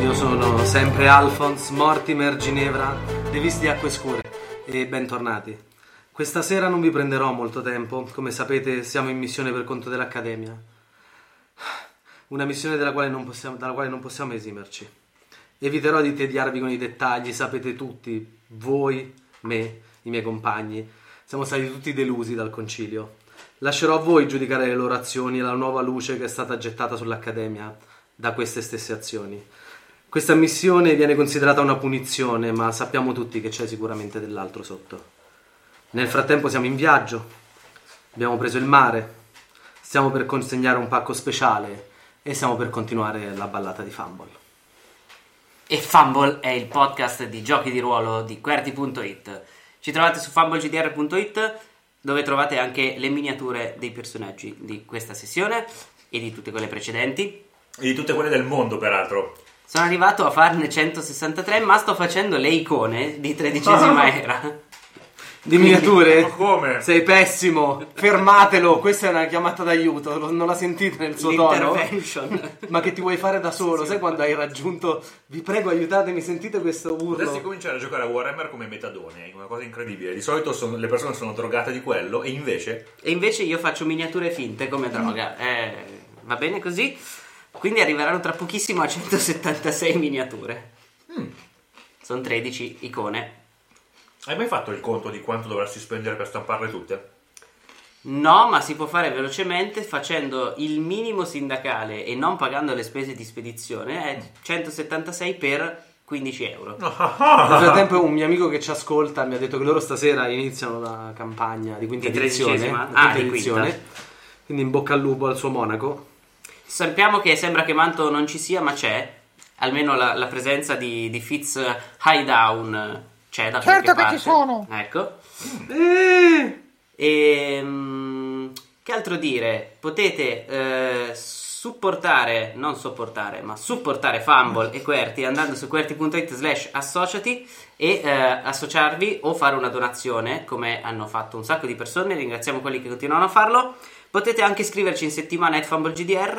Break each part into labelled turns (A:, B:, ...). A: Io sono sempre Alphonse Mortimer Ginevra, devisti acque scure e bentornati. Questa sera non vi prenderò molto tempo, come sapete siamo in missione per conto dell'Accademia. Una missione della quale non possiamo, dalla quale non possiamo esimerci. Eviterò di tediarvi con i dettagli, sapete tutti, voi, me, i miei compagni, siamo stati tutti delusi dal concilio. Lascerò a voi giudicare le loro azioni e la nuova luce che è stata gettata sull'Accademia da queste stesse azioni. Questa missione viene considerata una punizione, ma sappiamo tutti che c'è sicuramente dell'altro sotto. Nel frattempo siamo in viaggio, abbiamo preso il mare, stiamo per consegnare un pacco speciale e stiamo per continuare la ballata di Fumble.
B: E Fumble è il podcast di giochi di ruolo di QWERTY.it. Ci trovate su fumblegdr.it dove trovate anche le miniature dei personaggi di questa sessione e di tutte quelle precedenti.
C: E di tutte quelle del mondo, peraltro.
B: Sono arrivato a farne 163, ma sto facendo le icone di tredicesima era.
A: Di miniature?
C: Ma come?
A: Sei pessimo, fermatelo, questa è una chiamata d'aiuto, lo- non la sentite nel suo tono?
B: L'intervention.
A: Ma che ti vuoi fare da solo, sai quando hai raggiunto... Vi prego aiutatemi, sentite questo
C: Potresti
A: urlo?
C: cominciare a giocare a Warhammer come metadone, è una cosa incredibile. Di solito sono- le persone sono drogate di quello e invece
B: E invece io faccio miniature finte come droga. Eh, va bene così? Quindi arriveranno tra pochissimo a 176 miniature. Sono 13 icone.
C: hai mai fatto il conto di quanto dovresti spendere per stamparle tutte?
B: No, ma si può fare velocemente facendo il minimo sindacale e non pagando le spese di spedizione. È 176 per 15 euro.
A: Nel frattempo un mio amico che ci ascolta mi ha detto che loro stasera iniziano la campagna di quinta
B: Di
A: edizione.
B: tredicesima?
A: di
B: Ah,
A: quinta
B: di quinta.
A: edizione. Quindi in bocca al lupo al suo monaco.
B: Sappiamo che sembra che Manto non ci sia, ma c'è. Almeno la, la presenza di, di Fitz High Down c'è
D: Certo
B: da qualche
D: che
B: parte.
D: ci sono.
B: Ecco.
A: Eh,
B: Ehm, che altro dire? Potete eh, supportare, non sopportare, ma supportare Fumble e Querti andando su querti.it slash associati e eh, associarvi o fare una donazione, come hanno fatto un sacco di persone, ringraziamo quelli che continuano a farlo. Potete anche scriverci in settimana at fumblegdr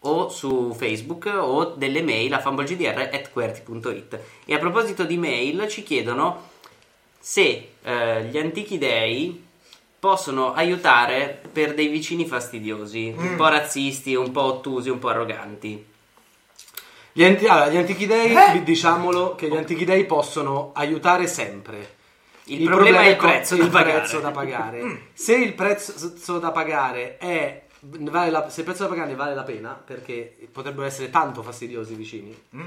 B: o su Facebook o delle mail a fumblegdr.querti.it. E a proposito di mail, ci chiedono se eh, gli antichi dei possono aiutare per dei vicini fastidiosi,
A: Mm.
B: un po' razzisti, un po' ottusi, un po' arroganti.
A: Gli, anti- allora, gli antichi dei, vi diciamolo che gli antichi dei possono aiutare sempre.
B: Il, problema, è il
A: co-
B: prezzo, da,
A: il
B: pagare.
A: prezzo da pagare. se il prezzo da pagare è ne vale la- se il prezzo da pagare ne vale la pena, perché potrebbero essere tanto fastidiosi i vicini
B: Mm.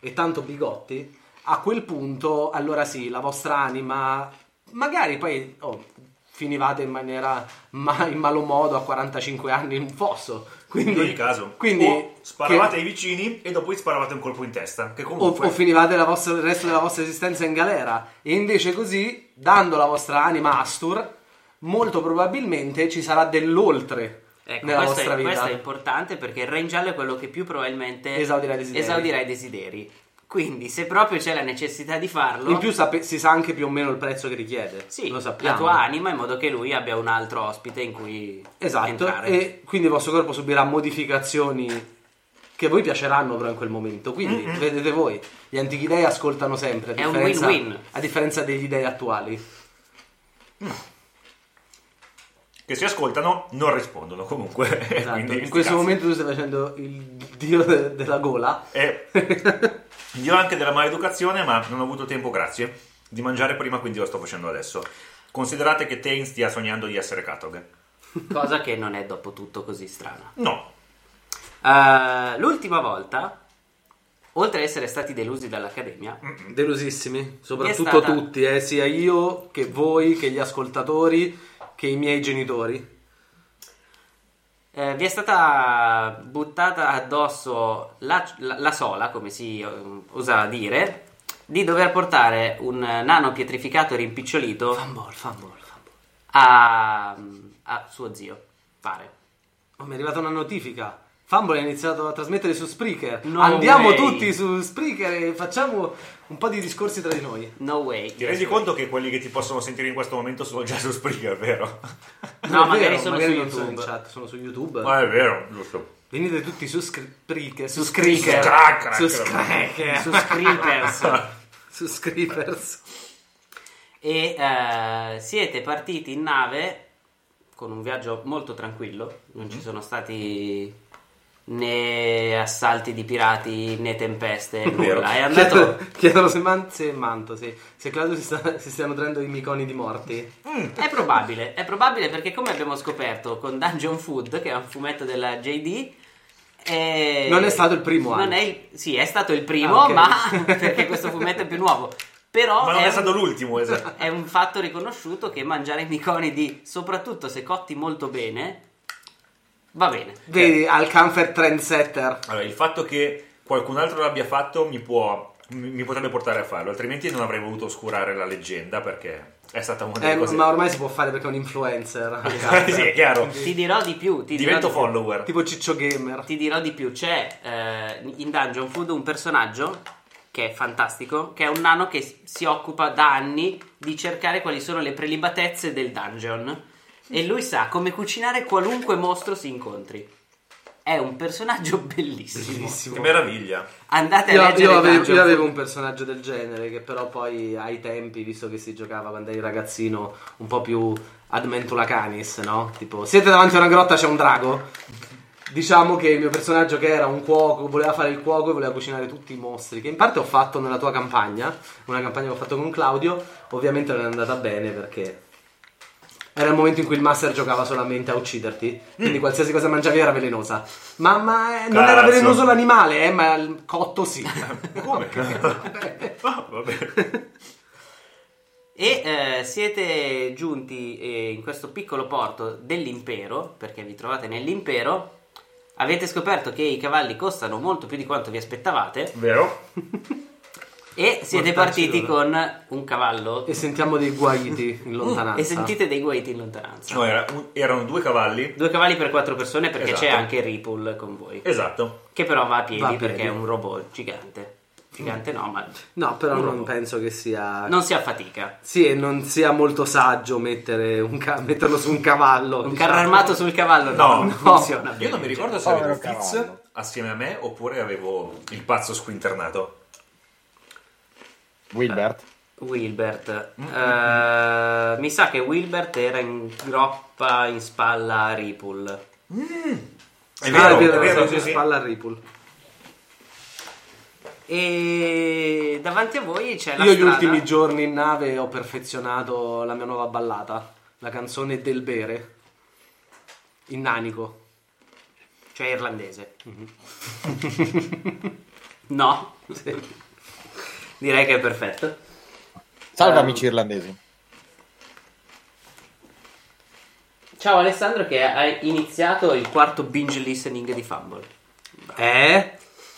A: e tanto bigotti, a quel punto allora sì, la vostra anima magari poi oh, finivate in maniera ma- in malo modo a 45 anni in un fosso. Quindi,
C: In ogni caso,
A: quindi
C: o sparavate
A: che-
C: ai vicini e dopo gli sparavate un colpo in testa, che
A: o,
C: comunque...
A: o finivate la vostra- il resto della vostra esistenza in galera. E invece così, dando la vostra anima a Astur, molto probabilmente ci sarà dell'oltre
B: Ecco,
A: nella
B: questo
A: vostra
B: è, questo è
A: vita.
B: importante perché il re in giallo è quello che più probabilmente
A: Esaudirà i desideri.
B: esaudirà i desideri. Quindi, se proprio c'è la necessità di farlo,
A: In più sape- si sa anche più o meno il prezzo che richiede.
B: sì,
A: lo
B: la
A: sappiamo.
B: tua anima, in modo che lui abbia un altro ospite in cui
A: Esatto,
B: entrare.
A: e quindi il vostro corpo subirà modificazioni che a voi piaceranno però in quel momento. Quindi, vedete voi, gli antichi dei ascoltano sempre, a
B: È un
A: differenza,
B: win-win.
A: a differenza degli dei attuali.
C: che ci ascoltano non rispondono comunque.
A: Esatto.
C: Quindi,
A: in
C: sti
A: questo
C: cazzi.
A: momento tu stai facendo il dio de- della gola.
C: E Eh, io anche della maleducazione, ma non ho avuto tempo, grazie, di mangiare prima, quindi lo sto facendo adesso. Considerate che Tain stia sognando di essere Katog.
B: Cosa che non è dopo tutto così strana.
C: No,
B: Eh, l'ultima volta, oltre ad essere stati delusi dall'Accademia,
A: Mm. Delusissimi, soprattutto
B: È stata-
A: tutti, eh, sia io che voi, che gli ascoltatori, che i miei genitori.
B: eh, vi è stata buttata addosso la, la- la sola, come si eh, usa dire, di dover portare un nano pietrificato rimpicciolito
A: Fambol, fambol, fambol.
B: a, a suo zio, pare.
A: Oh, mi è arrivata una notifica. Fumble ha iniziato a trasmettere su Spreaker.
B: No
A: Andiamo
B: way.
A: tutti su Spreaker e facciamo un po' di discorsi tra di noi.
B: No way.
C: ti rendi conto che quelli che ti possono sentire in questo momento sono già su Spreaker, vero?
B: No,
A: Non è
B: magari
A: vero,
B: sono su
A: non sono in
B: YouTube.
A: chat, sono su YouTube.
C: Ma è vero, giusto.
A: Venite tutti su Spreaker. Su
B: Spreaker.
C: Crack,
A: Su
C: crack.
A: Spreaker.
B: Su Scrippers.
A: Su Scrippers.
B: e eh, siete partiti in nave con un viaggio molto tranquillo, non ci sono stati né assalti di pirati né tempeste,
C: Vero.
B: nulla. È
A: Chiedono,
B: andato
A: chiedono se, man- se Manto, se, se Claudio si, sta- si stiano tenendo i miconi di morti.
B: È probabile, è probabile perché come abbiamo scoperto con Dungeon Food, che è un fumetto della JD, eh,
A: Non è stato il primo
B: non
A: anche.
B: è il- sì, è stato il primo,
A: Ah, ok.
B: ma perché questo fumetto è più nuovo. Però
C: Ma non è
B: un-
C: stato l'ultimo, esatto.
B: È un fatto riconosciuto che mangiare i miconidi, soprattutto se cotti molto bene, va bene.
A: Vedi, al Camfer Trendsetter.
C: Allora, il fatto che qualcun altro l'abbia fatto mi, può, mi mi potrebbe portare a farlo, altrimenti non avrei voluto oscurare la leggenda perché è stata una delle
A: Eh,
C: cose...
A: ma ormai si può fare perché è un influencer. al Camfer.
C: sì, è chiaro.
B: Ti dirò di più, ti dirò
C: Divento
B: di più.
C: follower.
A: Tipo Ciccio Gamer.
B: Ti dirò di più, c'è eh, in Dungeon Food un personaggio che è fantastico, che è un nano che s- si occupa da anni di cercare quali sono le prelibatezze del dungeon e lui sa come cucinare qualunque mostro si incontri. È un personaggio bellissimo.
C: Che
A: Bellissimo.
C: meraviglia.
B: Andate a
A: Io,
B: leggere
A: io avevo,
B: Dungeon
A: io
B: Food.
A: avevo un personaggio del genere che però poi ai tempi, visto che si giocava quando eri ragazzino, un po' più Adventula Canis, no? Tipo, siete davanti a una grotta, c'è un drago. Diciamo che il mio personaggio che era un cuoco, voleva fare il cuoco e voleva cucinare tutti i mostri, che in parte ho fatto nella tua campagna, una campagna che ho fatto con Claudio, ovviamente non è andata bene perché era il momento in cui il master giocava solamente a ucciderti, quindi qualsiasi cosa mangiavi era velenosa. Ma, ma, eh, non era
C: Mm. Cazzo.
A: velenoso l'animale, eh, ma il cotto sì.
C: Come? Ah, vabbè.
B: E eh, siete giunti eh, in questo piccolo porto dell'impero, perché vi trovate nell'impero, avete scoperto che i cavalli costano molto più di quanto vi aspettavate
C: Vero?
B: e siete
A: Mortacci
B: partiti
A: loro.
B: con un cavallo
A: e sentiamo dei guaiti in lontananza. Cioè.
B: e sentite dei guaiti in lontananza.
C: No, era un- erano due cavalli.
B: Due cavalli per quattro persone perché c'è
C: Esatto.
B: anche Ripple con voi,
C: Esatto.
B: che però va a piedi
A: Va a piedi.
B: perché è un robot gigante. Gigante no, ma
A: No, però
B: Un
A: non
B: robot.
A: penso che sia...
B: non si affatica.
A: Sì, e non sia molto saggio mettere un ca- metterlo su un cavallo.
B: Un
A: diciamo.
B: carro armato sul cavallo no,
C: No,
B: non
C: no.
B: funziona bene.
C: Io non mi ricordo se avevo Fitz assieme a me oppure avevo il pazzo squinternato.
D: Wilbert.
B: Wilbert. Eh, mi sa che Wilbert era in groppa in spalla a Ripple.
C: È
A: Ah,
C: vero,
A: è vero,
C: è vero,
A: sì,
C: sì,
A: sì,
C: sì.
A: spalla a Ripple.
B: E davanti a voi c'è la
A: Io gli
B: strada.
A: ultimi giorni in nave ho perfezionato la mia nuova ballata, la canzone del bere, in nanico.
B: Cioè irlandese. Mhm. no. Direi che è perfetto.
D: Salve
B: Eh.
D: amici irlandesi.
B: Ciao Alessandro che ha iniziato il quarto binge listening di Fumble.
A: Eh?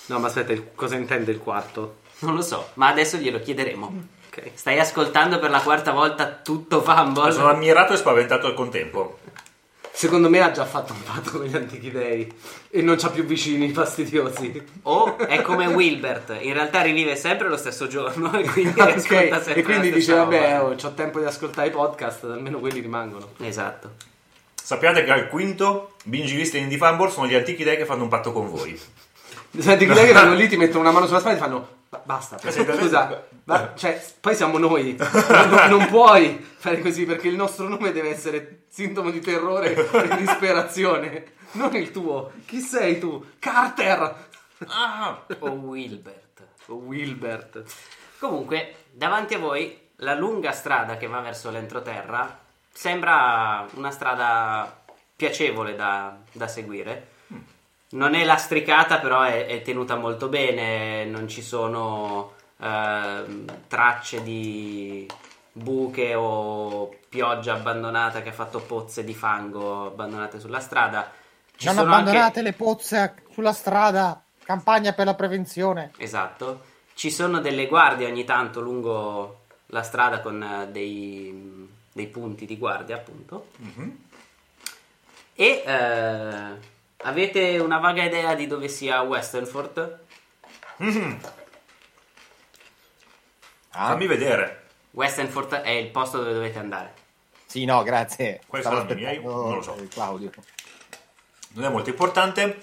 A: No, ma aspetta, il- cosa intende il quarto?
B: Non lo so, ma adesso glielo chiederemo.
A: Ok.
B: Stai ascoltando per la quarta volta tutto
C: Sono
B: Fumble?
C: ammirato e spaventato al contempo.
A: Secondo me ha già fatto un patto con gli antichi dei e non c'ha più vicini fastidiosi.
B: O è come Wilbert, in realtà rivive sempre lo stesso giorno e quindi
A: Ok,
B: ascolta sempre
A: E quindi
B: la
A: dice,
B: stessa roba.
A: vabbè, ho tempo di ascoltare i podcast, almeno quelli rimangono.
B: Esatto.
C: Sappiate che al quinto binge listening di Fumble sono gli antichi dei che fanno un patto con voi.
A: Senti, quelli che vanno lì ti mettono una mano sulla spalla e ti fanno Ba- Basta, però.
C: Aspetta,
A: scusa,
C: adesso-
A: ma- cioè, poi siamo noi, non, non puoi fare così perché il nostro nome deve essere sintomo di terrore e disperazione, non il tuo. Chi sei tu? Carter
C: Ah!
B: O Wilbert.
A: o Wilbert?
B: Comunque, davanti a voi, la lunga strada che va verso l'entroterra sembra una strada piacevole da, da seguire.
D: Mm.
B: Non è lastricata, però è, è tenuta molto bene, non ci sono ehm, tracce di buche o pioggia abbandonata che ha fatto pozze di fango abbandonate sulla strada. Ci
D: non
B: sono anche-
D: abbandonate le pozze a- sulla strada. Campagna per la prevenzione.
B: Esatto. Ci sono delle guardie ogni tanto lungo la strada con eh, dei, dei punti di guardia, appunto. E eh, avete una vaga idea di dove sia Westernfort?
C: Fammi vedere.
B: Westernfort è il posto dove dovete andare.
D: Sì, no, grazie.
C: Questi
D: Stavo
C: sono i miei,
D: aspettando,
C: non lo so.
D: eh, Claudio.
C: Non è molto importante.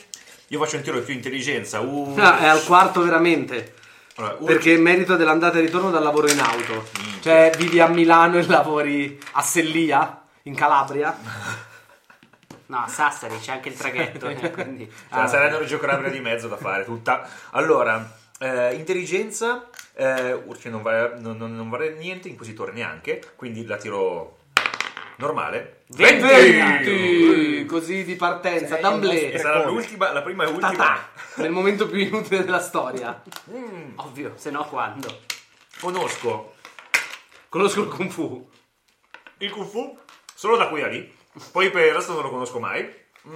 C: Io faccio un tiro di più intelligenza. Uh,
A: No, Ah, è al quarto veramente.
C: Allora, un-
A: eh, Perché è merito dell'andata e ritorno dal lavoro in auto. Cioè, vivi a Milano e lavori a Sellia, in Calabria.
B: No, a Sassari c'è anche il traghetto. eh, quindi...
C: Cioè, la sarà una geografia di mezzo da fare tutta. Allora, eh, intelligenza, eh, urci non vale, non, non- non vale niente, inquisitore neanche, quindi la tiro normale.
B: Venti!
A: Venti! Così di partenza,
C: E
A: d'amblè.
C: sarà l'ultima, la prima e ultima.
A: Tatà! Nel momento più inutile della storia.
B: Ovvio, se no quando?
C: Conosco
A: Conosco il Kung Fu.
C: il Kung Fu solo da qui a lì, poi per il resto non lo conosco mai. Mm.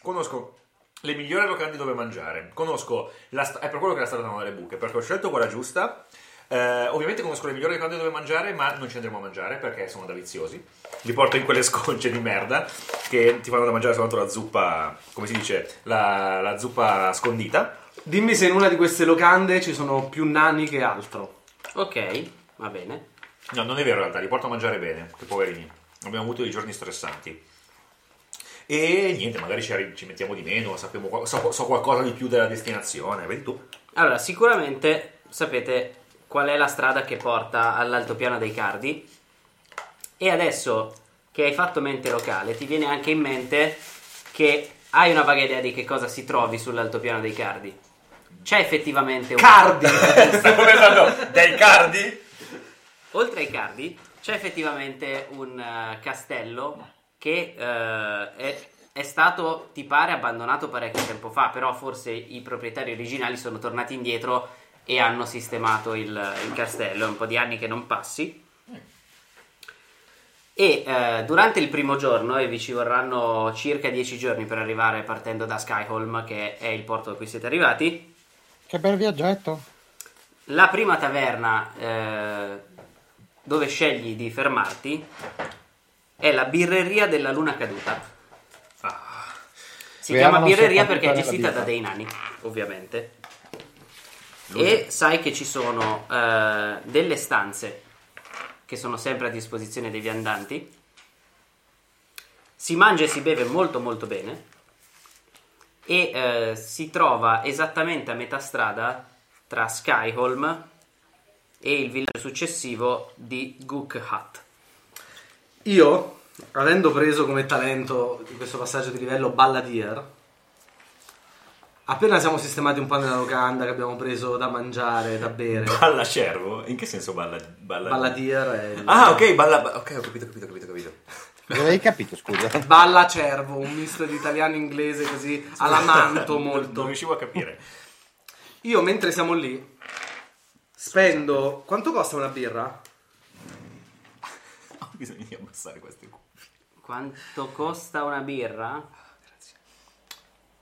C: Conosco le migliori locande dove mangiare, conosco la st- è per quello che la strada non ha le buche, perché ho scelto quella giusta. Eh, ovviamente conosco le migliori locande dove mangiare, ma non ci andremo a mangiare perché sono da viziosi. Li porto in quelle sconce di merda che ti fanno da mangiare soltanto la zuppa, come si dice, la, la zuppa scondita.
A: Dimmi se in una di queste locande ci sono più nani che altro.
B: Ok, va bene.
C: No, non è vero in realtà, li porto a mangiare bene, che poverini. Abbiamo avuto dei giorni stressanti. E niente, magari ci, arri- ci mettiamo di meno, sappiamo qual- so, so qualcosa di più della destinazione, vedi tu?
B: Allora, sicuramente sapete qual è la strada che porta all'altopiano dei Cardi. E adesso che hai fatto mente locale, ti viene anche in mente che hai una vaga idea di che cosa si trovi sull'altopiano dei Cardi. C'è effettivamente un
A: Cardi!
C: Stavo pensando, dei cardi?
B: Oltre ai Cardi, c'è effettivamente un eh, castello che eh, è, è stato, ti pare, abbandonato parecchio tempo fa, però forse i proprietari originali sono tornati indietro e hanno sistemato il, il castello, è un po' di anni che non passi. E eh, durante il primo giorno, e vi ci vorranno circa 10 giorni per arrivare partendo da Skyholm, che è il porto a cui siete arrivati,
D: Che bel viaggetto.
B: la prima taverna eh, dove scegli di fermarti è la birreria della luna caduta. Si
D: Speriamo
B: chiama
D: non sia
B: birreria
D: partita
B: perché è
D: nella
B: gestita da
D: birra.
B: dei nani, ovviamente. E sai che ci sono eh, delle stanze che sono sempre a disposizione dei viandanti. Si mangia e si beve molto molto bene e eh, si trova esattamente a metà strada tra Skyholm e il villaggio successivo di Gukhat.
A: Io, avendo preso come talento in questo passaggio di livello Balladier, appena siamo sistemati un po' nella locanda che abbiamo preso da mangiare, da bere,
C: Balla cervo? In che senso balla? balla...
A: Balladier è il-
C: Ah, ok, balla... ba- Ok, ho capito, capito, capito, capito.
D: L'avevi capito, scusa.
A: Balla cervo, un misto di italiano e inglese così alamanto
C: Non
A: molto.
C: riuscivo a capire.
A: Io mentre siamo lì spendo quanto costa una birra?
C: Ho bisogno di abbassare queste cuffie.
B: Quanto costa una birra?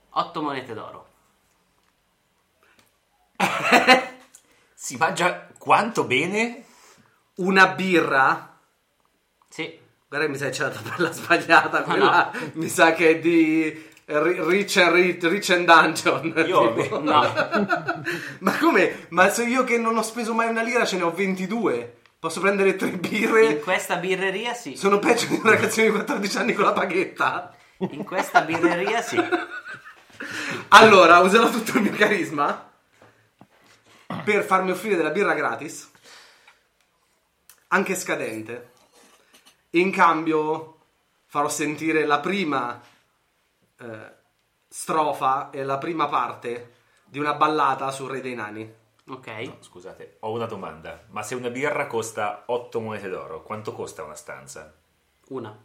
B: 8 monete d'oro.
C: Si mangia quanto bene?
A: Una birra?
B: Sì,
A: Guarda che mi sa che c'è la tabella sbagliata,
B: Ma
A: quella mi sa che è di Ri- Rich and, Ri- Rich and Dungeon.
C: Io
A: tipo.
B: no,
A: Ma come? Ma se io che non ho speso mai una lira ce ne ho 22. Posso prendere tre birre?
B: in questa birreria sì.
A: Sono peggio di un ragazzino di 14 anni con la paghetta.
B: In questa birreria sì.
A: Allora, userò tutto il mio carisma. per farmi offrire della birra gratis, anche scadente. In cambio farò sentire la prima eh, strofa e la prima parte di una ballata sul Re dei Nani.
B: Ok.
C: Scusate, ho una domanda. Ma se una birra costa 8 monete d'oro, quanto costa una stanza?
B: Una.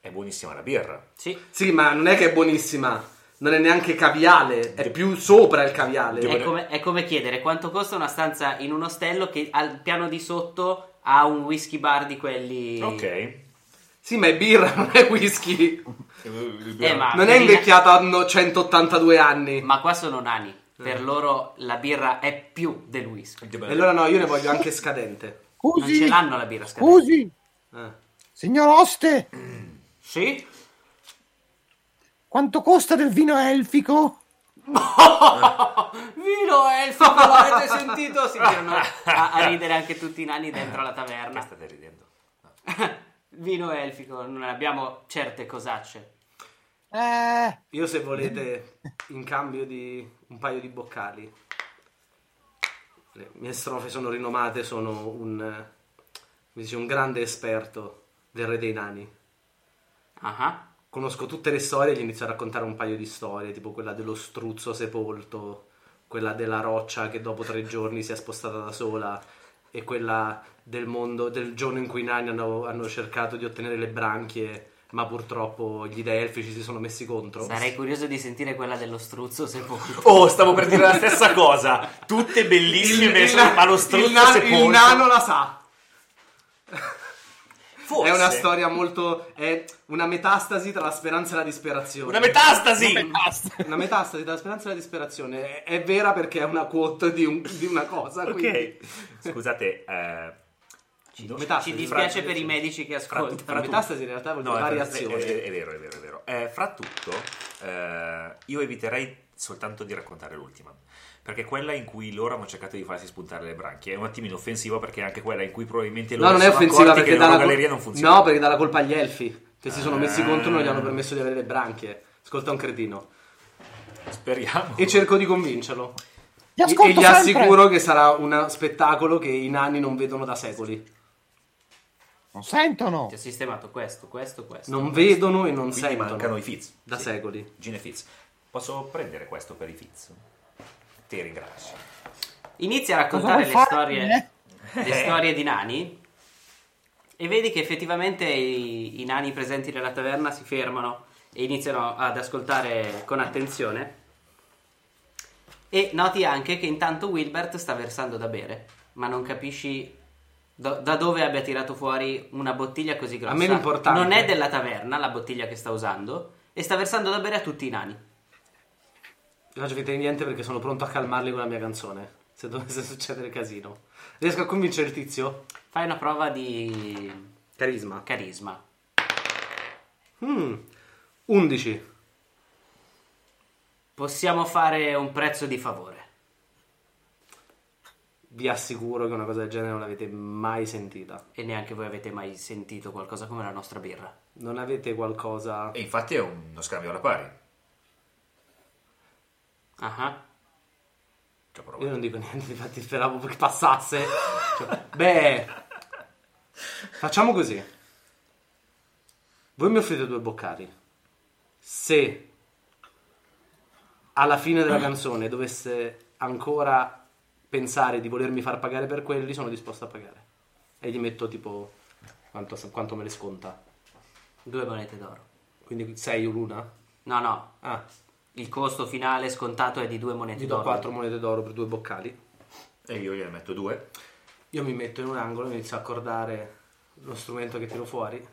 C: È buonissima la birra.
B: Sì.
A: Sì, ma non è che è buonissima, non è neanche caviale, è più sopra il caviale.
C: Devo-
B: È come, è come chiedere quanto costa una stanza in un ostello che al piano di sotto ha un whisky bar di quelli...
C: Ok.
A: Sì, ma è birra, non è whisky.
B: Eh, ma
A: Non è
B: per i-
A: invecchiata a 182 anni.
B: Ma qua sono nani.
D: Eh.
B: Per loro la birra è più del whisky.
A: E allora no, io ne voglio anche scadente.
B: Non
D: Scusi,
B: ce l'hanno la birra scadente.
D: scusi,
A: Eh.
D: signor Oste,
B: Sì?
D: quanto costa del vino elfico?
B: Vino elfo, l'avete sentito? Si tirano a, a ridere anche tutti i nani dentro la taverna.
C: State ridendo.
B: Vino elfico, non abbiamo certe cosacce.
D: Eh,
A: Io se volete, in cambio di un paio di boccali, le mie strofe sono rinomate, sono un, eh, come dice, un grande esperto del Re dei Nani.
B: Ah,
A: Conosco tutte le storie, gli inizio a raccontare un paio di storie, tipo quella dello struzzo sepolto, quella della roccia che dopo tre giorni si è spostata da sola e quella del mondo, del giorno in cui i nani hanno, hanno cercato di ottenere le branchie, ma purtroppo gli dei elfici si sono messi
D: Oh.
A: contro.
B: Sarei curioso di sentire quella dello struzzo se vuoi.
C: Oh, stavo per dire la stessa cosa. Tutte bellissime, ma lo struzzo
A: il nano-
C: sepolto-
A: il nano la sa.
C: Forse.
A: È una storia molto. È una metastasi tra la speranza e la disperazione.
C: Una metastasi.
A: Una metastasi tra la speranza e la disperazione. È, è vera perché è una quote di, un- di una cosa.
C: ok.
A: Quindi.
C: Scusate, eh, no,
A: metastasi,
B: Ci
A: fra-
B: dispiace per i medici che
A: La
B: ascoltano.
A: metastasi in realtà vuol dire
C: No, è, è-
A: variazione.
C: è- è vero, è vero, è vero. Eh, fra tutto, eh, io eviterei soltanto di raccontare l'ultima. Perché quella in cui loro hanno cercato di farsi spuntare le branchie è un attimino offensiva perché è anche quella in cui probabilmente loro
A: No, non è
C: si sono
A: offensiva
C: accorti
A: perché
C: che la
A: dà
C: loro
A: la
C: galleria
A: col-
C: non funziona.
A: No, perché dà la colpa agli elfi che si sono messi
C: Ah.
A: contro e non gli hanno permesso di avere le branchie. Ascolta un cretino.
C: Speriamo.
A: E cerco di convincerlo.
D: ti
A: E-
D: ascolto
A: e gli
D: sempre.
A: assicuro che sarà un spettacolo che i nani non vedono da secoli.
D: Non sentono.
B: Ti ho sistemato questo, questo, questo.
A: Non vedono e non
C: Quindi
A: sentono
C: mancano i Fizz.
A: da
C: Sì.
A: secoli.
C: Gin e Fizz. Posso prendere questo per i Fizz? Ti ringrazio.
B: Inizia a
D: Cosa
B: raccontare
D: vuoi
B: le
D: fare?
B: storie, le
C: Eh.
B: storie di nani e vedi che effettivamente i, i nani presenti nella taverna si fermano e iniziano ad ascoltare con attenzione. E noti anche che intanto Wilbert sta versando da bere, ma non capisci do- da dove abbia tirato fuori una bottiglia così grossa.
A: A me l'importante-
B: Non è della taverna la bottiglia che sta usando e sta versando da bere a tutti i nani.
A: Non faccio finta di niente perché sono pronto a calmarli con la mia canzone. Se dovesse succedere casino. Riesco a convincere il tizio?
B: Fai una prova di
A: Carisma.
B: carisma.
A: 11.
B: Possiamo fare un prezzo di favore.
A: Vi assicuro che una cosa del genere non l'avete mai sentita.
B: E neanche voi avete mai sentito qualcosa come la nostra birra.
A: Non avete qualcosa...
C: E infatti è uno scambio alla pari.
B: Ah, ah.
C: Ci ho
A: Io
C: provato.
A: non dico niente, infatti speravo che passasse. Cioè, beh, facciamo così. Voi mi offrite due boccali. Se alla fine della canzone dovesse ancora pensare di volermi far pagare per quelli, sono disposto a pagare. E gli metto tipo quanto, quanto me le sconta.
B: Due monete d'oro.
A: Quindi 6 l'una?
B: No, no.
A: Ah,
B: Il costo finale scontato è di due
A: gli
B: monete
A: do
B: d'oro.
A: 4 monete d'oro per due boccali.
C: E io gliene metto due.
A: Io mi metto in un angolo e inizio a accordare lo strumento che tiro fuori.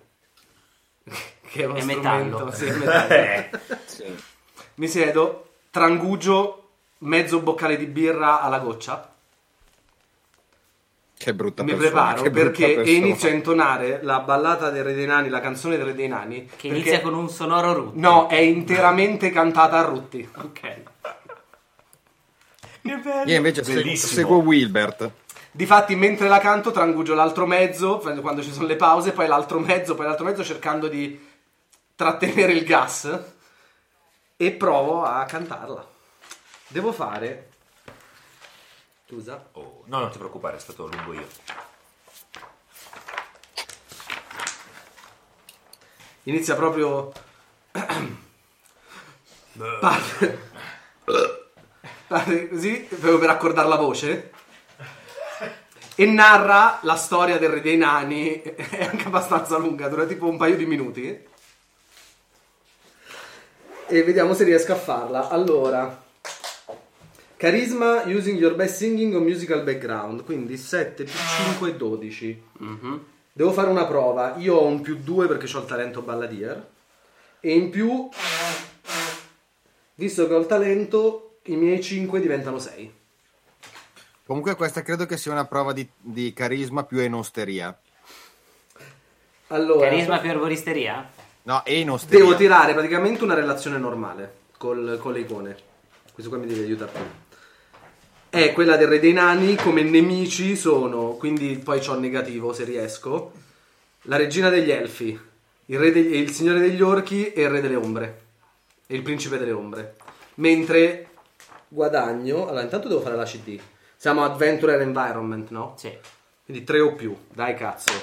A: Che è uno
B: È
A: strumento.
B: metallo. Eh,
A: sì, è metallo. mi siedo, trangugio mezzo boccale di birra alla goccia.
E: Che brutta
A: mi
E: persona.
A: preparo
E: che brutta
A: perché e
E: persona.
A: inizio a intonare la ballata del Re dei Nani, la canzone del Re dei Nani.
B: Che inizia con un sonoro root.
A: No, è interamente cantata a Rutti.
B: Ok.
E: Io invece segu-
C: Bellissimo.
E: seguo Wilbert.
A: Difatti, mentre la canto, trangugio l'altro mezzo, quando ci sono le pause, poi l'altro mezzo, poi l'altro mezzo, cercando di trattenere il gas. E provo a cantarla. Devo fare Scusa.
C: Oh, no, non ti preoccupare, è stato lungo io.
A: Inizia proprio... Parte... Parte così, proprio per accordare la voce. E narra la storia del re dei nani, è anche abbastanza lunga, dura tipo un paio di minuti. E vediamo se riesco a farla. Allora... Carisma using your best singing o musical background, quindi 7 più 5 è 12. Devo fare una prova. Io ho un più 2 perché ho il talento balladier. E in più, visto che ho il talento, i miei 5 diventano 6.
E: Comunque questa credo che sia una prova di, di carisma più enosteria.
A: Allora,
B: Carisma per voristeria?
E: No, enosteria.
A: devo tirare praticamente una relazione normale col- con le icone. Questo qua mi deve aiutare più. È quella del re dei nani, come nemici sono, quindi poi c'ho il negativo se riesco. La regina degli elfi, il, re degli- il signore degli orchi e il re delle ombre. E il principe delle ombre. Mentre guadagno... Allora, intanto devo fare la CD. Siamo Adventurer Environment, no?
B: Sì.
A: Quindi 3 o più, dai cazzo.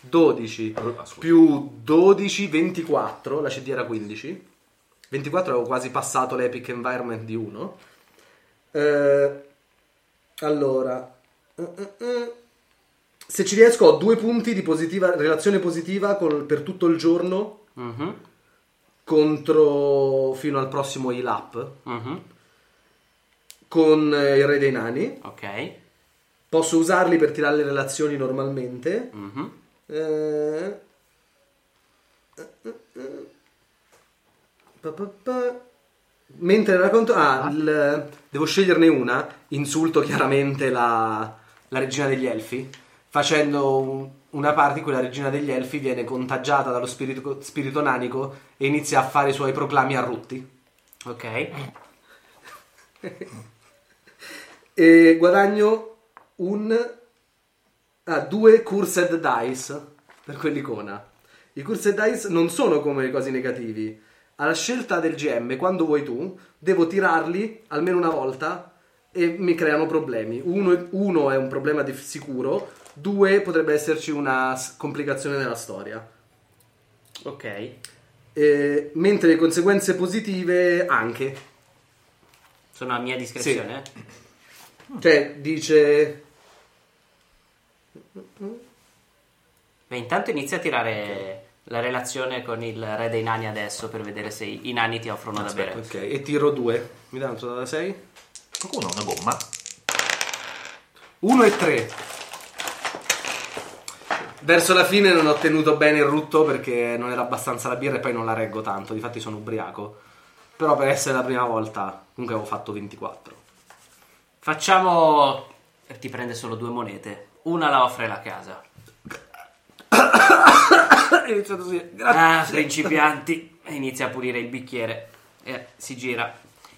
A: 12
C: Ah, scusa.
A: più 12, 24, la CD era 15. 24 avevo quasi passato l'epic environment di 1. allora, eh, eh, eh. se ci riesco ho due punti di positiva, relazione positiva col- per tutto il giorno
B: Mhm,
A: contro fino al prossimo heal up
B: mhm.
A: con eh, il re dei nani.
B: Ok.
A: Posso usarli per tirare le relazioni normalmente.
C: Mm.
B: Mhm.
A: Eh. Eh, eh, eh. Pa, pa, pa. Mentre racconto... Ah, il- devo sceglierne una. Insulto chiaramente la, la regina degli elfi. Facendo un- una parte in cui la regina degli elfi viene contagiata dallo spirito, spirito nanico e inizia a fare i suoi proclami a rutti.
B: Ok.
A: E guadagno un... Ah, due Cursed Dice per quell'icona. I Cursed Dice non sono come quasi negativi. Alla scelta del GM, quando vuoi tu, devo tirarli almeno una volta e mi creano problemi. Uno, uno è un problema di sicuro, due potrebbe esserci una s- complicazione nella storia.
B: Ok.
A: E- mentre le conseguenze positive anche.
B: Sono a mia discrezione. eh?
A: Cioè, dice...
B: Beh, intanto inizia a tirare la relazione con il re dei nani adesso per vedere se i nani ti offrono da bere.
A: Ok, e tiro due. Mi dà un totale da 6?
C: Qualcuno ha una gomma?
A: 1 e 3. Verso la fine non ho tenuto bene il rutto perché non era abbastanza la birra e poi non la reggo tanto, difatti sono ubriaco. Però per essere la prima volta comunque avevo fatto 24.
B: Facciamo. eh, Ti prende solo due monete. Una la offre la casa.
A: È iniziato così.
B: Ah, principianti. E Inizia a pulire il bicchiere. E si gira.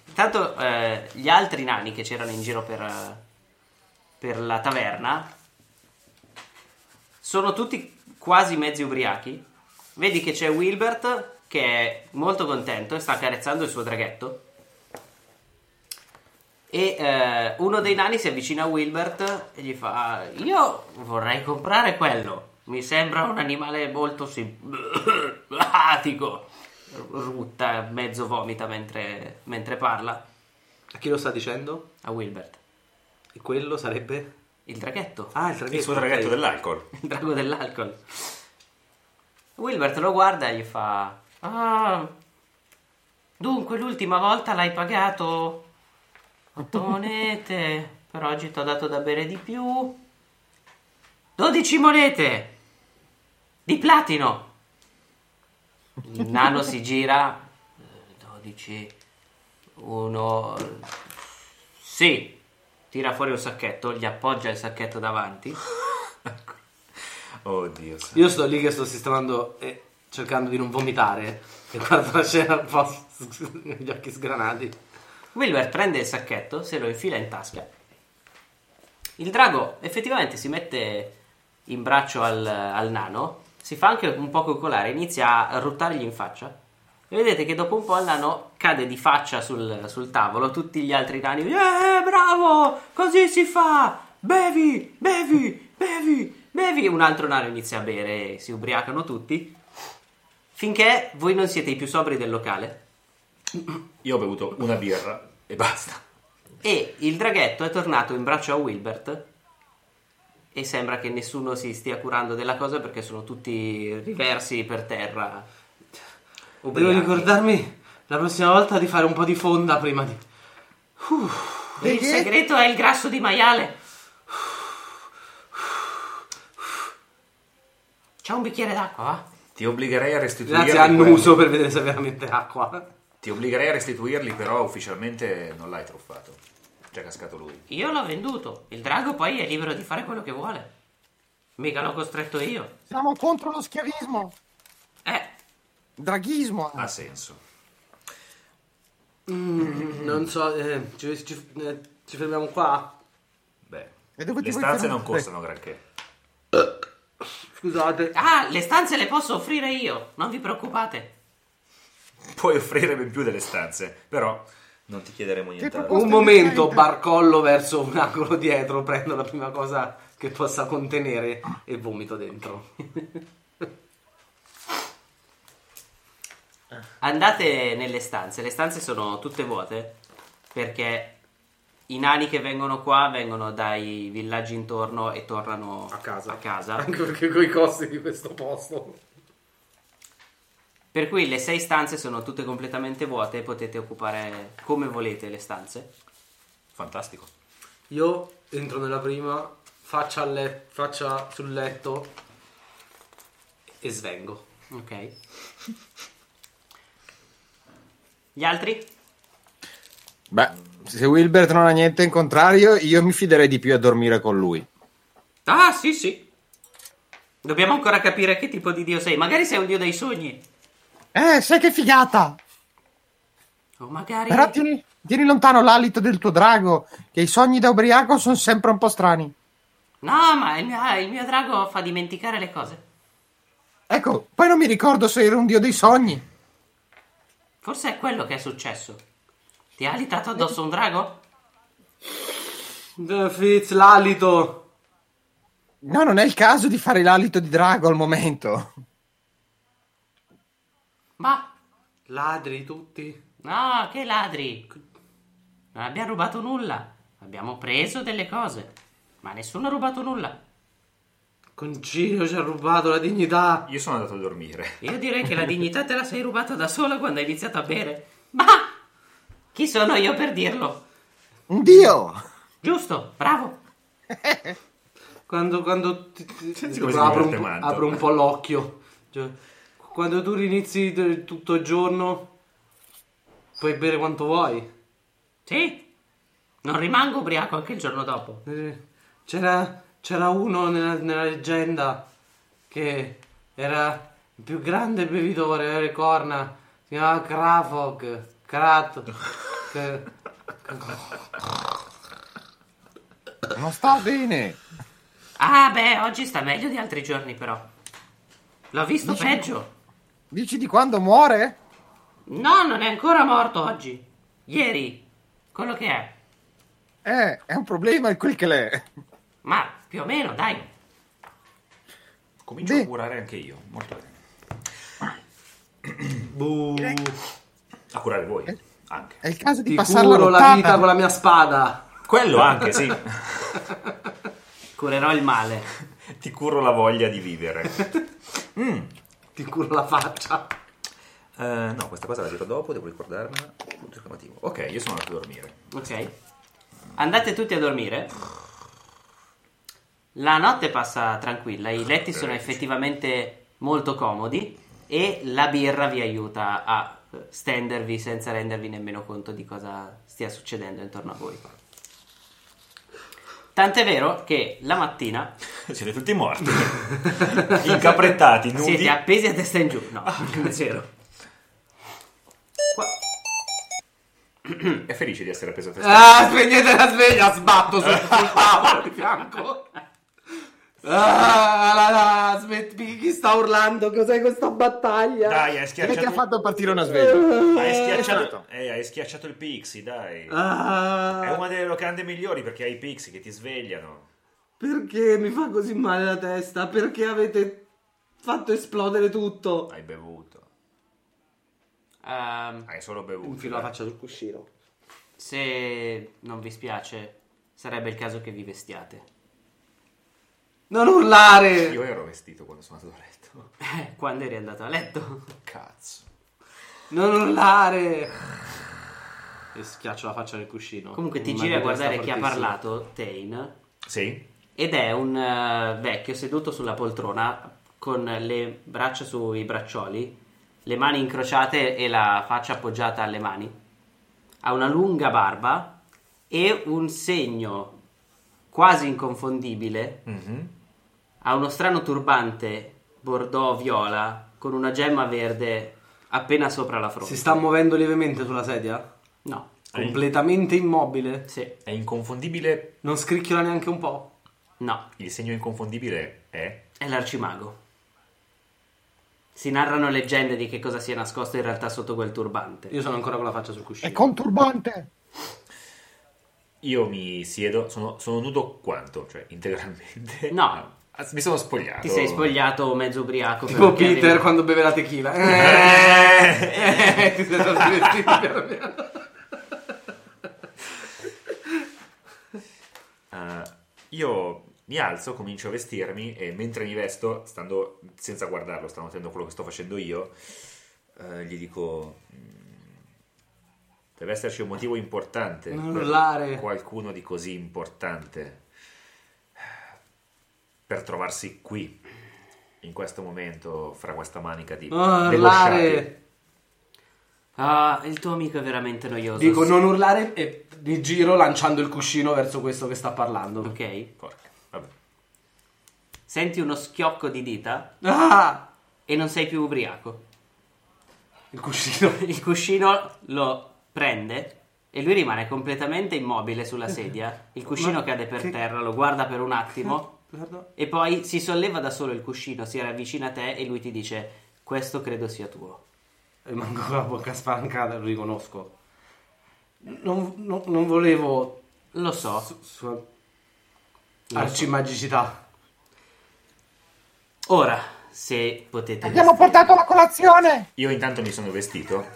B: Intanto eh, gli altri nani che c'erano in giro per, eh, per la taverna sono tutti quasi mezzi ubriachi. Vedi che c'è Wilbert che è molto contento e sta carezzando il suo draghetto. E eh, uno dei nani si avvicina a Wilbert e gli fa: Io vorrei comprare quello. Mi sembra un animale molto simpatico. Rutta, mezzo vomita mentre, mentre parla
A: A chi lo sta dicendo?
B: a Wilbert.
A: E quello sarebbe?
B: Il draghetto,
A: Ah, il traghetto.
C: Il suo
A: ok.
C: traghetto dell'alcol.
B: il drago dell'alcol. Wilbert lo guarda e gli fa: Ah, dunque l'ultima volta l'hai pagato 8 monete. Per oggi ti ho dato da bere di più. 12 monete di platino. Il nano si gira. eh, 12, 1. Sì, tira fuori un sacchetto, gli appoggia il sacchetto davanti.
C: Oddio. santo.
A: Io sto lì che sto sistemando e cercando di non vomitare. E guardo la scena un po' con gli occhi sgranati.
B: Wilbert prende il sacchetto, se lo infila in tasca. Il drago effettivamente si mette in braccio al, al nano, si fa anche un po' coccolare, inizia a ruttargli in faccia. E vedete che dopo un po' il nano cade di faccia sul, sul tavolo, tutti gli altri nani, eh, bravo, così si fa, bevi, bevi, bevi, bevi. Un altro nano inizia a bere, e si ubriacano tutti, finché voi non siete i più sobri del locale
C: Io ho bevuto una birra e basta.
B: e il draghetto è tornato in braccio a Wilbert e sembra che nessuno si stia curando della cosa perché sono tutti riversi per terra.
A: Devo
B: ubriachi.
A: ricordarmi la prossima volta di fare un po' di fonda prima di...
B: Il segreto è il grasso di maiale. C'è un bicchiere d'acqua, va?
C: Ti obbligherei a restituirli.
A: Grazie a Nuso per vedere se è veramente acqua.
C: quelli- Ti obbligherei a restituirli, però ufficialmente non l'hai truffato. Ci ha cascato lui.
B: Io l'ho venduto. Il drago poi è libero di fare quello che vuole. Mica l'ho costretto io.
D: Siamo contro lo schiavismo.
B: Eh,
E: Draghismo.
C: Ha senso.
A: Non so, eh, ci, ci- eh, ci fermiamo qua?
C: Beh,
E: E dove ti
C: le
E: vuoi
C: stanze
E: fermare?
C: non costano granché.
A: Scusate.
B: ah, le stanze le posso offrire io. Non vi preoccupate.
C: Puoi offrire ben più delle stanze, però non ti chiederemo nient'altro.
D: propongo-
A: Un momento, barcollo verso un angolo dietro, prendo la prima cosa che possa contenere e vomito dentro.
B: Andate nelle stanze. Le stanze sono tutte vuote. Perché i nani che vengono qua vengono dai villaggi intorno e tornano
A: A casa.
B: A casa.
A: Anche perché coi costi di questo posto.
B: Per cui le sei stanze sono tutte completamente vuote e potete occupare come volete le stanze.
C: Fantastico.
A: Io entro nella prima, faccia, al le- faccia sul letto e svengo.
B: Ok. Gli altri?
E: Beh, se Wilbert non ha niente in contrario, io mi fiderei di più a dormire con lui.
B: Ah, sì, sì. Dobbiamo ancora capire che tipo di dio sei. Magari sei un dio dei sogni.
D: Eh, sai che figata!
B: O magari...
D: Però tieni, tieni lontano l'alito del tuo drago, che i sogni da ubriaco sono sempre un po' strani.
B: No, ma il mio, ah, il mio drago fa dimenticare le cose.
D: Ecco, poi non mi ricordo se ero un dio dei sogni.
B: Forse è quello che è successo. Ti ha alitato addosso un drago?
A: Eh, Fitz, l'alito.
D: No, non è il caso di fare l'alito di drago al momento.
B: Ma...
A: Ladri tutti.
B: No, che ladri. Non abbiamo rubato nulla. Abbiamo preso delle cose. Ma nessuno ha rubato nulla.
A: Concilio ci ha rubato la dignità.
C: Io sono andato a dormire.
B: Io direi che la dignità te la sei rubata da sola quando hai iniziato a bere. Ma chi sono io per dirlo?
E: Un dio!
B: Giusto, bravo.
A: Quando, quando ti, ti-
C: Senti
A: ti-
C: come si
A: apro, un,
C: diverte
A: po-
C: Manto.
A: apro un po' l'occhio. Cioè, quando tu rinizi de- tutto il giorno, puoi bere quanto vuoi.
B: Sì. Non rimango ubriaco anche il giorno dopo.
A: Eh, C'era, c'era uno nella, nella leggenda che era il più grande bevitore delle corna. Si chiamava Krafog. Krat. che-
E: Non sta bene.
B: Ah, beh, oggi sta meglio di altri giorni, però. L'ho visto peggio.
D: Dici di quando muore?
B: No, non è ancora morto oggi. Ieri. Quello che è.
E: Eh, è un problema è quel che l'è.
B: Ma più o meno, dai.
C: Comincio
D: Beh.
C: a curare anche io. Molto bene.
A: Buh,
C: A curare voi.
E: Eh.
C: Anche.
D: È il caso di
A: ti
D: passare la
A: curo la
D: rottata.
A: vita con la mia spada.
C: Quello anche, sì.
B: Curerò il male.
C: Ti curo la voglia di vivere.
A: Ti curo la faccia.
C: Eh, no, questa cosa la dirò dopo, devo ricordarmela. Punto esclamativo. Ok, io sono andato a dormire.
B: Ok. Andate tutti a dormire. La notte passa tranquilla, i letti sono effettivamente molto comodi e la birra vi aiuta a eh, stendervi senza rendervi nemmeno conto di cosa stia succedendo intorno a voi. Tant'è vero che la mattina
C: Siete tutti morti. Incaprettati, nudi.
B: siete appesi a testa in giù. No, non è vero.
C: È felice di essere appeso a testa.
A: Eh. Ah, spegnete la sveglia, sbatto sul sul tavolo di fianco. Ah, la, la, smetti, chi sta urlando? Cos'è questa battaglia?
C: Dai, hai
E: Chi è che ha Esatto.
C: schiacciato,
E: fatto partire una sveglia?
C: hai schiacciato, eh, hai schiacciato il pixie, dai.
A: Ah,
C: È una delle locande migliori perché hai i pixie che ti svegliano.
A: Perché mi fa così male la testa? Perché avete fatto esplodere tutto?
C: Hai bevuto.
B: Ehm,
C: Hai solo bevuto.
A: Infilo la faccia sul cuscino.
B: se non vi spiace, sarebbe il caso che vi vestiate.
A: Non urlare!
C: Io ero vestito quando sono andato a letto.
B: Eh, Quando eri andato a letto?
C: Cazzo.
A: Non urlare! E schiaccio la faccia nel cuscino.
B: Comunque ti
A: Una
B: giri a
A: protesta
B: guardare chi ha
A: fortissima.
B: parlato, Tane,
C: Sì?
B: ed è un eh, vecchio seduto sulla poltrona con le braccia sui braccioli, le mani incrociate e la faccia appoggiata alle mani. Ha una lunga barba e un segno quasi inconfondibile.
C: Mhm.
B: Ha uno strano turbante bordeaux-viola con una gemma verde appena sopra la fronte.
A: Si sta muovendo lievemente sulla sedia?
B: No,
A: Completamente immobile?
B: sì,
C: È inconfondibile.
A: Non scricchiola neanche un po'?
B: no.
C: Il segno inconfondibile è.
B: È l'arcimago. Si narrano leggende di che cosa sia nascosto in realtà sotto quel turbante.
A: Io sono ancora con la faccia sul cuscino.
D: È conturbante.
C: Io mi siedo, sono, sono nudo quanto? Cioè, integralmente.
B: No.
C: Ah, Mi sono spogliato.
B: Ti sei spogliato mezzo ubriaco.
A: Tipo
B: perché
A: Ecco, Peter
B: avevi-
A: quando beve la tequila.
C: Eh!
A: Eh, ti sei trasvestito piano piano.
C: Ah, io mi alzo, comincio a vestirmi e mentre mi vesto, stando senza guardarlo, stando attento a quello che sto facendo io, eh, gli dico. "Mm, Deve esserci un motivo importante.
A: Non
C: per
A: urlare."
C: Qualcuno di così importante per trovarsi qui, in questo momento, fra questa manica di
A: Non
C: debosciati.
A: urlare!
B: Ah, il tuo amico è veramente noioso.
A: Dico
B: Sì.
A: non urlare e mi giro lanciando il cuscino verso questo che sta parlando.
B: Ok.
C: Porca, vabbè.
B: Senti uno schiocco di dita
A: Ah!
B: e non sei più ubriaco.
A: Il cuscino.
B: Il cuscino lo prende e lui rimane completamente immobile sulla sedia. Il cuscino
A: Ma
B: cade per
A: che-
B: terra, lo guarda per un attimo.
A: Guarda.
B: E poi si solleva da solo il cuscino, si avvicina a te e lui ti dice: Questo credo sia tuo.
A: Rimango con la bocca spalancata, lo riconosco. Non, non- non volevo
B: Lo so.
A: sua arcimagicità.
B: Ora, se potete.
D: Abbiamo portato la colazione.
C: Io intanto mi sono vestito.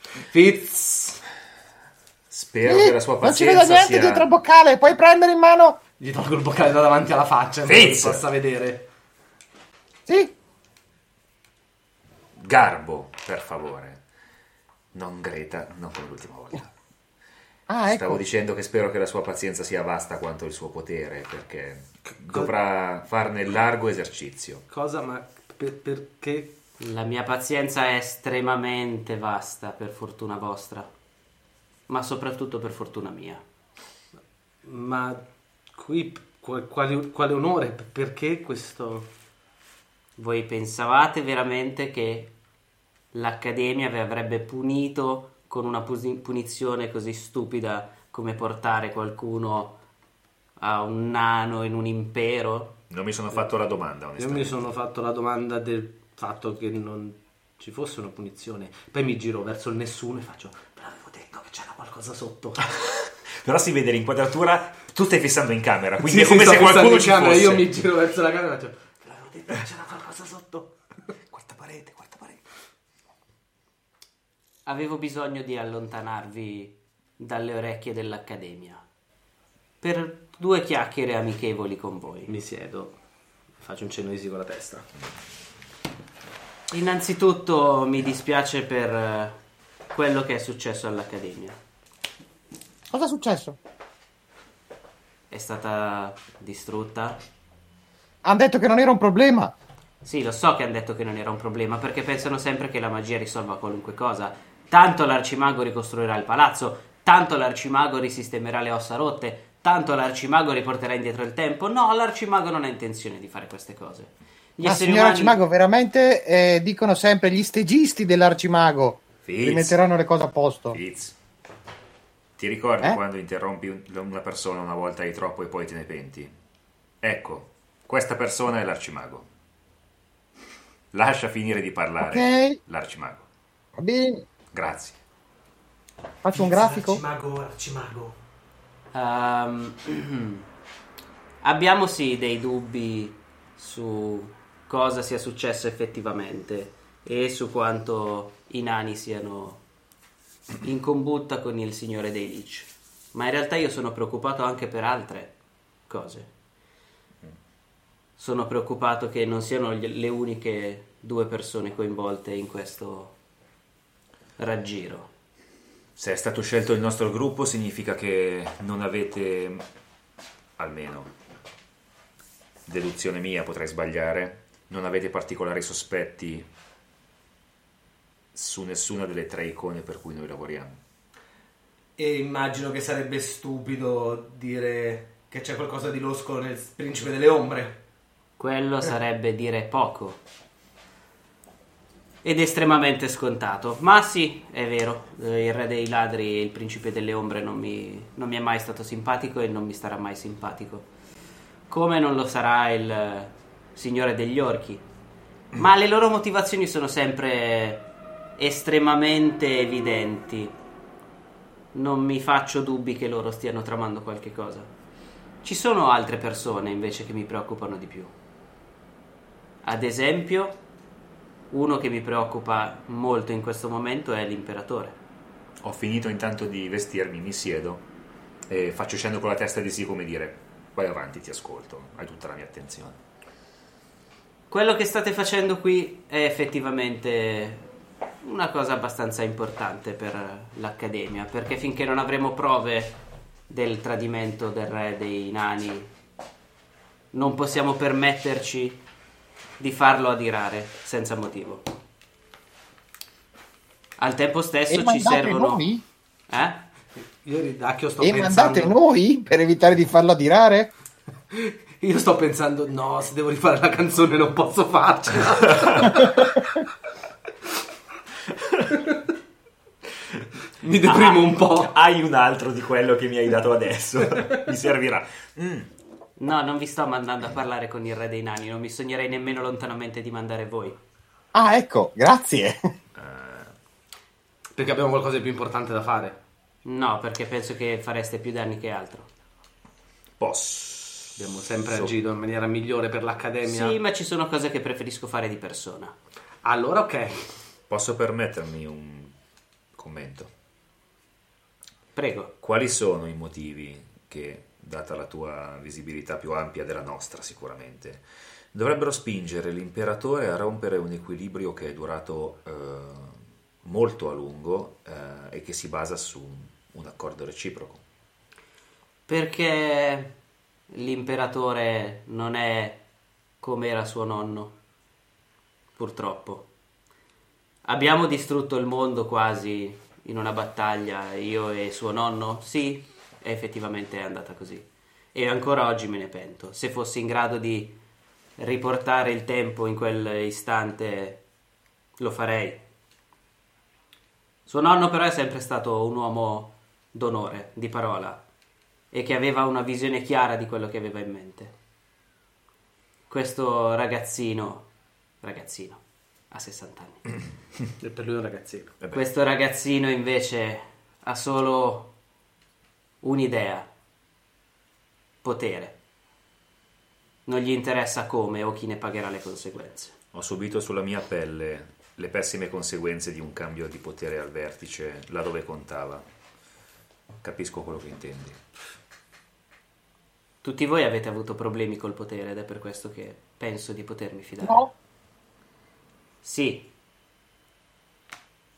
A: Fitz!
C: Spero
D: Sì,
C: che la sua
D: Eh, non ci
C: pazienza
D: vedo niente
C: sia...
D: dietro al boccale. Puoi prendere in mano.
A: Gli tolgo il boccale da davanti alla faccia in modo che
C: Fitz!
A: possa vedere.
D: Sì.
C: Garbo, per favore. Non Greta, non come l'ultima volta.
D: Ah,
C: Stavo
D: ecco.
C: dicendo che spero che la sua pazienza sia vasta quanto il suo potere, perché dovrà farne largo esercizio.
A: Cosa? Ma per- perché?
B: La mia pazienza è estremamente vasta, per fortuna vostra, ma soprattutto per fortuna mia.
A: Ma qui qu- quale, quale onore? Perché questo?
B: Voi pensavate veramente che l'Accademia vi avrebbe punito con una pusi- punizione così stupida come portare qualcuno a un nano in un impero?
C: Non mi sono fatto la
A: Io
C: domanda,
A: mi
C: onestamente.
A: sono fatto la domanda del fatto che non ci fosse una punizione. Poi mi giro verso il nessuno e faccio, ve l'avevo detto che c'era qualcosa sotto.
C: Però si vede l'inquadratura, tu stai fissando in camera, quindi è
A: Sì,
C: come
A: sì,
C: se
A: sto pensando
C: qualcuno
A: in
C: ci
A: camera,
C: fosse.
A: Io mi giro verso la camera e faccio, ve l'avevo detto che c'era qualcosa sotto.
C: Quarta parete, quarta parete.
B: Avevo bisogno di allontanarvi dalle orecchie dell'Accademia per due chiacchiere amichevoli con voi.
A: Mi siedo, faccio un cenno di sì con la testa.
B: Innanzitutto mi dispiace per eh, quello che è successo all'Accademia.
D: Cosa è successo?
B: È stata distrutta?
D: Hanno detto che non era un problema.
B: Sì, lo so che hanno detto che non era un problema, perché pensano sempre che la magia risolva qualunque cosa. Tanto l'arcimago ricostruirà il palazzo, tanto l'arcimago risistemerà le ossa rotte, tanto l'arcimago riporterà indietro il tempo. No, l'arcimago non ha intenzione di fare queste cose. Gli
D: Ma
B: esseri
D: signor
B: umani-
D: Arcimago, veramente eh, dicono sempre gli stegisti dell'Arcimago.
C: Fizz.
D: Rimetteranno le cose a posto.
C: Fitz, ti ricordi
D: Ecco. Eh?
C: quando interrompi un- una persona una volta di troppo e poi te ne penti? Ecco, Questa persona è l'arcimago. Lascia finire di parlare
D: Ok.
C: l'arcimago.
D: Va bene.
C: Grazie.
D: Faccio un grafico.
A: Arcimago, arcimago.
B: Ehm, abbiamo sì dei dubbi su cosa sia successo effettivamente e su quanto i nani siano in combutta con il signore dei Lich. Ma in realtà io sono preoccupato anche per altre cose. Sono preoccupato che non siano gli- le uniche due persone coinvolte in questo raggiro.
C: Se è stato scelto il nostro gruppo significa che non avete, almeno deduzione mia, potrei sbagliare, non avete particolari sospetti su nessuna delle tre icone per cui noi lavoriamo.
A: E immagino che sarebbe stupido dire che c'è qualcosa di losco nel principe delle ombre.
B: Quello sarebbe dire poco. Ed estremamente scontato. Ma sì, è vero, eh, il re dei ladri e il principe delle ombre non mi, non mi è mai stato simpatico e non mi starà mai simpatico. Come non lo sarà il eh, signore degli orchi. Ma le loro motivazioni sono sempre estremamente evidenti. Non mi faccio dubbi che loro stiano tramando qualche cosa. Ci sono altre persone invece che mi preoccupano di più. Ad esempio, uno che mi preoccupa molto in questo momento è l'imperatore.
C: Ho finito intanto di vestirmi, mi siedo e faccio scendere con la testa di sì come dire vai avanti, ti ascolto, hai tutta la mia attenzione.
B: Quello che state facendo qui è effettivamente una cosa abbastanza importante per l'Accademia, perché finché non avremo prove del tradimento del re dei nani, non possiamo permetterci di farlo adirare senza motivo. Al tempo stesso
D: E
B: ci
D: mandate
B: servono...
D: noi?
B: Eh?
A: Io ridacchio sto
D: E
A: pensando...
D: mandate noi per evitare di farlo adirare?
A: Io sto pensando, no, se devo rifare la canzone non posso farcela. Mi deprimo un po'.
C: Hai un altro di quello che mi hai dato adesso, mi servirà. Mm,
B: No, non vi sto mandando a parlare con il re dei nani, non mi sognerei nemmeno lontanamente di mandare voi.
D: Ah, ecco, grazie.
A: Perché abbiamo qualcosa di più importante da fare.
B: No, perché penso che fareste più danni che altro.
C: posso.
A: Abbiamo sempre agito in maniera migliore per l'accademia.
B: Sì, ma ci sono cose che preferisco fare di persona.
A: Allora, ok.
C: Posso permettermi un commento?
B: Prego.
C: Quali sono i motivi che, data la tua visibilità più ampia della nostra sicuramente, dovrebbero spingere l'imperatore a rompere un equilibrio che è durato eh, molto a lungo eh, e che si basa su un accordo reciproco?
B: Perché l'imperatore non è come era suo nonno, purtroppo. Abbiamo distrutto il mondo quasi in una battaglia, io e suo nonno? Sì, effettivamente è andata così. E ancora oggi me ne pento. Se fossi in grado di riportare il tempo in quell'istante, lo farei. Suo nonno però è sempre stato un uomo d'onore, di parola, e che aveva una visione chiara di quello che aveva in mente. Questo ragazzino, ragazzino, a 60 anni.
A: E per lui è un ragazzino.
B: Questo ragazzino invece ha solo un'idea, potere. Non gli interessa come o chi ne pagherà le conseguenze.
C: Ho subito sulla mia pelle le pessime conseguenze di un cambio di potere al vertice, là dove contava. Capisco quello che intendi.
B: Tutti voi avete avuto problemi col potere ed è per questo che penso di potermi fidare.
D: No.
B: Sì.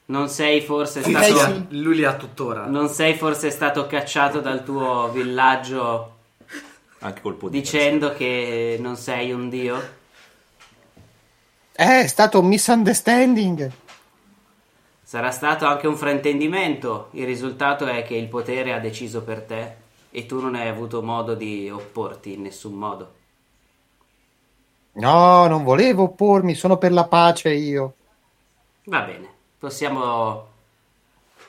B: Non sei forse
A: Sì,
B: stato...
A: sì, ha- lui li ha tuttora.
B: Non sei forse stato cacciato dal tuo villaggio
C: Anche colpo di
B: dicendo che non sei un dio?
D: Eh, È stato un misunderstanding.
B: Sarà stato anche un fraintendimento. Il risultato è che il potere ha deciso per te e tu non hai avuto modo di opporti in nessun modo.
D: No, non volevo oppormi, sono per la pace io.
B: Va bene, possiamo,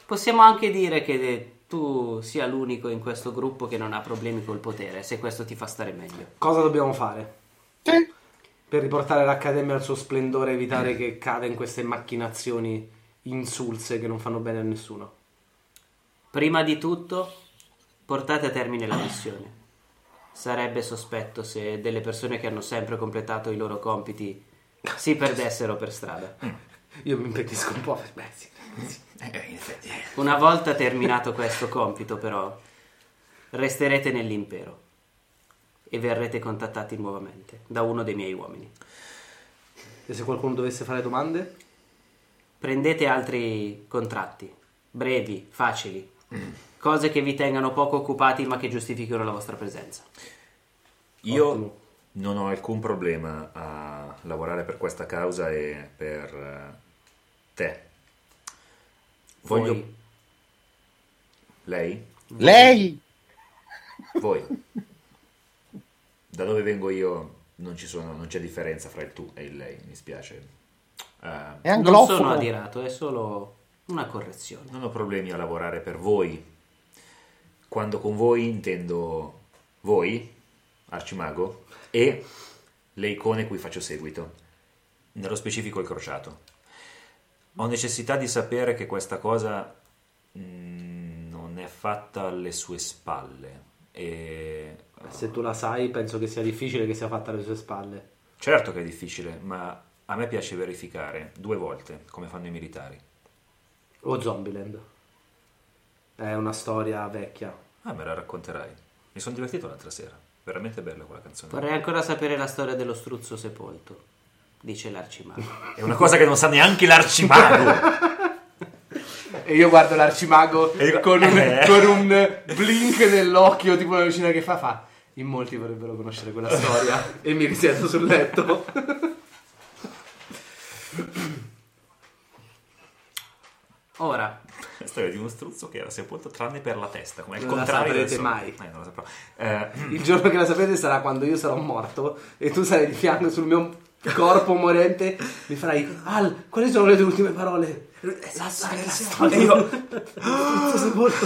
B: possiamo anche dire che eh, tu sia l'unico in questo gruppo che non ha problemi col potere, se questo ti fa stare meglio.
A: Cosa dobbiamo fare?
D: Sì.
A: per riportare l'Accademia al suo splendore e evitare che cada in queste macchinazioni insulse che non fanno bene a nessuno.
B: Prima di tutto, portate a termine la missione. Sarebbe sospetto se delle persone che hanno sempre completato i loro compiti si perdessero per strada.
A: Io mi impettisco un po'. Beh, sì.
B: Una volta terminato questo compito, però, resterete nell'impero e verrete contattati nuovamente da uno dei miei uomini.
A: E se qualcuno dovesse fare domande?
B: Prendete altri contratti, brevi, facili, cose che vi tengano poco occupati ma che giustifichino la vostra presenza.
C: Io
A: Ottimo.
C: non ho alcun problema a lavorare per questa causa e per eh, te. Voglio.
B: Voi-
C: Lei?
D: Lei!
C: Voi? da dove vengo io non, ci sono, non c'è differenza fra il tu e il lei, mi spiace.
D: È
C: Eh,
B: Non sono
D: anglofono.
B: adirato, è solo una correzione.
C: non ho problemi a lavorare per voi. Quando con voi intendo voi, Arcimago, e le icone cui faccio seguito, nello specifico il crociato. Ho necessità di sapere che questa cosa mm, non è fatta alle sue spalle. E
A: Se tu la sai, penso che sia difficile che sia fatta alle sue spalle.
C: certo che è difficile, ma a me piace verificare due volte come fanno i militari.
A: O Zombieland. È una storia vecchia.
C: Ah, me la racconterai. Mi sono divertito l'altra sera. Veramente bella quella canzone.
B: Vorrei ancora sapere la storia dello struzzo sepolto, dice l'arcimago.
C: È una cosa che non sa neanche l'arcimago.
A: E io guardo l'arcimago
C: E dico,
A: con, un,
C: eh.
A: con un blink nell'occhio, tipo la lucina che fa, fa. In molti vorrebbero conoscere quella storia. e mi risiedo sul letto.
B: Ora,
C: La storia di uno struzzo che era sepolto tranne per la testa, come il
A: Non la
C: contrario del
A: saprete
C: sogno.
A: mai.
C: Eh, non la saprò. Eh,
A: Il giorno che la sapete sarà quando io sarò morto e tu sarai di fianco sul mio corpo morente. Mi farai, Al, quali sono le tue ultime parole? La storia, la storia. Io, tutto sepolto.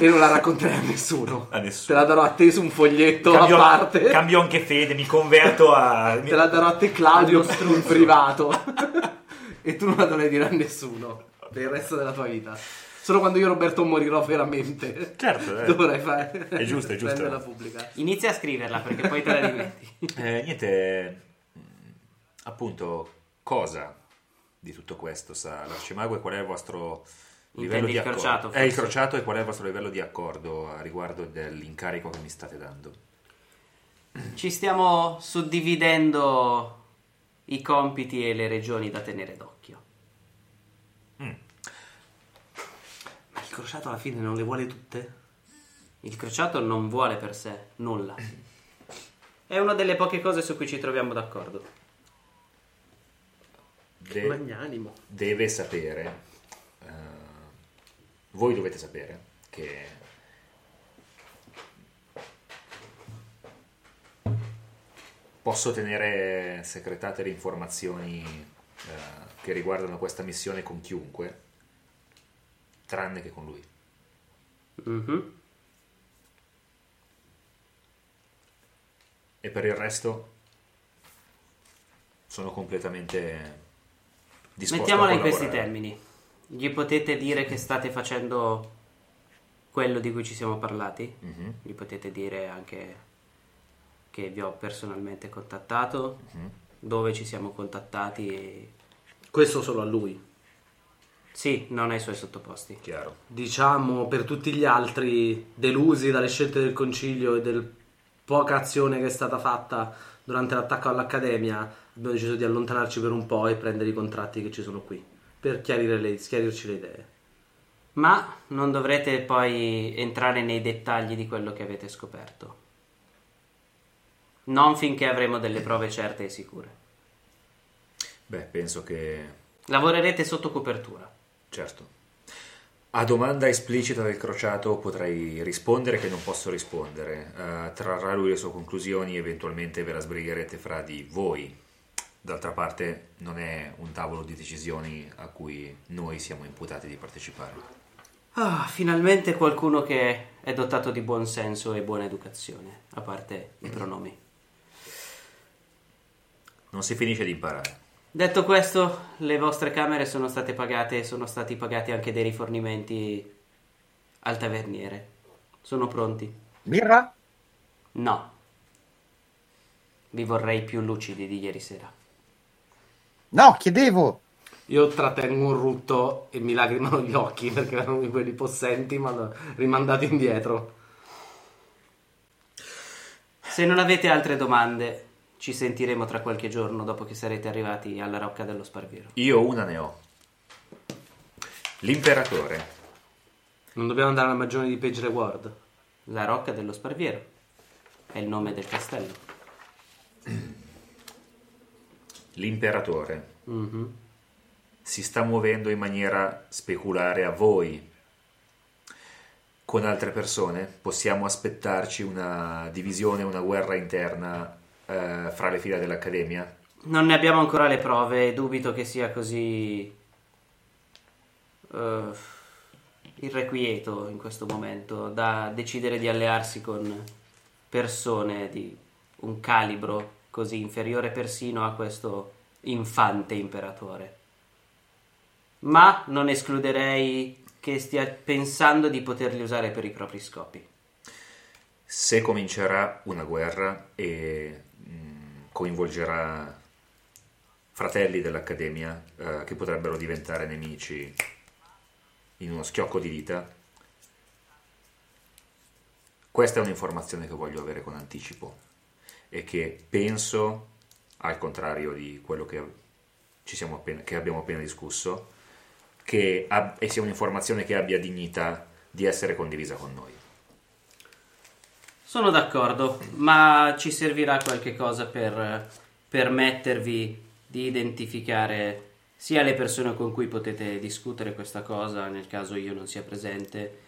A: E non la racconterai a nessuno.
C: A nessuno.
A: Te la darò a te su un foglietto
C: cambio,
A: a parte.
C: cambio anche fede, mi converto a...
A: Te la darò a te Claudio in privato. e tu non la dovrai dire a nessuno per il resto della tua vita. Solo quando io Roberto morirò veramente.
C: Certo, eh.
A: Dovrai fare.
C: È giusto, è giusto.
A: Renderla pubblica.
B: inizia a scriverla perché poi te la dimentichi.
C: Eh, niente, mh, appunto, cosa di tutto questo sa l'arcimago e qual è il vostro
B: Intendi
C: livello di
B: il
C: accordo?
B: crociato,
C: È il
B: forse.
C: crociato e qual è il vostro livello di accordo a riguardo dell'incarico che mi state dando?
B: Ci stiamo suddividendo i compiti e le regioni da tenere d'occhio.
A: Ma il crociato alla fine non le vuole tutte?
B: Il crociato non vuole per sé nulla. È una delle poche cose su cui ci troviamo d'accordo.
C: De-
A: Magnanimo.
C: deve sapere, eh, voi dovete sapere che posso tenere segretate le informazioni eh, che riguardano questa missione con chiunque, tranne che con lui.
B: Mhm.
C: E per il resto sono completamente disposto
B: Mettiamola
C: a
B: in questi
C: collaborare.
B: termini. Gli potete dire che state facendo quello di cui ci siamo parlati?
C: Mhm.
B: Gli potete dire anche che vi ho personalmente contattato,
C: Mhm.
B: dove ci siamo contattati e...
A: Questo solo a lui.
B: Sì, non ai suoi sottoposti.
C: Chiaro.
A: Diciamo per tutti gli altri delusi dalle scelte del concilio e del poca azione che è stata fatta durante l'attacco all'Accademia, abbiamo deciso di allontanarci per un po' e prendere i contratti che ci sono qui per chiarire le, schiarirci le idee.
B: Ma non dovrete poi entrare nei dettagli di quello che avete scoperto. Non finché avremo delle prove certe e sicure.
C: Beh, penso che
B: Lavorerete sotto copertura.
C: Certo. A domanda esplicita del crociato potrei rispondere che non posso rispondere. Eh, trarrà lui le sue conclusioni, eventualmente ve la sbrigherete fra di voi. D'altra parte non è un tavolo di decisioni a cui noi siamo imputati di partecipare.
B: Ah, finalmente qualcuno che è dotato di buon senso e buona educazione, a parte i pronomi.
C: Non si finisce di imparare.
B: Detto questo, le vostre camere sono state pagate e sono stati pagati anche dei rifornimenti al taverniere. Sono pronti?
E: Birra?
B: No. Vi vorrei più lucidi di ieri sera.
D: No, chiedevo.
A: Io trattengo un rutto e mi lacrimano gli occhi perché erano di quelli possenti ma rimandati indietro.
B: Se non avete altre domande, ci sentiremo tra qualche giorno dopo che sarete arrivati alla Rocca dello Sparviero.
C: Io una ne ho. L'imperatore.
A: Non dobbiamo andare alla magione di Page Reward.
B: La Rocca dello Sparviero è il nome del castello.
C: L'imperatore si sta muovendo in maniera speculare a voi. Con altre persone possiamo aspettarci una divisione, una guerra interna eh, fra le fila dell'Accademia?
B: Non ne abbiamo ancora le prove e dubito che sia così eh, irrequieto in questo momento da decidere di allearsi con persone di un calibro così inferiore persino a questo infante imperatore. Ma non escluderei che stia pensando di poterli usare per i propri scopi.
C: Se comincerà una guerra e mh, coinvolgerà fratelli dell'Accademia eh, che potrebbero diventare nemici in uno schiocco di dita, questa è un'informazione che voglio avere con anticipo e che penso, al contrario di quello che, ci siamo appena- che abbiamo appena discusso, che ab- e sia un'informazione che abbia dignità di essere condivisa con noi.
B: Sono d'accordo, ma ci servirà qualche cosa per eh, permettervi di identificare sia le persone con cui potete discutere questa cosa, nel caso io non sia presente,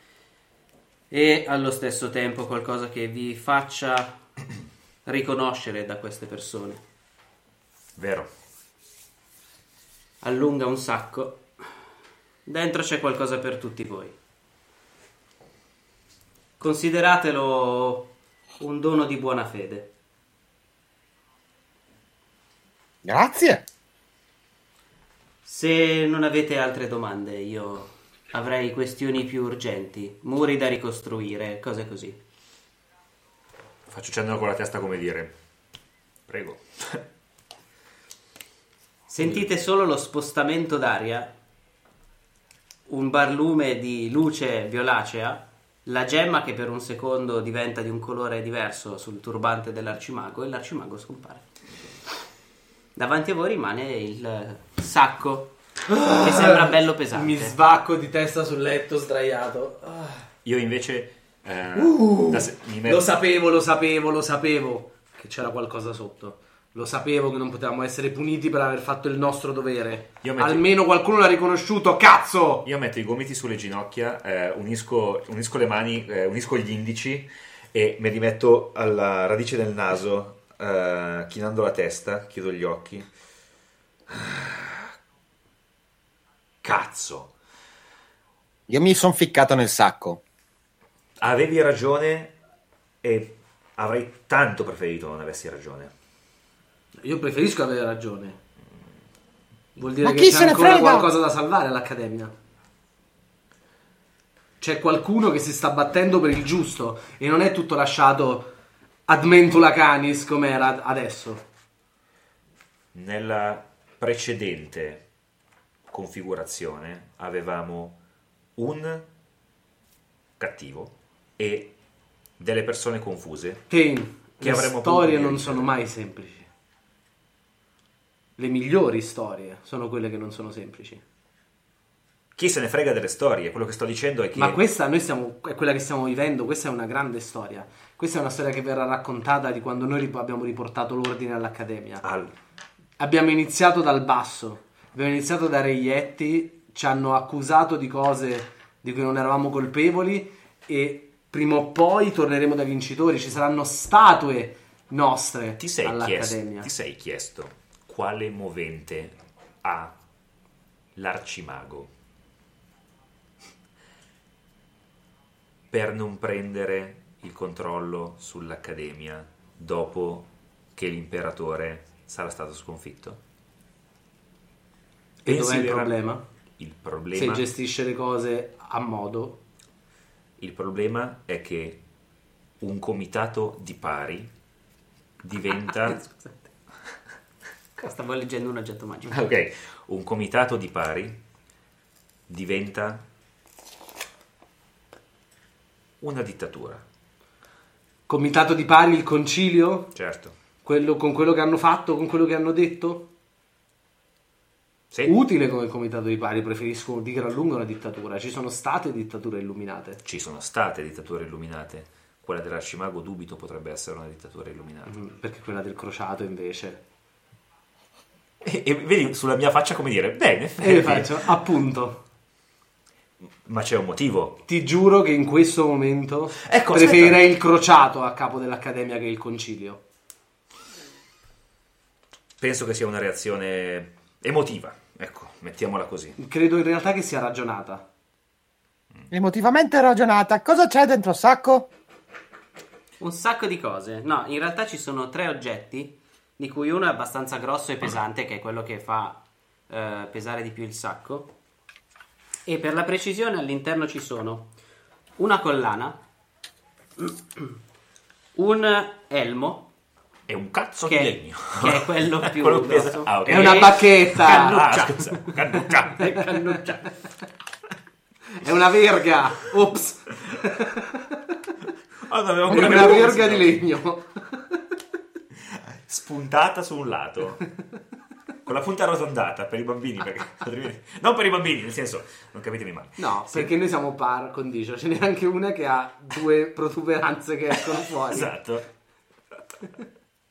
B: e allo stesso tempo qualcosa che vi faccia riconoscere da queste persone.
C: Vero?
B: Allunga un sacco. Dentro c'è qualcosa per tutti voi. Consideratelo un dono di buona fede.
D: Grazie.
B: Se non avete altre domande, io avrei questioni più urgenti, muri da ricostruire, cose così.
C: Faccio cenno con la testa come dire. Prego.
B: Sentite solo lo spostamento d'aria, un barlume di luce violacea, la gemma che per un secondo diventa di un colore diverso sul turbante dell'arcimago e l'arcimago scompare. Davanti a voi rimane il sacco che sembra bello pesante.
A: Mi svacco di testa sul letto sdraiato. Ah.
C: Io invece eh, da se- mi metto-
A: Lo sapevo, lo sapevo, lo sapevo che c'era qualcosa sotto. Lo sapevo che non potevamo essere puniti per aver fatto il nostro dovere.
C: Io metto-
A: Almeno qualcuno l'ha riconosciuto, cazzo!
C: io metto i gomiti sulle ginocchia, eh, unisco, unisco le mani, eh, unisco gli indici e me li metto alla radice del naso, eh, chinando la testa, chiudo gli occhi. Cazzo!
E: Io mi sono ficcato nel sacco.
C: Avevi ragione e avrei tanto preferito non avessi ragione.
A: Io preferisco avere ragione. Vuol dire
D: Ma
A: che
D: chi se
A: c'è
D: ne
A: ancora
D: frega?
A: qualcosa da salvare all'Accademia. C'è qualcuno che si sta battendo per il giusto e non è tutto lasciato ad mentula canis come era adesso.
C: Nella precedente configurazione avevamo un cattivo e delle persone confuse.
A: Kane,
C: Che
A: le
C: avremmo
A: storie
C: potuto
A: non
C: dirigere.
A: sono mai semplici. Le migliori storie sono quelle che non sono semplici.
C: Chi se ne frega delle storie? Quello che sto dicendo è che
A: Ma questa noi stiamo, è quella che stiamo vivendo, questa è una grande storia. Questa è una storia che verrà raccontata di quando noi rip- abbiamo riportato l'ordine all'Accademia.
C: Al-
A: Abbiamo iniziato dal basso, abbiamo iniziato da reietti, ci hanno accusato di cose di cui non eravamo colpevoli e prima o poi torneremo da vincitori, ci saranno statue nostre
C: ti, sei chiesto,
A: all'Accademia.
C: ti sei chiesto quale movente ha l'arcimago per non prendere il controllo sull'Accademia dopo che l'imperatore sarà stato sconfitto.
A: E
C: Pensi
A: dov'è il
C: vera-
A: problema?
C: Il
A: Se
C: problema,
A: gestisce le cose a modo,
C: il problema è che un comitato di pari diventa...
B: Scusate. Stavo leggendo un oggetto magico.
C: ok, un comitato di pari diventa una dittatura,
A: comitato di pari, il concilio,
C: certo.
A: quello, con quello che hanno fatto, con quello che hanno detto,
C: Sì.
A: utile come comitato di pari, preferisco di gran lunga una dittatura. Ci sono state dittature illuminate.
C: Ci sono state dittature illuminate. Quella dell'arcimago dubito potrebbe essere una dittatura illuminata.
A: Mm, Perché quella del crociato invece.
C: E, e vedi sulla mia faccia come dire, beh, in
A: E le
C: effetti,
A: Eh, faccio, appunto.
C: ma c'è un motivo.
A: Ti giuro che in questo momento
C: Ecco,
A: preferirei il crociato a capo dell'accademia che il concilio.
C: Penso che sia una reazione emotiva, ecco, mettiamola così.
A: Credo in realtà che sia ragionata.
D: Emotivamente ragionata. Cosa c'è dentro il sacco?
B: Un sacco di cose. No, in realtà ci sono tre oggetti, di cui uno è abbastanza grosso e pesante, che è quello che fa eh, pesare di più il sacco. E per la precisione all'interno ci sono una collana, un elmo,
C: È un cazzo
B: che,
C: di legno.
B: che è quello più
C: Quello che-
B: grosso.
C: ah, ok.
A: È una
B: E-
A: bacchetta!
C: Ah, scusa, cannuccia.
B: Cannuccia.
A: È una verga! Ops!
C: Ah, non avevo
A: È
C: ancora
A: una
C: capito come
A: verga
C: si
A: di
C: chiama.
A: legno.
C: Spuntata su un lato. Con la punta arrotondata per i bambini, perché altrimenti- non per i bambini, nel senso, non capitemi male.
A: No,
C: Sì,
A: perché noi siamo par condicio, ce n'è anche una che ha due protuberanze che escono fuori.
C: Esatto.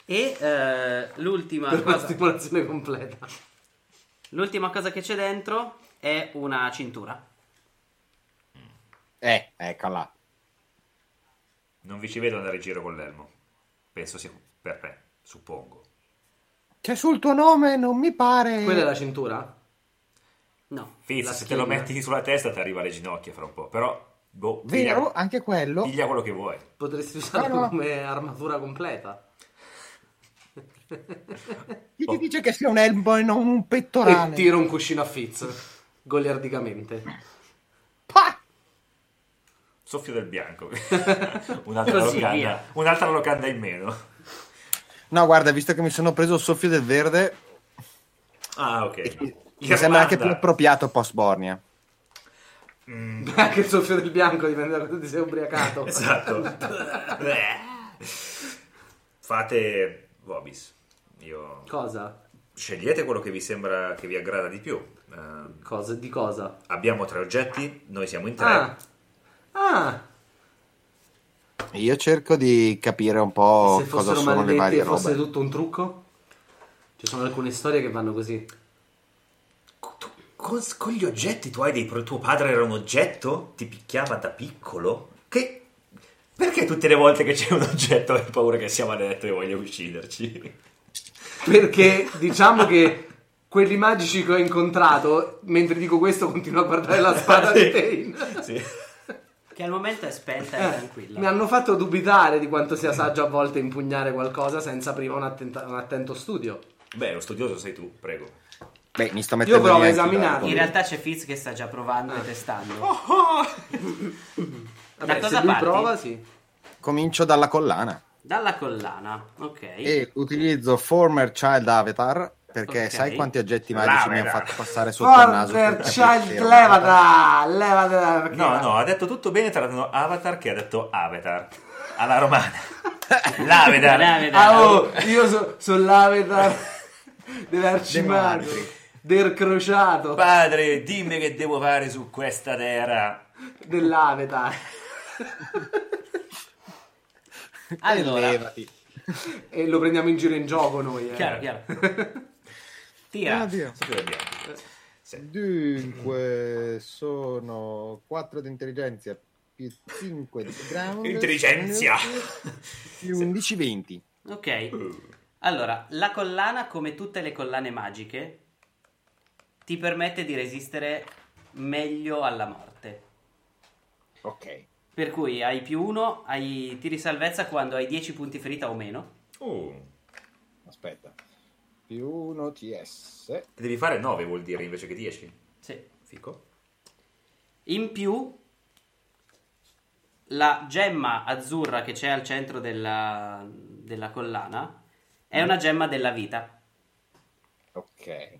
B: E eh, l'ultima
A: Per una
B: cosa.
A: stipulazione completa.
B: L'ultima cosa che c'è dentro è una cintura.
E: Eh, eccola.
C: Non vi ci vedo andare in giro con l'elmo. Penso sia per me, suppongo.
D: C'è sul tuo nome, non mi
E: Eh.
D: pare.
A: Quella è la cintura?
B: No.
C: Fizz,
A: La
C: se te lo
A: schiena.
C: metti sulla testa ti arriva alle ginocchia fra un po', però boh,
D: Vero,
C: piglia,
D: anche quello.
C: piglia quello che vuoi.
A: Potresti usarla
D: No, no.
A: come armatura completa.
D: Chi ti dice che sia un elmo e non un
A: E
D: pettorale?
A: tiro un cuscino a Fitz. Goliardicamente.
D: Pah!
C: Soffio del bianco. un'altra,
B: Così,
C: locanda,
B: via.
C: un'altra locanda in meno.
E: No, guarda, visto che mi sono preso il soffio del verde,
C: Ah, ok.
E: mi sembra anche più
C: Irlanda.
E: appropriato post Bornia.
A: Beh, anche il soffio del bianco dipende da quando ti sei ubriacato.
C: Esatto. Beh. Fate Vobis. Io...
A: Cosa?
C: Scegliete quello che vi sembra che vi aggrada di più. Eh,
A: Cosa? Di cosa?
C: abbiamo tre oggetti, noi siamo in tre.
A: Ah! Ah!
E: Io cerco di capire un po'
A: se
E: cosa
A: fossero
E: sono le
A: maledetti
E: varie
A: e fosse
E: robe.
A: tutto un trucco? Ci sono alcune storie che vanno così.
C: Tu- Con, con gli oggetti tu hai dei pro- tuo padre era un oggetto? Ti picchiava da piccolo? Che perché tutte le volte che c'è un oggetto hai paura che sia maledetto e voglia ucciderci?
A: Perché diciamo che quelli magici che ho incontrato, mentre dico questo, continuo a guardare la spada di Tain.
C: Sì.
B: Che al momento è spenta e tranquilla.
A: Eh, Mi hanno fatto dubitare di quanto sia saggio a volte impugnare qualcosa senza prima un, attenta- un attento studio.
C: Beh, lo studioso sei tu, prego.
E: Beh, mi sto mettendo
A: provo
E: lì
A: a
E: anche io,
A: esaminarli.
B: In
E: eh.
B: realtà c'è Fizz che sta già provando e testando.
A: Oh. Vabbè,
B: cosa
A: se lui
B: parti?
A: prova, sì.
E: Comincio dalla collana
B: Dalla collana, ok.
E: e utilizzo Former Child Avatar perché
B: Ok.
E: sai quanti oggetti magici mi hanno
C: L'avatar.
E: fatto passare sotto il naso.
A: Former
E: per
A: child,
E: capire.
A: levata! Levata! perché-
C: No, no, ha detto tutto bene tra no, Avatar che ha detto Avatar alla romana. L'Avatar.
B: L'Avatar.
A: Ah, oh, io so, sono l'avatar dell'arcimago,
E: Dei mostri.
A: del crociato,
C: Padre, dimmi che devo fare su questa terra.
A: dell'avatar.
B: Allora,
E: Levati.
A: E lo prendiamo in giro in gioco noi, eh.
B: chiaro, chiaro. Tira.
E: Addio.
C: Soffio del bianco.
E: Dunque, sono 4 di intelligenza più 5 di ground.
C: Intelligenzia.
E: Più 11, 20.
B: Ok. Allora, la collana, come tutte le collane magiche, ti permette di resistere meglio alla morte.
E: Ok.
B: Per cui hai più uno,
C: Oh.
B: hai tiri salvezza quando hai 10 punti ferita o meno.
C: Uh,
E: Aspetta. più 1 TS.
C: Devi fare 9 vuol dire invece che 10.
B: Sì.
C: Fico.
B: In più, la gemma azzurra che c'è al centro della, della collana è una gemma della vita.
E: Ok.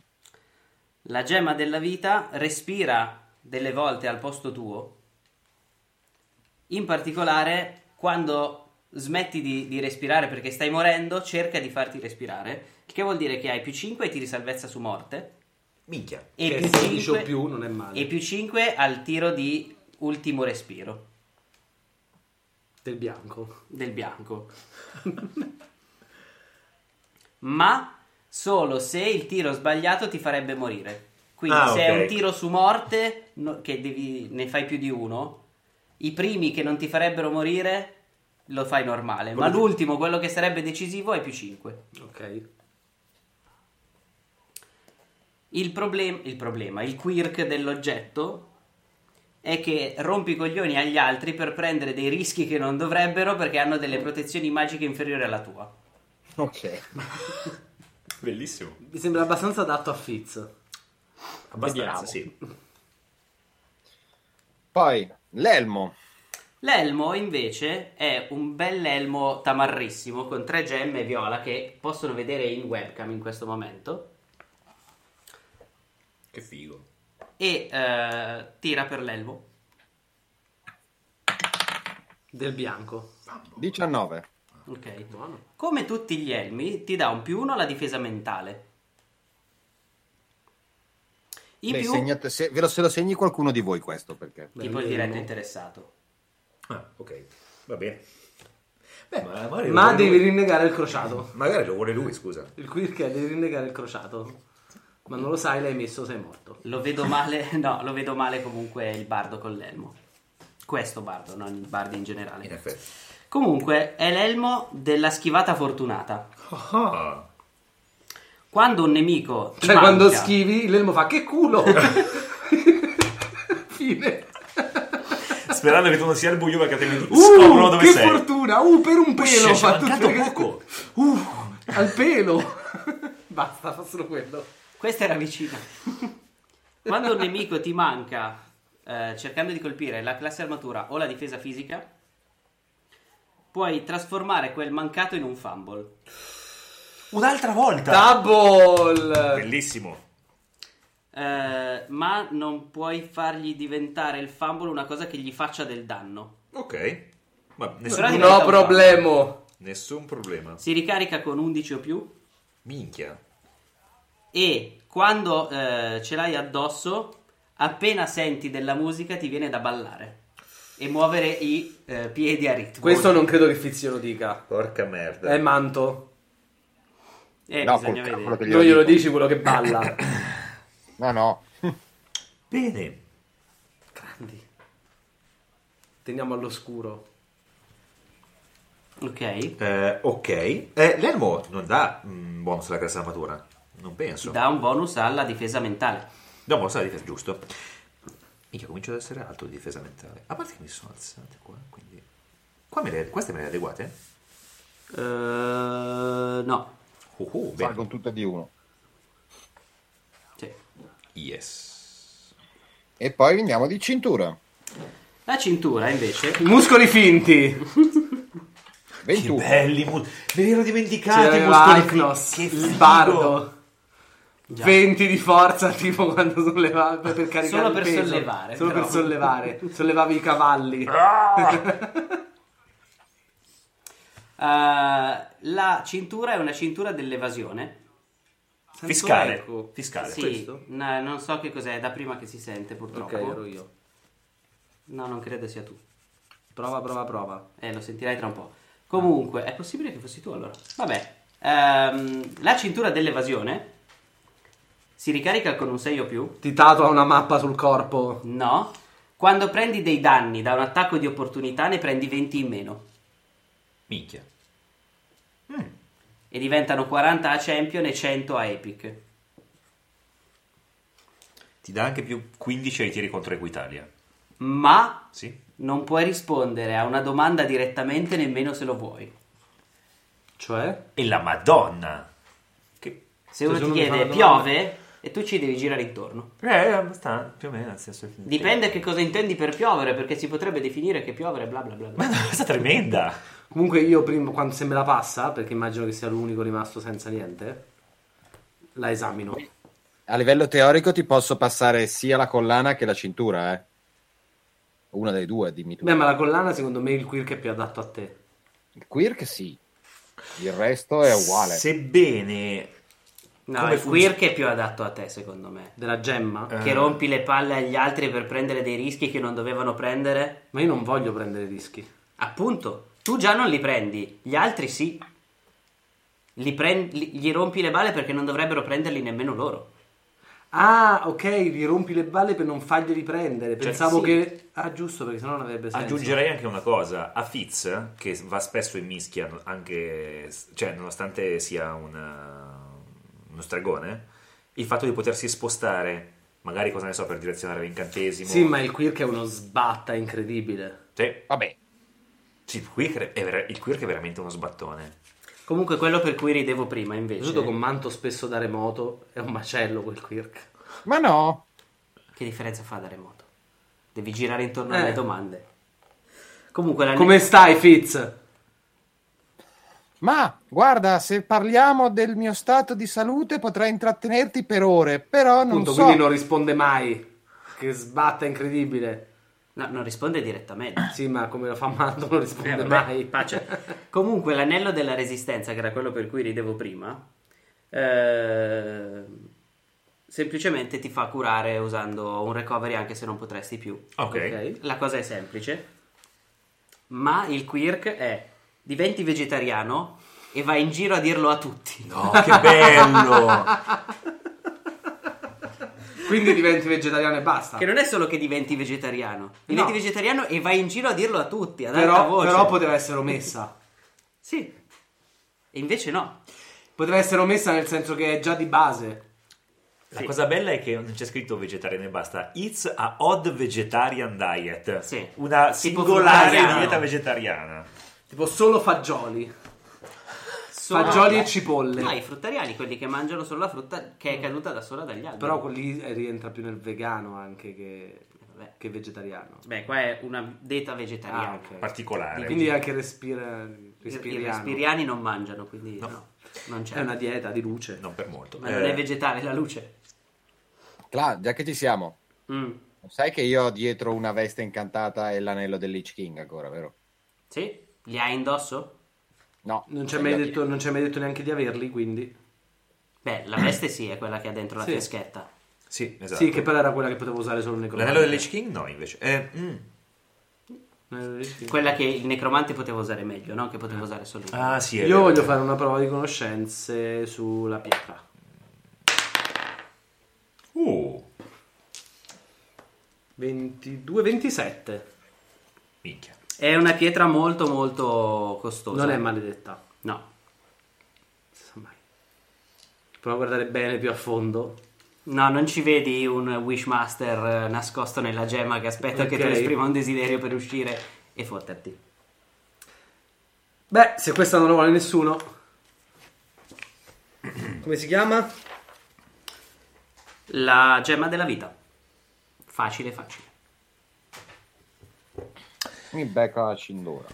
B: La gemma della vita respira delle volte al posto tuo, in particolare quando smetti di, di respirare perché stai morendo, cerca di farti respirare, il che vuol dire che hai più 5 e tiri salvezza su morte.
C: Minchia.
B: E
A: Che
B: più
A: 16 o
B: 5
A: più non è male.
B: E più 5 al tiro di ultimo respiro
A: Del bianco.
B: del bianco. Ma solo se il tiro sbagliato ti farebbe morire. Quindi
C: Ah,
B: se
C: ok.
B: è un tiro su morte, no- che devi- ne fai più di uno, i primi che non ti farebbero morire lo fai normale. Ma l'ultimo, quello che sarebbe decisivo, è più 5.
A: Ok.
B: Il, problem- il problema, il quirk dell'oggetto è che rompi i coglioni agli altri per prendere dei rischi che non dovrebbero perché hanno delle
C: Mm.
B: protezioni magiche inferiori alla tua.
E: Ok.
C: Bellissimo.
A: Mi sembra abbastanza adatto a Fitz.
B: Eh,
C: Abbastanza, sì.
E: Poi l'elmo.
B: L'elmo invece è un bell'elmo tamarrissimo con tre gemme viola che possono vedere in webcam in questo momento
C: Che figo.
B: e eh, tira per l'elmo.
A: Del bianco.
E: 19.
B: Ok. Come tutti gli elmi ti dà un più uno alla difesa mentale. I
E: Beh,
B: più
E: segnate- se, ve lo, se lo segni qualcuno di voi questo perché.
B: tipo il diretto interessato.
C: Ah, ok. Va bene. Beh, ma magari lo
A: Ma
C: vuole
A: devi
C: lui.
A: rinnegare il crociato.
C: Magari lo vuole lui, scusa.
A: Il quirk è devi rinnegare il crociato. Ma non lo sai, l'hai messo, sei morto.
B: Lo vedo male, no, lo vedo male comunque il bardo con l'elmo. Questo bardo, non il bardo in generale.
C: In effetti.
B: Comunque è l'elmo della schivata fortunata.
C: Ah.
B: Quando un nemico ti
A: Cioè, quando
B: manca-
A: schivi, l'elmo fa che culo! Fine.
C: Sperando che tu non sia il buio perché altrimenti scoprono
A: Uh,
C: dove
A: che
C: sei.
A: fortuna! Uh, per un pelo!
C: Usci, ci è
A: fa
C: mancato
A: tutto-
C: poco.
A: Uh, al pelo! Basta, fa solo quello.
B: Questa era vicina. Quando un nemico ti manca eh, cercando di colpire la classe armatura o la difesa fisica, puoi trasformare quel mancato in un fumble.
C: Un'altra volta.
A: Double!
C: Bellissimo.
B: Eh, ma non puoi fargli diventare il fumble una cosa che gli faccia del danno.
C: Ok. Ma
B: Però
C: nessun,
B: diventa un
A: No
B: fumble.
A: problema!
C: nessun problema.
B: Si ricarica con 11 o più
C: Minchia.
B: e quando eh, ce l'hai addosso, appena senti della musica ti viene da ballare e muovere i eh, piedi a ritmo.
A: Questo non credo che Fizio lo dica.
C: Porca merda.
A: È manto.
B: Eh,
E: no, col
B: bisogna vedere.
E: cavolo che glielo
A: Non glielo
E: dico.
A: dici quello che balla.
E: No, no.
C: Bene.
A: Grandi. Teniamo all'oscuro.
B: Ok.
C: Eh, ok. Eh, l'elmo non dà mm, bonus alla classe armatura. Non penso.
B: Dà un bonus alla difesa mentale.
C: No, bonus alla difesa, giusto. Minchia, comincio ad essere alto di difesa mentale. A parte che mi sono alzate qua, quindi... Qua me le, queste me le adeguate?
B: Eh, no.
C: Oh, oh, bene.
E: Salgono tutte di uno.
B: Sì.
C: Yes.
E: E poi andiamo di cintura.
B: La cintura invece. Eh,
A: Muscoli finti.
E: 21.
C: Che belli mu- Me li ero dimenticati i
A: C'era
C: muscoli
A: Alknos,
C: Che
A: il
C: figo.
A: bardo. 20 di forza, tipo quando sollevava per caricare
B: Solo
A: il
B: per
A: peso.
B: sollevare,
A: Solo
B: però.
A: per sollevare. Sollevavi i cavalli.
B: Eh, la cintura è una cintura dell'evasione.
C: Fiscale.
A: Ecco.
C: Fiscale.
B: Sì,
A: Questo?
B: n- non so che cos'è, è da prima che si sente
A: Ok,
B: purtroppo.
A: ero io.
B: No, non credo sia tu.
A: Prova, prova, prova.
B: Eh, lo sentirai tra un po'. Comunque, è possibile che fossi tu allora. Vabbè. Ehm, la cintura dell'evasione si ricarica con un 6 o più.
A: Ti tatua una mappa sul corpo.
B: No. Quando prendi dei danni da un attacco di opportunità ne prendi 20 in meno.
C: Minchia.
B: e diventano 40 a Champion e 100 a Epic.
C: Ti dà anche più 15 ai tiri contro Equitalia.
B: Ma
C: Sì.
B: non puoi rispondere a una domanda direttamente nemmeno se lo vuoi.
A: Cioè?
C: E la Madonna. Che
B: Se uno
A: se
B: ti
A: uno mi fa
B: chiede
A: una domanda-
B: piove e tu ci devi girare intorno.
C: Eh, abbastanza, più o meno, nel senso che-
B: Dipende che cosa intendi per piovere, perché si potrebbe definire che piovere bla bla bla. bla.
C: Ma no, questa è tremenda.
A: Comunque io prima, quando se me la passa, perché immagino che sia l'unico rimasto senza niente, la esamino.
E: A livello teorico ti posso passare sia la collana che la cintura, eh. Una delle due, dimmi tu.
A: Beh, ma la collana secondo me è il quirk è più adatto a te.
E: Il quirk sì. Il resto è uguale.
C: Sebbene
B: No,
C: Come
B: il
C: funziona?
B: quirk è più adatto a te, secondo me.
A: Della gemma?
C: Eh.
B: Che rompi le palle agli altri per prendere dei rischi che non dovevano prendere.
A: Ma io non voglio prendere rischi.
B: Appunto, tu già non li prendi, gli altri sì. Li pren- li- gli rompi le balle perché non dovrebbero prenderli nemmeno loro.
A: Ah, ok, gli rompi le balle per non farglieli prendere. Pensavo
B: Cioè, sì.
A: che... Ah, giusto, perché sennò non avrebbe senso.
C: aggiungerei anche una cosa. A Fitz, che va spesso in mischia, anche, cioè, nonostante sia una- uno stregone, il fatto di potersi spostare, magari cosa ne so, per direzionare l'incantesimo.
A: Sì, ma il quirk è uno sbatta incredibile.
C: Sì,
E: Vabbè,
C: sì, il quirk è, vera- il quirk è veramente uno sbattone.
B: Comunque, quello per cui ridevo prima, invece.
A: Soprattutto con manto spesso da remoto, è un macello quel quirk.
E: ma no.
B: Che differenza fa da remoto? Devi girare intorno
A: Eh.
B: alle domande. Comunque, la
A: Come stai, Fitz?
E: Ma guarda, se parliamo del mio stato di salute potrei intrattenerti per ore, però non
A: Appunto,
E: so.
A: quindi non risponde mai. Che sbatta incredibile.
B: No, non risponde direttamente.
A: Sì, ma come lo fa Manto non
B: Eh,
A: risponde
B: vabbè,
A: mai.
B: pace. Comunque, l'anello della resistenza, che era quello per cui ridevo prima, eh, semplicemente ti fa curare usando un recovery anche se non potresti più.
C: ok.
A: Ok.
B: La cosa è semplice. Ma il quirk è diventi vegetariano e vai in giro a dirlo a tutti.
C: No, che bello!
A: Quindi diventi vegetariano e basta.
B: Che non è solo che diventi vegetariano, diventi
A: No.
B: vegetariano e vai in giro a dirlo a tutti, ad alta
A: Però,
B: voce.
A: però poteva essere omessa.
B: Sì. E invece no.
A: Poteva essere omessa nel senso che è già di base.
C: La
B: Sì.
C: cosa bella è che non c'è scritto vegetariano e basta. It's a odd vegetarian diet.
B: Sì.
C: Una
B: Tipo
C: singolare
B: fruttariano.
C: dieta vegetariana.
A: Tipo solo fagioli.
B: Sono-
A: Fagioli e cipolle.
B: No, i fruttariani, quelli che mangiano solo la frutta che è caduta da sola dagli alberi.
A: Però lì rientra più nel vegano anche che,
B: Vabbè.
A: che vegetariano.
B: Beh, qua è una dieta vegetariana.
A: Ah, ok.
C: Particolare.
A: Quindi anche respira,
B: I- I
A: respiriano.
B: respiriani non mangiano, quindi no. non
C: cioè.
B: c'è.
A: È una dieta di luce.
C: Non per molto.
B: Ma non
C: Eh,
B: è vegetale, è la luce.
E: Cla, già che ci siamo.
B: Mm.
E: Sai che io ho dietro una veste incantata e l'anello del Lich King ancora, vero?
B: Sì? Li hai indosso?
E: No.
A: Non ci hai mai detto, non ci hai mai detto neanche di averli, quindi.
B: Beh, la veste sì, è quella che ha dentro la
A: Sì.
B: fiaschetta.
C: Sì, esatto.
A: Sì, che però era quella che potevo usare solo nei
C: L'anello del Lich King no, invece. Eh, mm.
B: Quella che il necromante poteva usare meglio, no? Che poteva usare solo io.
C: Ah, sì. è
A: Io
C: vero.
A: voglio fare una prova di conoscenze sulla pietra.
C: Uh,
A: 22-27.
C: minchia.
B: È una pietra molto molto costosa.
A: Non è maledetta.
B: No.
A: si sa mai. Prova a guardare bene più a fondo.
B: No, non ci vedi un Wishmaster eh, nascosto nella gemma che aspetta che tu
A: Ok.
B: esprima un desiderio per uscire e fotterti.
A: Beh, se questa non la vuole nessuno. Come si chiama?
B: La gemma della vita. Facile, facile.
E: Mi becca la Cindora.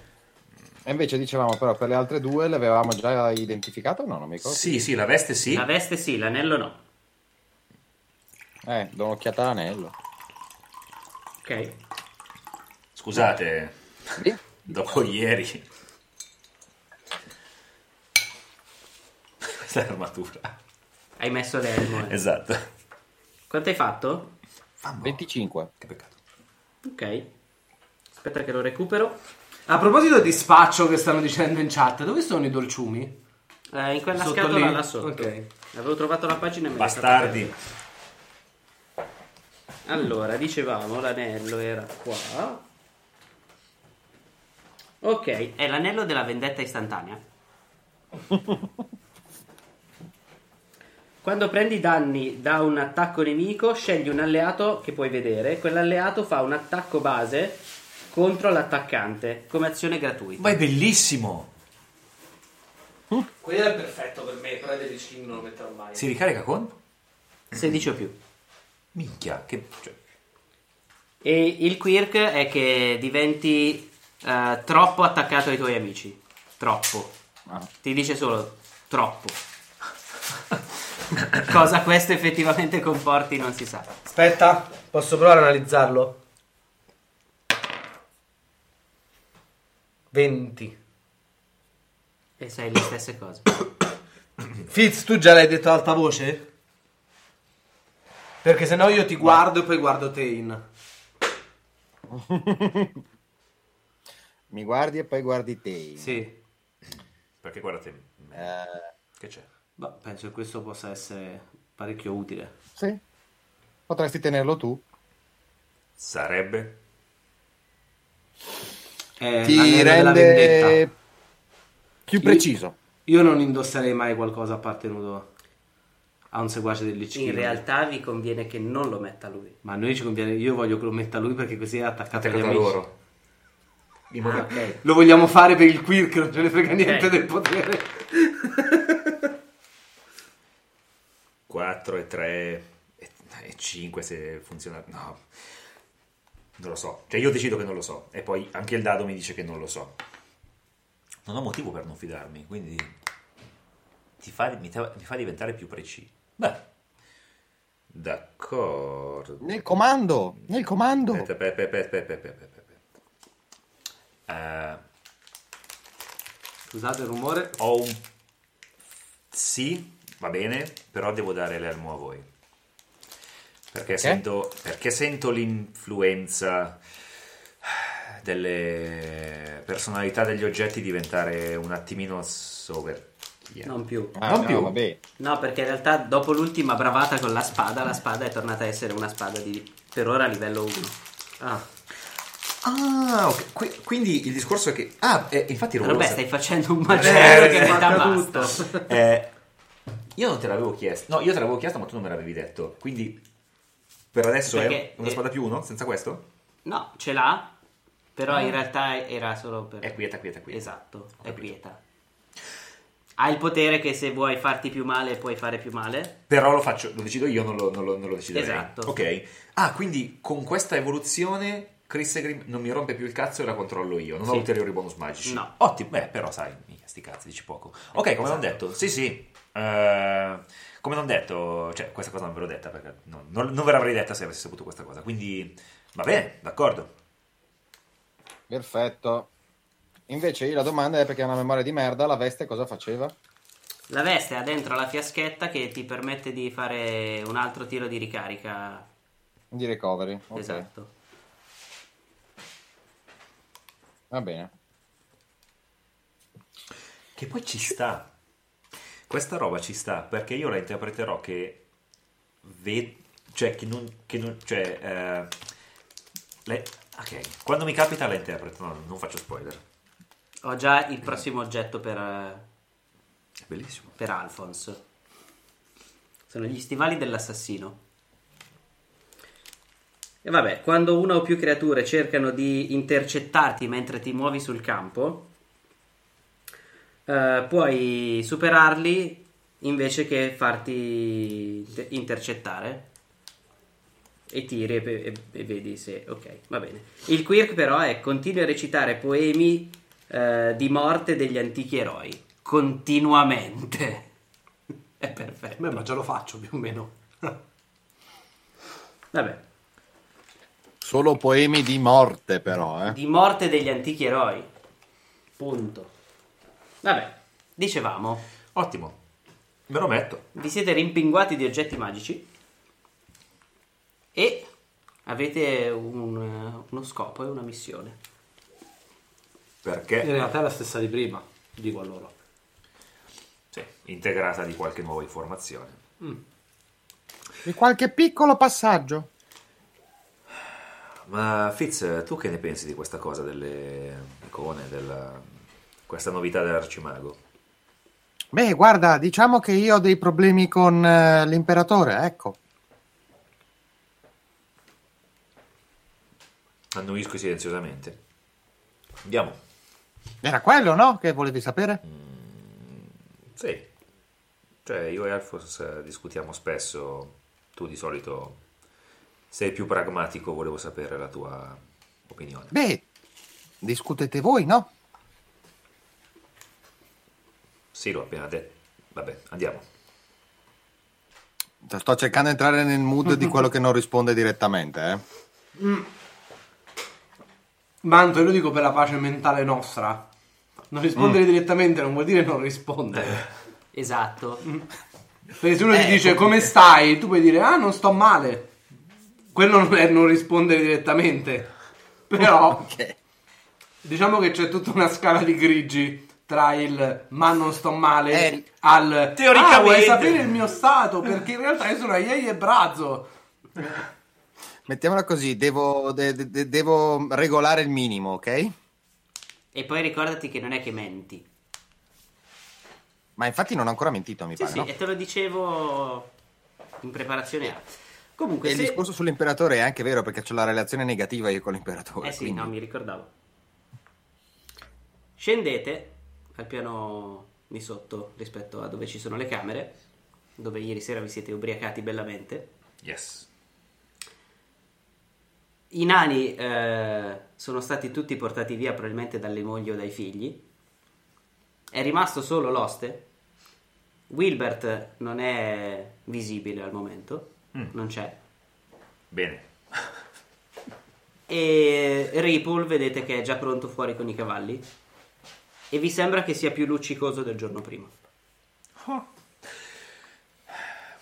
E: E invece dicevamo però per le altre due le avevamo già identificate o no? Non mi ricordo.
C: Sì, sì, la veste sì.
B: La veste sì, l'anello no.
E: Eh, do un'occhiata all'anello.
B: Ok.
C: Scusate,
E: Sì.
C: dopo ieri. Questa è l'armatura.
B: Hai messo l'elmo. eh.
C: Esatto.
B: Quanto hai fatto?
E: 25.
C: Che peccato.
B: Ok. Aspetta che lo recupero.
A: A proposito di spaccio che stanno dicendo in chat, dove sono i dolciumi?
B: Eh, in quella
A: Sotto
B: scatola
A: lì?
B: là sotto.
A: Ok.
B: Avevo trovato la pagina e me l'ho
C: Bastardi.
B: Allora, dicevamo, l'anello era qua. Ok, è l'anello della vendetta istantanea. Quando prendi danni da un attacco nemico, scegli un alleato che puoi vedere. Quell'alleato fa un attacco base contro l'attaccante come azione gratuita.
C: Ma è bellissimo.
A: Quello è perfetto per me, però è degli skin non lo metterò mai.
C: Si ricarica con?
B: 16 o più.
C: Minchia, che... Cioè,
B: E il quirk è che diventi eh, troppo attaccato ai tuoi amici. Troppo.
A: Ah.
B: Ti dice solo troppo. Cosa questo effettivamente comporti non si sa.
A: Aspetta, posso provare ad analizzarlo? 20.
B: E sai le stesse cose.
A: Fitz, tu già l'hai detto ad alta voce? Perché sennò io ti guardo e poi guardo Tain.
E: Mi guardi e poi guardi te.
A: Sì.
C: perché guardate,
E: Eh,
C: che c'è?
A: Ma penso che questo possa essere parecchio utile.
E: sì. Potresti tenerlo tu.
C: Sarebbe...
A: È
E: Ti
A: Eh, l'anello della vendetta.
E: rende più preciso.
A: Io non indosserei mai qualcosa appartenuto a un seguace del Lich
B: In
A: King.
B: realtà vi conviene che non lo metta lui.
A: Ma a noi ci conviene, io voglio che lo metta lui perché così è attaccato agli
C: Attaccato a
A: amici. Ah,
C: loro. In modo-
B: Ok.
A: Lo vogliamo fare per il quirk, non ce ne frega niente del potere.
C: 4 e 3 e, 5 se funziona. No, non lo so. Cioè io decido che non lo so e poi anche il dado mi dice che non lo so. Non ho motivo per non fidarmi, quindi ti fa- mi, ta- mi fa diventare più preciso. Beh, d'accordo.
E: Nel comando, nel comando.
A: Eh,
C: Aspetta, aspetta, aspetta, aspetta, aspetta, aspetta. Eh,
A: Scusate il rumore.
C: ho un... Sì, va bene, però devo dare l'elmo a voi. Perché, Sento, perché sento l'influenza delle personalità degli oggetti diventare un attimino sover.
B: Non più.
E: Ah,
C: Non
E: no,
C: più.
E: Vabbè.
B: No, perché in realtà dopo l'ultima bravata con la spada, la spada è tornata a essere una spada di per ora livello 1.
A: Ah,
C: Ah, ok. Qui- quindi il discorso è che... Ah, eh, infatti il
B: Vabbè,
C: rumore-
B: stai facendo un macello
C: Eh,
B: che
C: sì,
B: metà
A: manca
B: basta.
C: Eh, io non te l'avevo chiesto. No, io te l'avevo chiesto, ma tu non me l'avevi detto. Quindi per adesso
B: Perché-
C: è una spada più uno, senza questo?
B: No, ce l'ha, però in realtà era solo per...
C: È quieta, quieta, quieta.
B: Esatto, è
C: capito.
B: quieta. Ha il potere che se vuoi farti più male puoi fare più male.
C: Però lo faccio, lo decido io, non lo, non lo, non lo deciderei.
B: Esatto.
C: Ok. Ah, quindi con questa evoluzione Chris e Grimm non mi rompe più il cazzo e la controllo io. Non ho
B: Sì.
C: ulteriori bonus magici.
B: No.
C: Ottimo. Beh, però sai, mica sti cazzi, dici poco. Ok, come non detto. Sì, sì. Eh, come non detto, cioè questa cosa non ve l'ho detta perché non, non- non ve l'avrei detta se avessi saputo questa cosa. Quindi va bene, d'accordo.
E: Perfetto. Invece io la domanda è perché ha una memoria di merda, la veste cosa faceva?
B: La veste ha dentro la fiaschetta che ti permette di fare un altro tiro di ricarica.
E: Di recovery. ok.
B: Esatto.
E: Va bene.
C: Che poi ci sta. Questa roba ci sta perché io la interpreterò che. ve- cioè, che non. Che non cioè. eh, le- ok, quando mi capita la interpreto. No, non faccio spoiler.
B: Ho già il prossimo oggetto per, eh,
C: È bellissimo.
B: per Alphonse. Sono gli stivali dell'assassino. E vabbè, quando una o più creature cercano di intercettarti mentre ti muovi sul campo, eh, puoi superarli invece che farti te- intercettare. E tiri e, pe- e- e vedi se... Ok, va bene. Il quirk però è continui a recitare poemi eh, di morte degli antichi eroi. Continuamente. è perfetto.
A: beh, ma già lo faccio più o meno.
B: Vabbè.
E: Solo poemi di morte però, eh.
B: di morte degli antichi eroi. Punto. Vabbè, dicevamo,
C: Ottimo. Me lo metto.
B: vi siete rimpinguati di oggetti magici e avete un- uno scopo e una missione.
A: In
C: Perché.
A: realtà è la stessa di prima, dico a loro.
C: Sì, integrata di qualche nuova informazione.
D: Di qualche piccolo passaggio.
C: Ma Fitz, tu che ne pensi di questa cosa delle icone, della. questa novità dell'arcimago?
D: Beh, guarda, diciamo che io ho dei problemi con eh, l'imperatore, ecco.
C: Annuisco silenziosamente. Andiamo.
B: Mm.
D: Era quello, no? Che volevi sapere?
C: Sì, cioè io e Alfons eh, discutiamo spesso, tu di solito sei più pragmatico, volevo sapere la tua opinione.
D: Beh, discutete voi, no?
C: Sì, l'ho appena detto. Vabbè, andiamo.
E: Sto cercando di entrare nel mood di quello che non risponde direttamente, eh.
A: Manto, e lo dico per la pace mentale nostra. Non
E: Mm.
A: rispondere direttamente non vuol dire non
E: Eh.
A: rispondere.
B: Esatto.
A: Perché se uno
F: Eh,
A: ti dice come stai, tu puoi dire ah non sto male. Quello non è non rispondere direttamente. Però diciamo che c'è tutta una scala di grigi tra il ma non sto male
F: Eh,
A: al
F: teoricamente. Eh.
A: "Ah, vuoi sapere il mio stato perché in realtà io sono a Iei e Brazzo.
E: Mettiamola così, devo, de- de- de- devo regolare il minimo, ok?
B: E poi ricordati che non è che menti.
E: Ma infatti non ho ancora mentito, mi
B: Sì,
E: pare,
B: sì,
E: no?
B: e te lo dicevo in preparazione a.
E: E
B: Comunque,
E: il
B: se...
E: discorso sull'imperatore è anche vero perché c'ho la relazione negativa io con l'imperatore.
B: Eh sì,
E: quindi-
B: no, mi ricordavo. Scendete al piano di sotto rispetto a dove ci sono le camere, dove ieri sera vi siete ubriacati bellamente.
C: Yes.
B: I nani eh, sono stati tutti portati via probabilmente dalle mogli o dai figli. È rimasto solo l'oste. Wilbert non è visibile al momento, non c'è.
C: Bene.
B: E Ripple vedete che è già pronto fuori con i cavalli. E vi sembra che sia più luccicoso del giorno prima.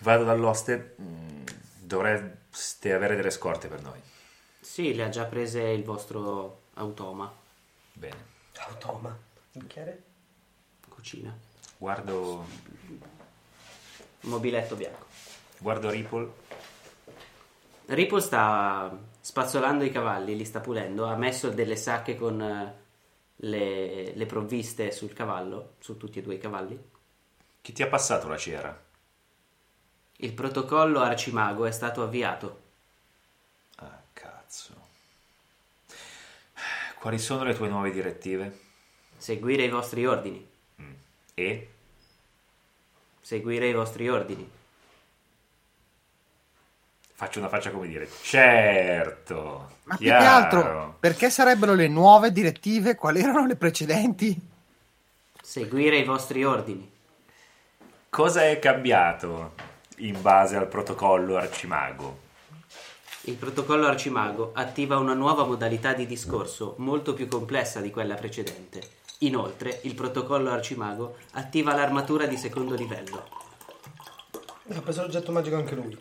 C: Vado dall'oste. Mm, Dovreste avere delle scorte per noi.
B: Sì, le ha già prese il vostro automa,
C: Bene.
F: Automa. Bicchiere?
B: cucina,
C: Guardo,
B: mobiletto bianco.
C: guardo Ripple.
B: Ripple sta spazzolando i cavalli, li sta pulendo, ha messo delle sacche con eh, le, le provviste sul cavallo, su tutti e due i cavalli.
C: Chi ti ha passato la cera?
B: Il protocollo arcimago è stato avviato.
C: Ah, cazzo. Quali sono le tue nuove direttive?
B: Seguire i vostri ordini,
C: E?
B: seguire i vostri ordini.
C: Faccio una faccia come dire, certo.
D: Ma più che
C: chiaro.
D: altro, perché sarebbero le nuove direttive? Quali erano le precedenti?
B: Seguire i vostri ordini.
C: Cosa è cambiato in base al protocollo arcimago?
B: Il protocollo Arcimago attiva una nuova modalità di discorso molto più complessa di quella precedente. Inoltre, il protocollo Arcimago attiva l'armatura di secondo livello.
F: Ha preso l'oggetto magico anche lui.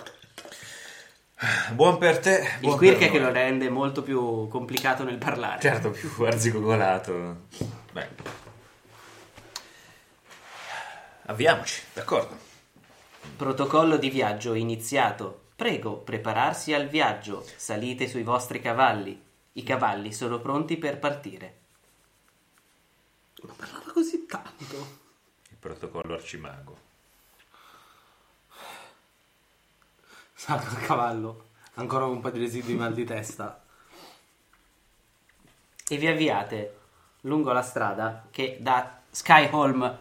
C: Buon per te.
B: Il
C: buon
B: quirk
C: per
B: è che
C: noi.
B: lo rende molto più complicato nel parlare.
C: Certo, più arzigogolato. Beh. Avviamoci, d'accordo.
B: Protocollo di viaggio iniziato. Prego, prepararsi al viaggio. Salite sui vostri cavalli. I cavalli sono pronti per partire. Ma parlava così tanto.
C: Il protocollo arcimago.
A: Salto il cavallo, ancora un po' di residui di mal di testa.
B: e vi avviate lungo la strada che da Skyholm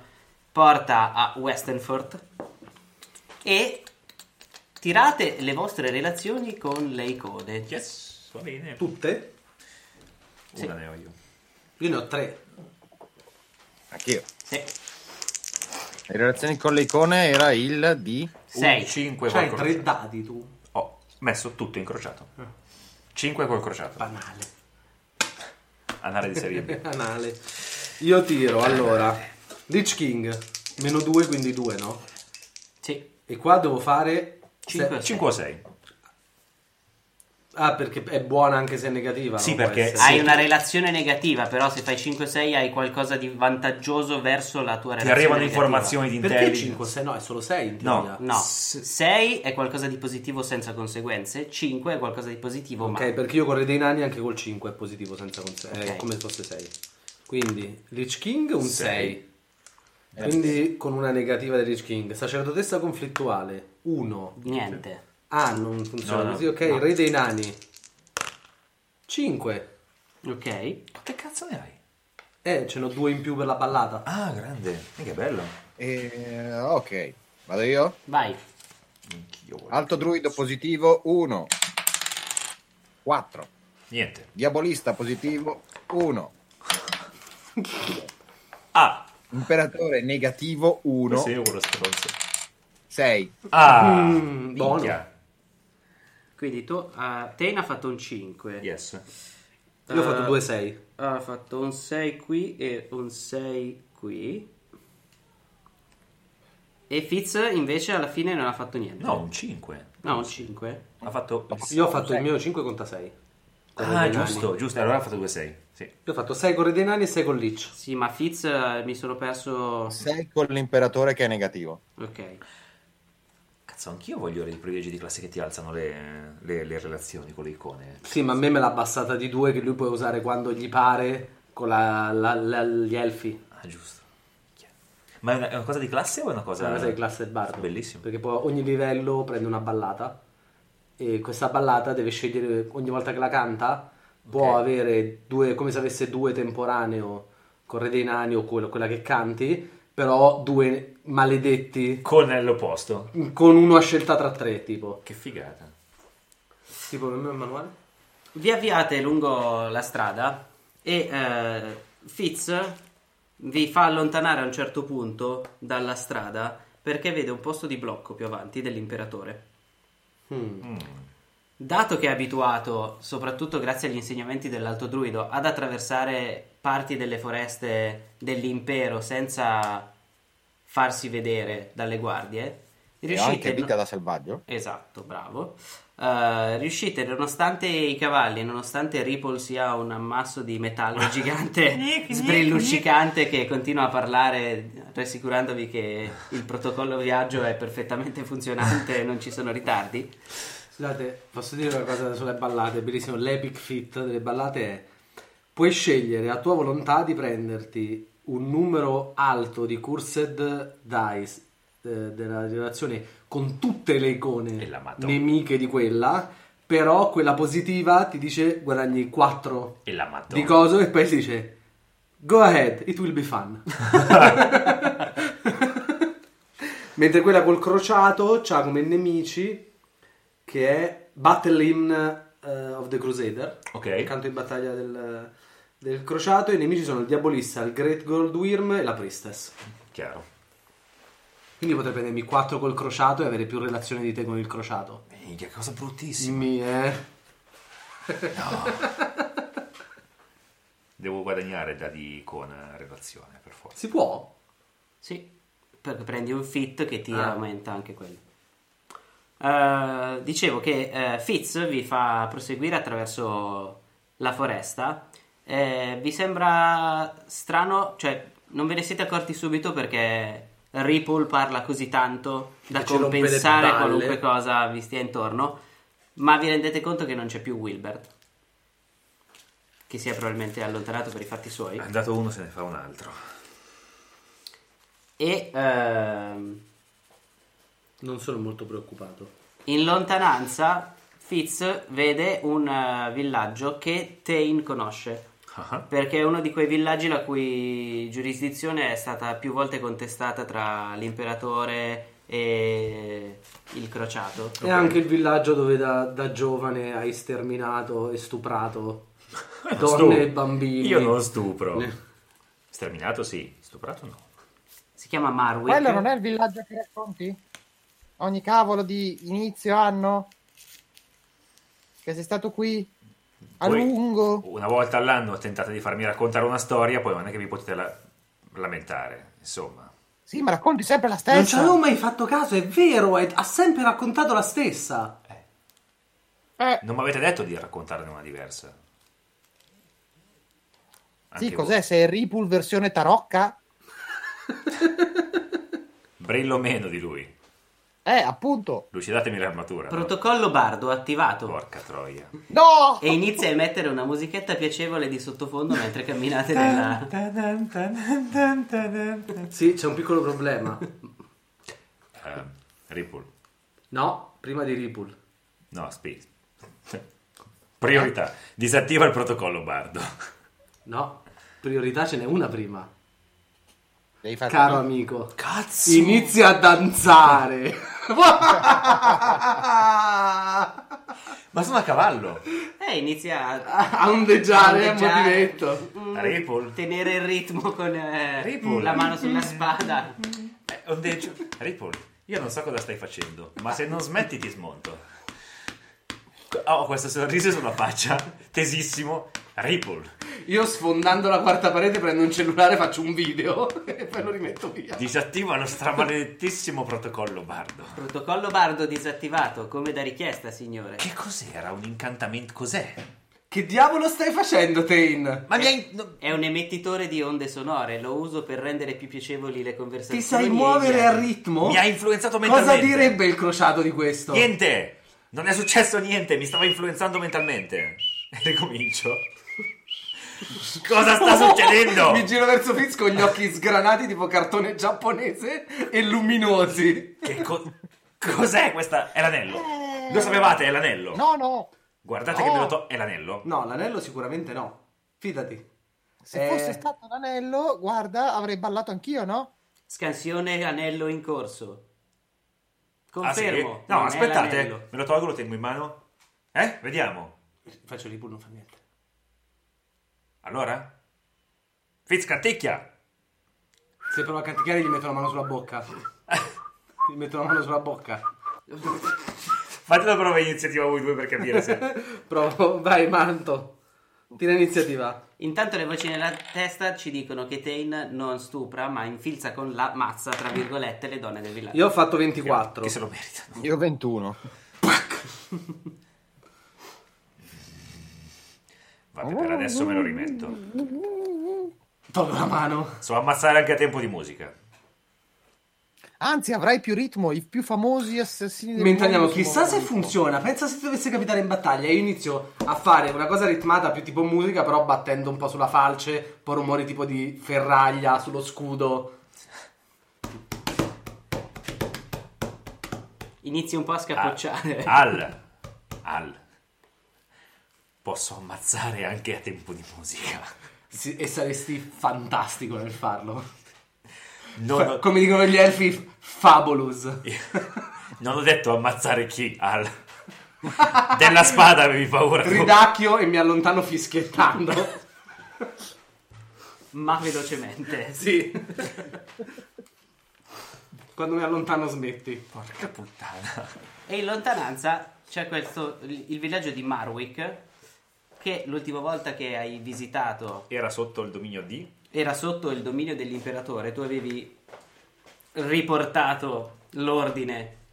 B: porta a Westenford e tirate le vostre relazioni con le icone.
C: Yes, va bene.
A: Tutte?
C: Una ne ho io.
A: Io ne ho tre.
E: Anch'io.
B: Sì.
E: Le relazioni con le icone era il di...
B: 6.
C: 5
A: C'hai tre dati tu.
C: Ho messo tutto incrociato. 5 col crociato.
A: Banale.
C: Anale di serie B.
A: Anale. Io tiro, allora. Lich King, meno 2, quindi 2, no?
B: Sì.
A: E qua devo fare...
B: Cinque.
A: se-
C: 5 o 6?
A: Ah, perché è buona anche se è negativa.
C: Sì,
A: no? Può
C: perché-
A: essere.
B: Hai una relazione negativa, però se fai 5-6 hai qualcosa di vantaggioso verso la tua
C: Ti
B: relazione.
C: arrivano
B: negativa.
C: informazioni di
A: Perché
C: intelligence.
A: 5? Se no, è solo 6 in
C: No.
A: teoria.
B: No, 6 è qualcosa di positivo senza conseguenze, 5 è qualcosa di positivo
A: Ok, perché io correi dei nani anche col 5 è positivo senza conse- è
B: Ok.
A: come se fosse 6. Quindi Lich King un
C: Sei. Eh.
A: 6. Quindi con una negativa del Lich King. Sacerdotessa conflittuale 1.
B: ma niente.
A: Ah, non funziona
C: No, no,
A: così. Ok, re dei nani 5.
B: Ok.
C: Quante cazzo ne hai?
A: Eh, ce n'ho due in più per la ballata.
C: Ah, grande. Mica bello.
E: Eh, ok, vado io.
B: Vai.
C: Anch'io. voglio.
E: Alto druido positivo 1. 4.
C: Niente.
E: Diabolista positivo 1.
C: Ah.
E: Imperatore negativo 1.
B: Eh
C: Sei uno stronzo.
E: 6.
C: Ah.
A: buono.
C: minchia.
B: Quindi tu, a Tena ha fatto un 5.
C: Yes.
A: Io ho fatto
B: Eh,
A: due 6.
B: Ha fatto un 6 qui e un 6 qui. E Fitz invece alla fine non ha fatto niente.
C: No, un 5.
B: No, un 5.
C: Ha fatto...
A: Io ho fatto il mio 5 conta 6.
C: Ah, giusto, giusto. Allora ha fatto 2-6. Sì.
A: Io ho fatto 6 con Re dei Nani e 6 con Lich.
B: Sì, ma Fitz eh, mi sono perso.
E: 6 con l'imperatore che è negativo.
B: Ok.
C: Cazzo, anch'io voglio i privilegi di classe che ti alzano le, le- le relazioni con le icone.
A: Sì, ma a me me l'ha abbassata di 2 che lui può usare quando gli pare con la- la- la- gli elfi.
C: Ah, giusto. Minchia. Ma è una, è una cosa di classe o è una cosa...
A: cioè La cosa di classe del bardo.
C: Ah. Bellissimo.
A: Perché poi ogni livello prende una ballata e questa ballata deve scegliere ogni volta che la canta può
C: Ok.
A: avere due, come se avesse due temporaneo con Re dei Nani o quello- quella che canti, però due maledetti
C: Con l'opposto.
A: con uno a scelta tra tre, tipo.
C: Che figata.
A: Tipo nel mio manuale?
B: Vi avviate lungo la strada e eh, Fitz vi fa allontanare a un certo punto dalla strada perché vede un posto di blocco più avanti dell'imperatore. Dato che è abituato, soprattutto grazie agli insegnamenti dell'Alto Druido, ad attraversare parti delle foreste dell'impero senza farsi vedere dalle guardie,
E: E ho anche
B: no-
E: vita da selvaggio.
B: Esatto, bravo. Eh, riuscite, nonostante i cavalli, nonostante Ripple sia un ammasso di metallo gigante sbrilluccicante che continua a parlare, rassicurandovi che il protocollo viaggio è perfettamente funzionante e non ci sono ritardi.
A: Scusate, posso dire una cosa sulle ballate? Bellissimo, l'epic fit delle ballate è puoi scegliere a tua volontà di prenderti un numero alto di cursed dice eh, della generazione con tutte le
C: E
A: icone
C: la Madonna.
A: nemiche di quella, però quella positiva ti dice guadagni 4
C: E la madonna.
A: di coso e poi ti dice go ahead, it will be fun. Mentre quella col crociato c'ha come nemici che è Battle Hymn eh, of the Crusader,
C: Ok.
A: il canto in battaglia del, del crociato. I nemici sono il Diabolista, il Great Gold Worm e la Priestess.
C: Chiaro.
A: Quindi potrei prendermi 4 col crociato e avere più relazione di te con il crociato.
C: Minchia, cosa bruttissima.
A: Mi, eh.
C: Devo guadagnare da di icona relazione, per forza.
A: Si può?
B: Sì, perché prendi un fit che ti
A: Ah.
B: aumenta anche quello. Eh, dicevo che eh, Fitz vi fa proseguire attraverso la foresta. Eh, vi sembra strano, cioè non ve ne siete accorti subito perché Ripple parla così tanto da
A: Che ci rompe le
B: compensare
A: palle.
B: qualunque cosa vi stia intorno, ma vi rendete conto che non c'è più Wilbert, che si è probabilmente allontanato per i fatti suoi.
C: È
A: Eh.
C: andato uno, se ne fa un altro.
B: E ehm,
A: Non sono molto preoccupato.
B: In lontananza Fitz vede un eh, villaggio che Tain conosce
C: Ah,
B: perché è uno di quei villaggi la cui giurisdizione è stata più volte contestata tra l'imperatore e il crociato.
A: E anche il villaggio dove da, da giovane hai sterminato e stuprato
C: non
A: donne e
C: stupro.
A: bambini.
C: Io non stupro.
A: Ne-
C: Sterminato sì, stuprato no.
B: Si chiama Marwick.
D: Quello non è il villaggio che racconti? Ogni cavolo di inizio anno? Che sei stato qui a
C: Poi,
D: lungo?
C: Una volta all'anno tentate di farmi raccontare una storia, poi non è che vi potete la- lamentare. Insomma,
D: Sì, ma racconti sempre
E: Eh,
D: la
A: Non ci
D: stessa.
A: avevo mai fatto caso, è vero, è- ha sempre raccontato la stessa.
D: Eh,
C: non mi avete detto di raccontarne una diversa. Anche
D: sì,
C: voi.
D: cos'è? Sei Ripul versione tarocca?
C: Brillo meno di lui.
D: Eh, appunto.
C: Lucidatemi l'armatura. no?
B: Protocollo bardo attivato
C: Porca troia.
D: No!
B: e inizia a emettere una musichetta piacevole di sottofondo mentre camminate nella...
A: Sì, c'è un piccolo problema.
C: Eh, Ripple.
A: No, prima di Ripple.
C: No, space. Priorità. Disattiva il protocollo bardo.
A: No, priorità ce n'è una prima.
E: Devi fare
A: Caro amico, cazzo. Inizia a danzare.
C: Ma sono a cavallo.
B: Eh, inizia a
D: Ah.
A: a ondeggiare a
B: Ondeggiare.
A: movimento.
C: Mm. Ripple.
B: tenere il ritmo con eh,
C: Ripple.
B: la mano
D: Mm.
B: sulla spada.
C: Eh, ondeggio. Ripple, io non so cosa stai facendo, ma se non smetti ti smonto. Ho questo sorriso sulla faccia, tesissimo. Ripple,
A: Io sfondando la quarta parete prendo un cellulare, faccio un video e poi lo rimetto via.
C: disattiva lo stramaledettissimo protocollo bardo.
B: Protocollo bardo disattivato, come da richiesta, signore.
C: Che cos'era un incantamento? Cos'è?
A: Che diavolo stai facendo, Tain?
C: Ma mi hai. no-
B: È un emettitore di onde sonore, lo uso per rendere più piacevoli le conversazioni.
C: Cioè,
A: Ti sai
B: e
A: muovere
B: gli-
A: al ritmo?
C: Mi ha influenzato
A: Cosa
C: mentalmente.
A: direbbe il crociato di questo?
C: Niente! Non è successo niente, mi stava influenzando mentalmente. E ricomincio. Cosa sta succedendo?
A: Mi giro verso Fritz con gli occhi sgranati tipo cartone giapponese e luminosi.
C: Che co- cos'è questa? È l'anello.
B: Eh.
C: Lo sapevate, è l'anello.
D: No, no.
C: Guardate che me lo to... È l'anello.
A: No, l'anello sicuramente no. Fidati.
D: Se
A: Eh.
D: fosse stato l'anello, guarda, avrei ballato anch'io, no?
B: Scansione anello in corso.
C: Ah, sì?
B: Confermo.
C: No,
B: non è
C: aspettate.
B: l'anello.
C: Me lo tolgo, lo tengo in mano. Eh? Vediamo.
A: Faccio ripul, non fa niente.
C: Allora? Fitz cantecchia.
A: Se prova a canticchiare gli metto la mano sulla bocca. Gli metto la mano sulla bocca.
C: Fate la prova iniziativa voi due per capire se...
A: Provo, vai Manto. Tira iniziativa.
B: Intanto le voci nella testa ci dicono che Tain non stupra, ma infilza con la mazza, tra virgolette, le donne del villaggio.
A: Io ho fatto 24.
C: che se lo meritano.
E: Io 21.
C: Vabbè, per adesso me lo rimetto.
A: Tolgo la mano.
C: So ammazzare anche a tempo di musica.
D: Anzi, avrai più ritmo, i più famosi assassini del
A: Mentre andiamo,
D: mondo si
A: chissà
D: muovono
A: se
D: al ritmo.
A: funziona. Pensa se dovesse capitare in battaglia. Io inizio a fare una cosa ritmata più tipo musica, però battendo un po' sulla falce, un po' rumori tipo di ferraglia sullo scudo.
B: Inizi un po' a scapocciare.
C: Ah. Al. Al. Posso ammazzare anche a tempo di musica.
A: Sì, E saresti fantastico nel farlo.
C: Non
A: Fa-
C: ho,
A: Come dicono gli elfi, f- fabulous.
C: non ho detto ammazzare chi, Al. Della spada avevi paura. tu.
A: Ridacchio e mi allontano fischiettando.
B: Ma velocemente.
A: Sì. Quando mi allontano smetti.
C: Porca puttana.
B: E in lontananza c'è questo, il il villaggio di Marwick, che l'ultima volta che hai visitato
C: Era sotto il dominio di...
B: era sotto il dominio dell'imperatore, tu avevi riportato l'ordine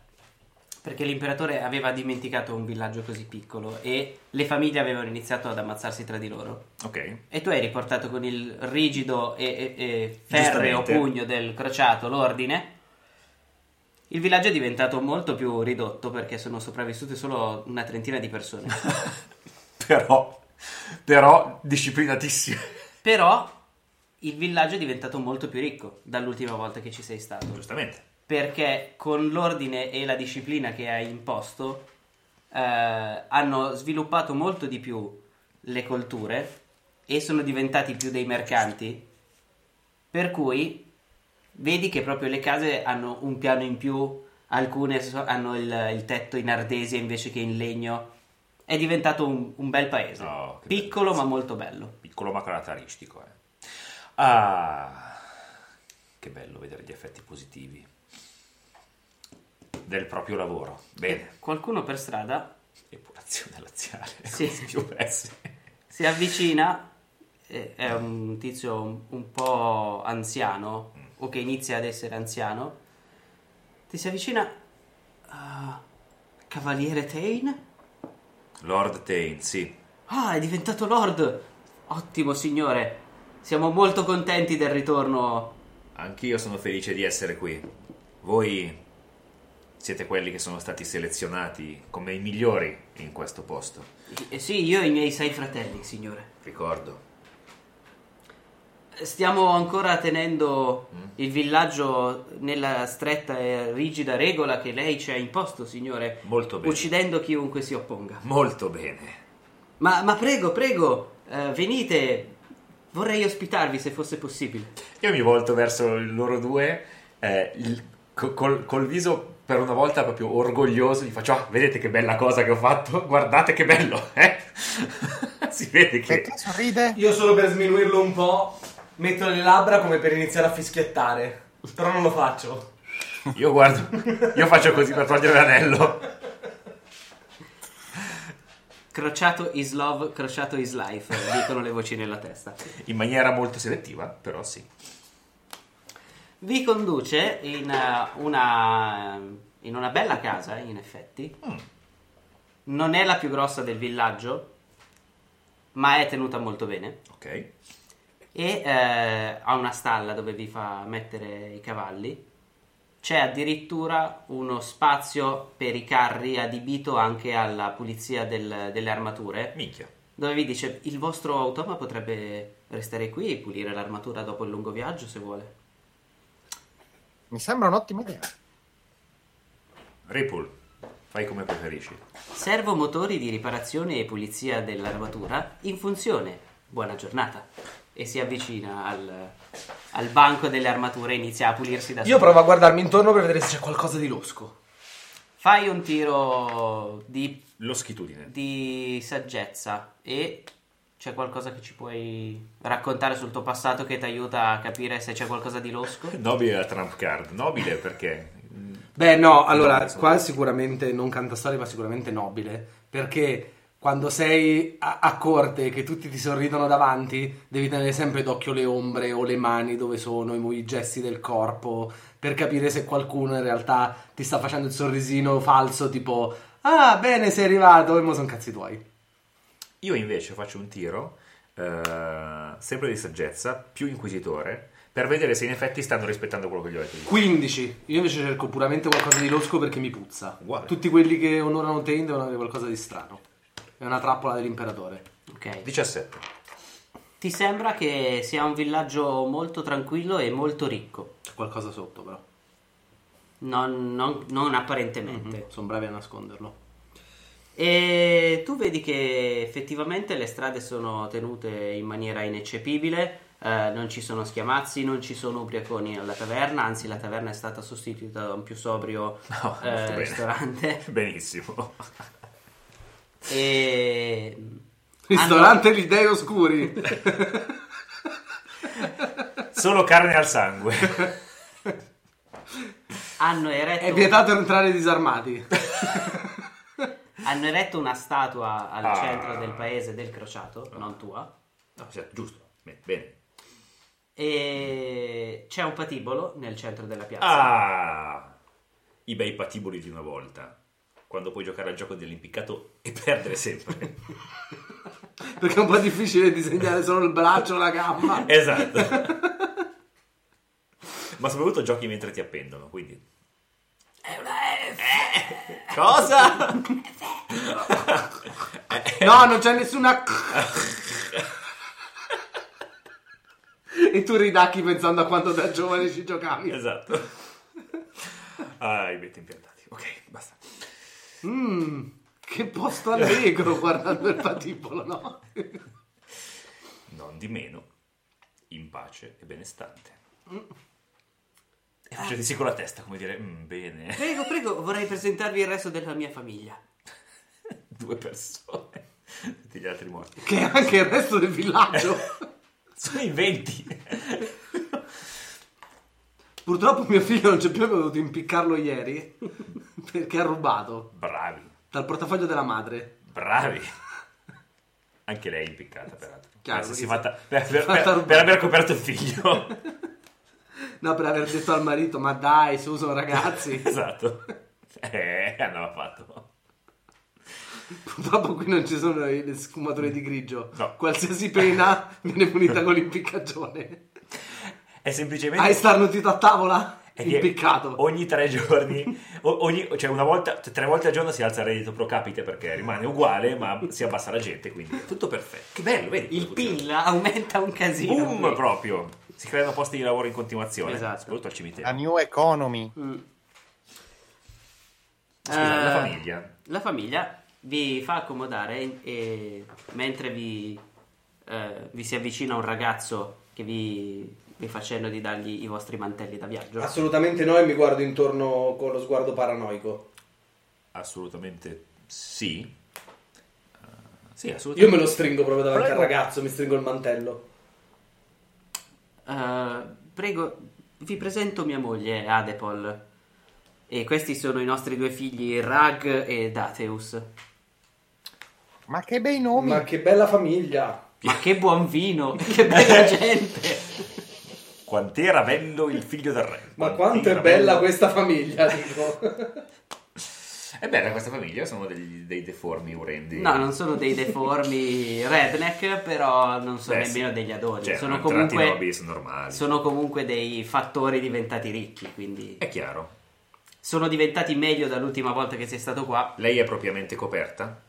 B: perché l'imperatore aveva dimenticato un villaggio così piccolo e le famiglie avevano iniziato ad ammazzarsi tra di loro.
C: Ok.
B: E tu hai riportato con il rigido e, e- e ferreo
C: Giustamente.
B: pugno del crociato l'ordine. Il villaggio è diventato molto più ridotto perché sono sopravvissute solo una trentina di persone.
C: Però... Però disciplinatissimo.
B: Però il villaggio è diventato molto più ricco dall'ultima volta che ci sei stato.
C: Giustamente.
B: Perché con l'ordine e la disciplina che hai imposto eh, hanno sviluppato molto di più le colture e sono diventati più dei mercanti. Per cui vedi che proprio le case hanno un piano in più, alcune so- hanno il, il tetto in ardesia invece che in legno. È diventato un, un bel paese,
C: Oh, che
B: piccolo ma molto bello.
C: Piccolo ma caratteristico, eh. Ah... Che bello vedere gli effetti positivi. Del proprio lavoro. Bene.
B: Qualcuno per strada
C: Epurazione laziale.
B: Sì.
C: Più pessime.
B: si avvicina, eh, è un tizio un, un po' anziano,
C: Mm.
B: o che inizia ad essere anziano, ti si avvicina, "Ah, Cavaliere Tain?
C: Lord Tain, sì.
B: Ah, è diventato Lord! Ottimo signore, siamo molto contenti del ritorno.
C: Anch'io sono felice di essere qui. Voi siete quelli che sono stati selezionati come i migliori in questo posto.
B: Eh, sì, io e i miei sei fratelli, signore.
C: Ricordo.
B: Stiamo ancora tenendo
C: Mm.
B: il villaggio nella stretta e rigida regola che lei ci ha imposto, signore.
C: Molto bene.
B: Uccidendo chiunque si opponga.
C: Molto bene.
B: Ma, ma prego, prego, eh, venite, Vorrei ospitarvi se fosse possibile.
C: Io mi volto verso loro due, eh, il- co- col, col viso per una volta proprio orgoglioso, gli faccio, ah, vedete che bella cosa che ho fatto, guardate che bello, eh? si vede che...
E: Perché sorride?
A: Io solo per sminuirlo un po', metto le labbra come per iniziare a fischiettare. Però non lo faccio.
C: Io guardo, io faccio così per togliere l'anello.
B: Crociato is love, crociato is life, dicono le voci nella testa.
C: In maniera molto selettiva, però sì.
B: Vi conduce in eh, una, eh, in una bella casa, in effetti. Non è la più grossa del villaggio, ma è tenuta molto bene.
C: Ok.
B: E eh, ha una stalla dove vi fa mettere i cavalli. C'è addirittura uno spazio per i carri adibito anche alla pulizia del- delle armature
C: Minchia.
B: dove vi dice il vostro automa potrebbe restare qui e pulire l'armatura dopo il lungo viaggio se vuole.
E: Mi sembra un'ottima idea.
C: Ripple, fai come preferisci.
B: Servo motori di riparazione e pulizia dell'armatura in funzione. Buona giornata. E si avvicina al, al banco delle armature e inizia a pulirsi da
A: Io
B: solo.
A: provo a guardarmi intorno per vedere se c'è qualcosa di losco.
B: Fai un tiro di,
C: Lo schitudine.
B: di saggezza e c'è qualcosa che ci puoi raccontare sul tuo passato che ti aiuta a capire se c'è qualcosa di losco?
C: Nobile la trump card. Nobile perché...
A: Beh, no, allora, qua sicuramente non canta storie, ma sicuramente nobile. Perché quando sei a, a corte che tutti ti sorridono davanti, devi tenere sempre d'occhio le ombre o le mani dove sono, i, mo- i gesti del corpo, per capire se qualcuno in realtà ti sta facendo il sorrisino falso, tipo, ah, bene, sei arrivato, e mo sono cazzi tuoi.
C: Io invece faccio un tiro, eh, sempre di saggezza, più inquisitore, per vedere se in effetti stanno rispettando quello che gli ho detto.
A: 15. Io invece cerco puramente qualcosa di losco perché mi puzza.
C: Uguale.
A: Tutti quelli che onorano te devono avere qualcosa di strano. È una trappola dell'imperatore.
B: Ok.
C: 17.
B: Ti sembra che sia un villaggio molto tranquillo e molto ricco.
A: C'è qualcosa sotto, però.
B: Non, non- non
C: Mhm.
B: apparentemente.
A: Sono bravi a nasconderlo.
B: E tu vedi che effettivamente le strade sono tenute in maniera ineccepibile. eh, non ci sono schiamazzi, non ci sono ubriaconi alla taverna. Anzi, la taverna è stata sostituita da un più sobrio
C: No,
B: eh,
C: Oh, molto bene.
B: ristorante.
C: Benissimo.
B: E.
A: Ristorante gli dei oscuri.
C: Solo carne al sangue.
B: Hanno, hanno eretto.
A: È vietato entrare disarmati.
B: Hanno eretto una statua al
C: Ah.
B: centro del paese del crociato, non tua.
C: No, sì, giusto. Bene, bene.
B: E c'è un patibolo nel centro della piazza.
C: Ah! I bei patiboli di una volta. Quando puoi giocare al gioco dell'impiccato e perdere sempre.
A: Perché è un po' difficile disegnare solo il braccio o la gamba.
C: esatto. Ma soprattutto giochi mentre ti appendono, quindi... Eh, Cosa?
A: No, non c'è nessuna. e tu ridacchi pensando a quando da giovane ci giocavi.
C: Esatto. Ah, i betti impiantati. Ok, basta.
A: Che posto allegro guardando il patibolo, no?
C: Non di meno, in pace e benestante. E faccio di sì con la testa, come dire, "Mm, bene,
B: Prego, prego, vorrei presentarvi il resto della mia famiglia.
C: due persone, tutti gli altri morti.
A: Che è anche il resto del villaggio.
C: Sono in 20.
A: Purtroppo mio figlio non c'è più, abbiamo dovuto impiccarlo ieri. Perché ha rubato
C: Bravi,
A: dal portafoglio della madre.
C: bravi. Anche lei è impiccata, peraltro.
A: Chiaro,
C: Anzi, si è
A: perché
C: fatta, per, per-
A: fatta
C: per-
A: rubare.
C: per aver coperto il figlio.
A: No, per aver detto al marito, ma dai, su, sono ragazzi.
C: esatto. Eh, andava fatto.
A: Purtroppo qui non ci sono i- le sfumature di grigio.
C: No.
A: Qualsiasi pena viene punita con l'impiccagione.
C: È semplicemente...
A: Hai starnutito a tavola?
C: È
A: Ah,
C: che
A: Impiccato.
C: Ogni tre giorni, o- ogni- cioè una volta, cioè tre volte al giorno si alza il reddito pro capite perché rimane uguale, ma si abbassa la gente, quindi è tutto perfetto. Che bello, vedi?
B: Il PIL aumenta un casino.
C: Boom,
B: qui.
C: proprio. Si creano posti di lavoro in continuazione,
B: Esatto.
C: soprattutto al
G: La
C: cimitero.
G: new economy.
C: Scusa, la
B: Eh,
C: famiglia.
B: La famiglia vi fa accomodare e mentre vi eh, vi si avvicina un ragazzo che vi, vi fa cenno di dargli i vostri mantelli da viaggio.
A: Assolutamente no e mi guardo intorno con lo sguardo paranoico.
C: Assolutamente sì. Eh, sì, assolutamente.
A: Io me lo stringo proprio davanti al ragazzo, mi stringo il mantello.
B: Eh, prego, vi presento mia moglie Adepol. E questi sono i nostri due figli Rag e Dateus.
H: Ma che bei nomi!
A: Ma che bella famiglia!
B: Ma che buon vino! Che
C: Eh.
B: bella gente!
C: Quant'era bello il figlio del re.
A: Ma
C: Quant'era
A: quanto è
C: bello.
A: bella questa famiglia, dico.
C: È bella questa famiglia, sono degli- dei deformi urendi.
B: No, non sono dei deformi redneck, però non sono
C: Beh, sì.
B: nemmeno degli adori.
C: Eh, Cioè,
B: sono,
C: sono tratti
B: comunque,
C: nobili, sono normali.
B: sono comunque dei fattori diventati ricchi, quindi
C: È chiaro.
B: sono diventati meglio dall'ultima volta che sei stato qua.
C: Lei è propriamente coperta?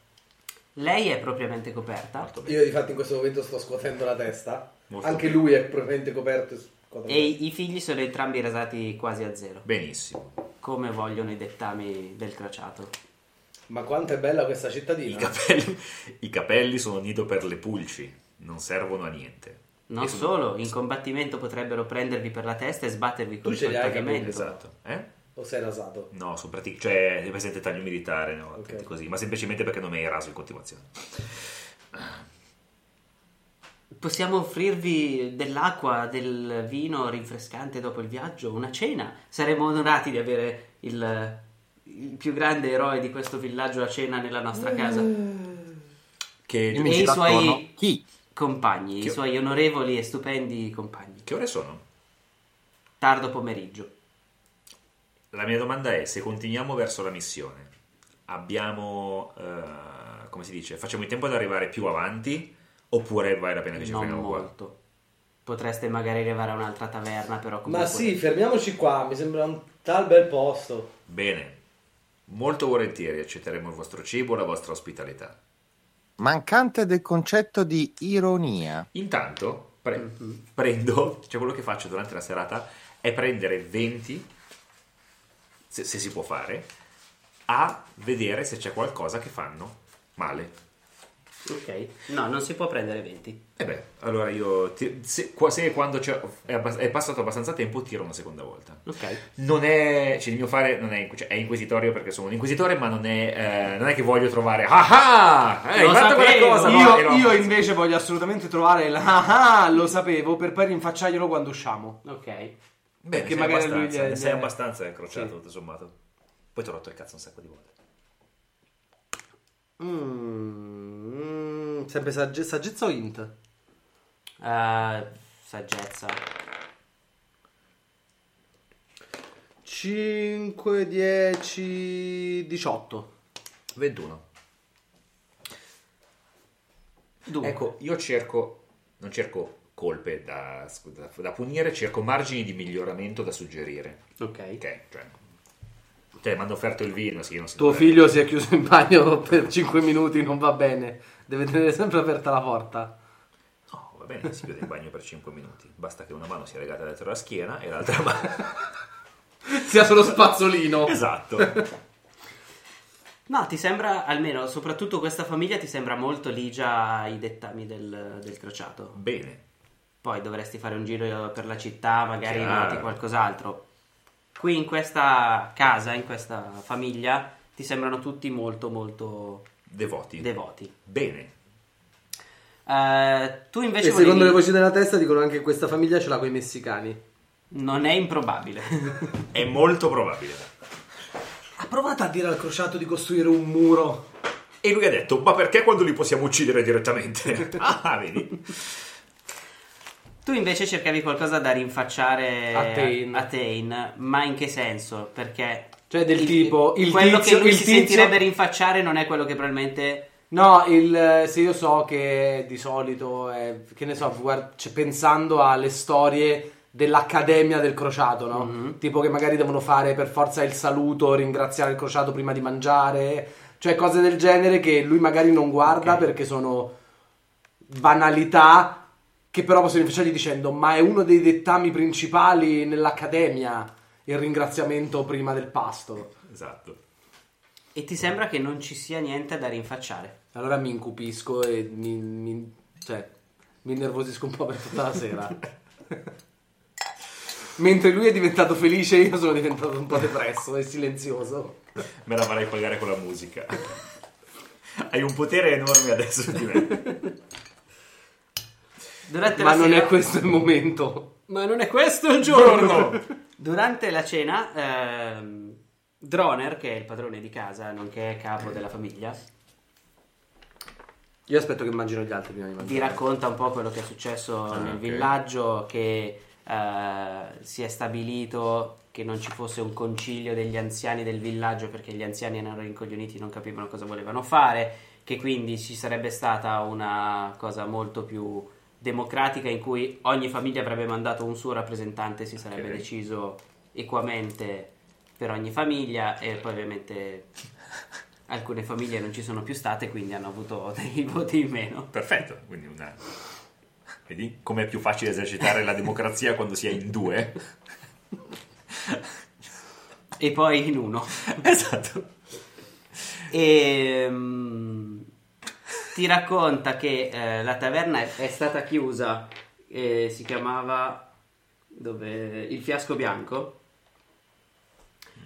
B: Lei è propriamente coperta
C: Molto bene.
A: Io di fatto in questo momento sto scuotendo la testa.
C: Molto
A: Anche
C: bene.
A: lui è probabilmente coperto. e scuote la
B: e i i figli sono entrambi rasati quasi a zero,
C: Benissimo.
B: come vogliono i dettami del crociato.
A: testa. Ma quanto è bella questa
C: I
A: cittadina.
C: capelli, i capelli sono nido per le pulci, non servono a niente.
B: Non
C: E sono-
B: solo, in combattimento potrebbero prendervi per la testa e sbattervi
A: Tu
B: con
A: ce
B: il
A: li hai i capelli,
B: pavimento.
C: Esatto. Eh?
A: O sei rasato?
C: No, sono prati- cioè è presente taglio militare, no?
A: Ok.
C: Attenti così, ma semplicemente perché non mi hai raso in continuazione.
B: Possiamo offrirvi dell'acqua, del vino rinfrescante dopo il viaggio, una cena. Saremo onorati di avere il, il più grande eroe di questo villaggio a cena nella nostra casa.
C: Che,
B: E
E: Io mi
B: i
E: giro
B: suoi-
E: attorno. Chi?
B: Compagni, i suoi onorevoli e stupendi compagni.
C: che ore sono?
B: Tardo pomeriggio.
C: La mia domanda è, se continuiamo verso la missione, abbiamo, eh, come si dice, facciamo in tempo ad arrivare più avanti oppure vale la
A: Eh,
C: pena che ci
B: non
C: fermiamo qua?
B: molto. Potreste magari arrivare a un'altra taverna, però
A: Ma
B: comunque...
A: sì, fermiamoci qua. Mi sembra un tal bel posto.
C: Bene, molto volentieri accetteremo il vostro cibo e la vostra ospitalità.
E: Mancante del concetto di ironia.
C: Intanto pre- prendo, cioè quello che faccio durante la serata è prendere 20, se, se si può fare, a vedere se c'è qualcosa che fanno male.
B: Ok. No, non si può prendere 20.
C: E Eh beh, allora io, ti- se, qua- se quando c'è- è, abbas- è passato abbastanza tempo, tiro una seconda volta.
B: Ok.
C: Non è, cioè il mio fare non è, cioè, è inquisitorio perché sono un inquisitore, ma non è, eh, non è che voglio trovare, ah ah, eh, hai
B: Lo
C: fatto quella
B: sapevo!
C: cosa, no?"
A: Io,
C: E no.
A: io invece voglio assolutamente trovare la ah, ah, lo sapevo per poi rinfacciarglielo quando usciamo.
B: Ok. Eh,
C: Beh,
A: Perché
C: ne
A: magari
C: sei
A: lui
C: abbastanza,
A: gli-
C: ne
A: gli-
C: sei abbastanza incrociato, tutto sommato. Poi ti ho rotto il cazzo un sacco di volte.
A: Mm, sempre sagge- saggezza o int?
B: Eh, saggezza.
A: 5, 10, 18.
C: 21.
B: Dunque.
C: Ecco, io cerco, non cerco colpe da, da- da punire, cerco margini di miglioramento da suggerire.
I: Ecco.
B: Ok.
C: Ok, cioè, te mi hanno offerto il vino, sì, non si
A: Tuo
C: dovrebbe-
A: figlio si è chiuso in bagno per 5 minuti, non va bene. Deve tenere sempre aperta la porta.
C: No, Oh, va bene, si chiude in bagno per 5 minuti. Basta che una mano sia legata dietro la schiena e l'altra mano...
A: Sia solo spazzolino.
C: esatto.
B: No, ti sembra, almeno, soprattutto questa famiglia ti sembra molto ligia ai dettami del, del crociato.
C: Bene.
B: Poi dovresti fare un giro per la città, magari
C: Chiaro.
B: noti qualcos'altro. Qui in questa casa, in questa famiglia, ti sembrano tutti molto, molto
C: Devoti.
B: devoti.
C: Bene.
B: Eh, tu invece
A: E secondo le
B: volevi-
A: voci della testa dicono anche che questa famiglia ce l'ha con i messicani.
B: non è improbabile.
C: È molto probabile.
I: Ha provato a dire al crociato di costruire un muro.
C: E lui ha detto, ma perché quando li possiamo uccidere direttamente? ah, vedi?
B: tu invece cercavi qualcosa da rinfacciare
A: A Tain.
B: a Tain, ma in che senso? Perché
A: Cioè, del tipo, il
B: quello
A: tizio-
B: che lui
A: il
B: si
A: tizio-
B: sentirebbe rinfacciare non è quello che probabilmente
A: No, il, se io so che di solito, è, che ne so, guard- cioè, pensando alle storie dell'accademia del crociato, no? Tipo che magari devono fare per forza il saluto, ringraziare il crociato prima di mangiare, cioè cose del genere che lui magari non guarda perché sono banalità che però posso rinfacciargli dicendo ma è uno dei dettami principali nell'accademia il ringraziamento prima del pasto.
C: Esatto.
B: E ti sembra che non ci sia niente da rinfacciare?
A: Allora mi incupisco e mi... mi- cioè... mi innervosisco un po' per tutta la sera. Mentre lui è diventato felice, io sono diventato un po' depresso e silenzioso.
C: Me la farei pagare con la musica. Hai un potere enorme adesso su di me.
B: Durante
A: Ma
B: la
A: non
B: sera-
A: è questo il momento. Ma non è questo il
C: Buongiorno!
B: Durante la cena, ehm, Droner, che è il padrone di casa, nonché capo della famiglia,
A: Io aspetto che mangino gli altri prima di
B: vi
A: mangiare.
B: racconta un po' quello che è successo nel
C: Ah, ok.
B: villaggio, che eh, si è stabilito che non ci fosse un concilio degli anziani del villaggio perché gli anziani erano rincoglioniti, non capivano cosa volevano fare, che quindi ci sarebbe stata una cosa molto più democratica in cui ogni famiglia avrebbe mandato un suo rappresentante e si sarebbe
C: Ok.
B: deciso equamente per ogni famiglia e poi ovviamente alcune famiglie non ci sono più state quindi hanno avuto dei voti in meno.
C: Perfetto, quindi una... Vedi com'è più facile esercitare la democrazia quando si è in due?
B: e poi in uno.
C: Esatto.
B: E mm, ti racconta che eh, la taverna è, è stata chiusa, eh, si chiamava dove, il fiasco bianco.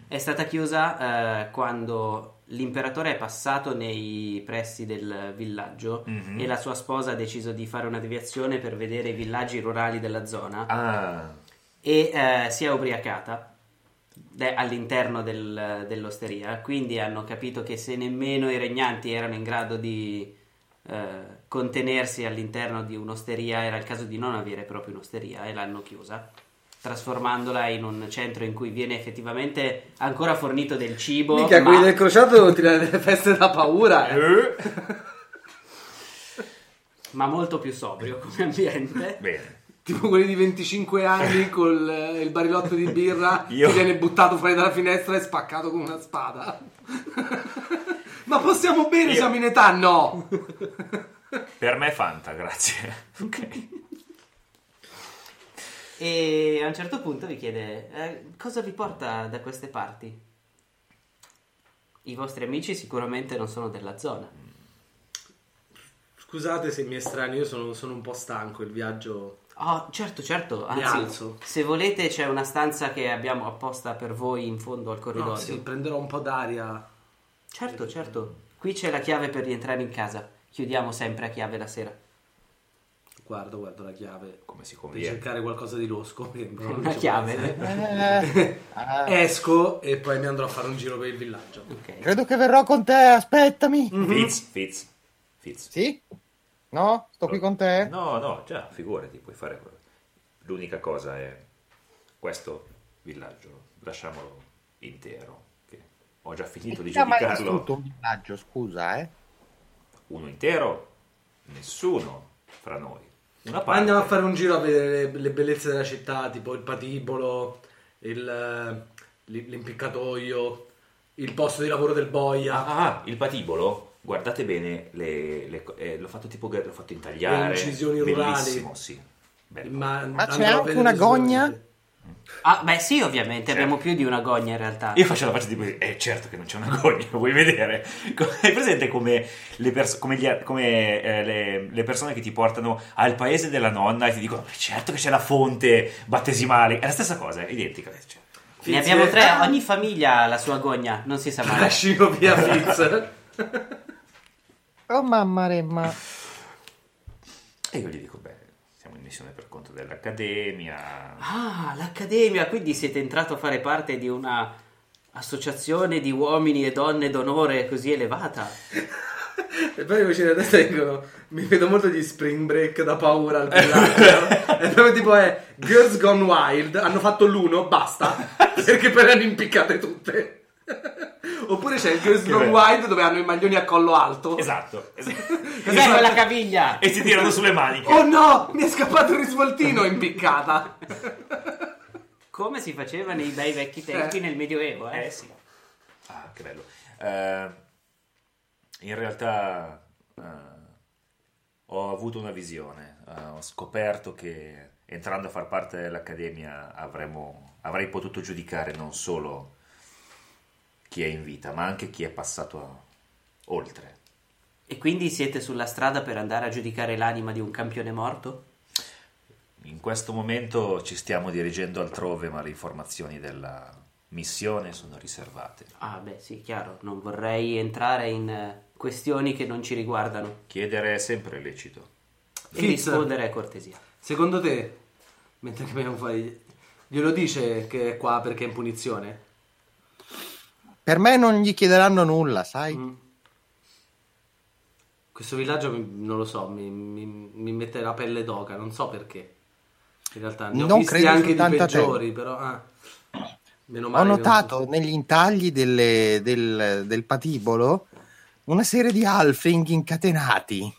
B: È stata chiusa eh, quando l'imperatore è passato nei pressi del villaggio e la sua sposa ha deciso di fare una deviazione per vedere i villaggi rurali della zona
C: Ah,
B: e eh, si è ubriacata de- all'interno del- dell'osteria. Quindi hanno capito che se nemmeno i regnanti erano in grado di eh, contenersi all'interno di un'osteria, era il caso di non avere proprio un'osteria e l'hanno chiusa. Trasformandola in un centro in cui viene effettivamente ancora fornito del cibo.
A: Minchia,
B: ma-
A: quelli del crociato devono tirare delle feste da paura. eh.
B: ma molto più sobrio come ambiente.
C: bene.
A: Tipo quelli di 25 anni con eh, il barilotto di birra
C: Io-
A: che viene buttato fuori dalla finestra e spaccato con una spada. Ma possiamo bere,
C: Io-
A: siamo in età? No!
C: Per me è Fanta, grazie. Ok.
B: E a un certo punto vi chiede: eh, Cosa vi porta da queste parti? I vostri amici sicuramente non sono della zona.
A: Scusate se mi estraneo, io sono, sono un po' stanco, il viaggio...
B: Oh, certo, certo.
A: Mi
B: Anzi,
A: alzo.
B: se volete, c'è una stanza che abbiamo apposta per voi in fondo al corridoio.
A: No, sì, prenderò un po' d'aria.
B: Certo, certo. Qui c'è la chiave per rientrare in casa. Chiudiamo sempre a chiave la sera.
A: Guardo, guardo la chiave.
C: Come si
A: Per
C: conviene.
A: cercare qualcosa di losco. che non
B: Una
A: c'è
B: chiave.
E: Eh, ah.
A: Esco e poi mi andrò a fare un giro per il villaggio.
B: Ok.
E: credo che verrò con te, aspettami.
A: Mhm.
C: Fitz, Fitz, Fitz.
E: Sì? No? Sto qui con
A: Eh?
E: te?
C: No, no, già, figurati, puoi fare quello. L'unica cosa è questo villaggio, lasciamolo intero, che ho già finito di
E: Eh,
J: Chi ha mai
C: giudicarlo.
J: distrutto un villaggio, scusa, eh?
C: Uno intero, nessuno fra noi. Una parte.
A: Andiamo a fare un giro a vedere le, le bellezze della città, tipo il patibolo, il, eh, l'i- l'impiccatoio, il posto di lavoro del boia.
C: Ah, ah, il patibolo, guardate bene, le- le co- eh, l'ho fatto tipo l'ho fatto intagliare.
A: Le incisioni rurali.
C: Bellissimo, sì. Bello.
A: Ma, andrò
E: c'è
A: a
E: anche
A: vedere
E: una
A: le
E: gogna?
A: sue-
B: Ah, beh, sì, ovviamente. Abbiamo
A: Certo.
B: più di una gogna in realtà.
C: Io faccio la faccia tipo, eh certo che non c'è una gogna, vuoi vedere? Co- Hai presente come, le, pers- come gli ar- come, eh, le- le persone che ti portano al paese della nonna e ti dicono, "Ma certo che c'è la fonte battesimale, è la stessa cosa, è identica. Cioè,
B: Ne
A: Fizz-
B: abbiamo tre. Ogni famiglia ha la sua gogna. Non si sa mai.
A: Trascino via Fitz.
E: Oh mamma remma.
C: E io gli dico, beh, siamo in missione per conto dell'accademia.
B: Ah, l'accademia, quindi siete entrato a fare parte di una associazione di uomini e donne d'onore così elevata.
A: e poi i vicini a destra dicono, mi vedo molto di spring break da paura al villaggio. e proprio tipo è, Girls Gone Wild, hanno fatto l'uno, basta, perché poi le hanno impiccate tutte. Oppure c'è il Girls
C: Che
A: Gone
C: bello.
A: Wild dove hanno i maglioni a collo alto.
C: Esatto, esatto.
B: Cos'è quella caviglia?
C: e ti tirano sulle maniche.
A: Oh no, mi è scappato il risvoltino impiccata.
B: Come si faceva nei bei vecchi tempi
A: Eh.
B: nel Medioevo, eh?
C: Eh sì. Ah, che bello. Eh, in realtà eh, ho avuto una visione. Eh, ho scoperto che entrando a far parte dell'Accademia avremmo- avrei potuto giudicare non solo chi è in vita, ma anche chi è passato a- oltre.
B: E quindi siete sulla strada per andare a giudicare l'anima di un campione morto?
C: In questo momento ci stiamo dirigendo altrove, ma le informazioni della missione sono riservate.
B: Ah, beh, sì, chiaro, non vorrei entrare in eh, questioni che non ci riguardano.
C: Chiedere è sempre lecito.
B: E rispondere è cortesia.
A: Secondo te, mentre che abbiamo fuori, glielo dice che è qua perché è in punizione?
E: Per me non gli chiederanno nulla, sai?
A: Mm, Questo villaggio, mi- non lo so, mi, mi- mi mette la pelle d'oca, non so perché. In realtà ne ho
E: Non
A: visti
E: credo
A: anche di
E: soltanto a te.
A: peggiori, però... ah. Meno
E: Ho
A: male che non-
E: notato negli intagli delle- del, del patibolo una serie di alfing incatenati.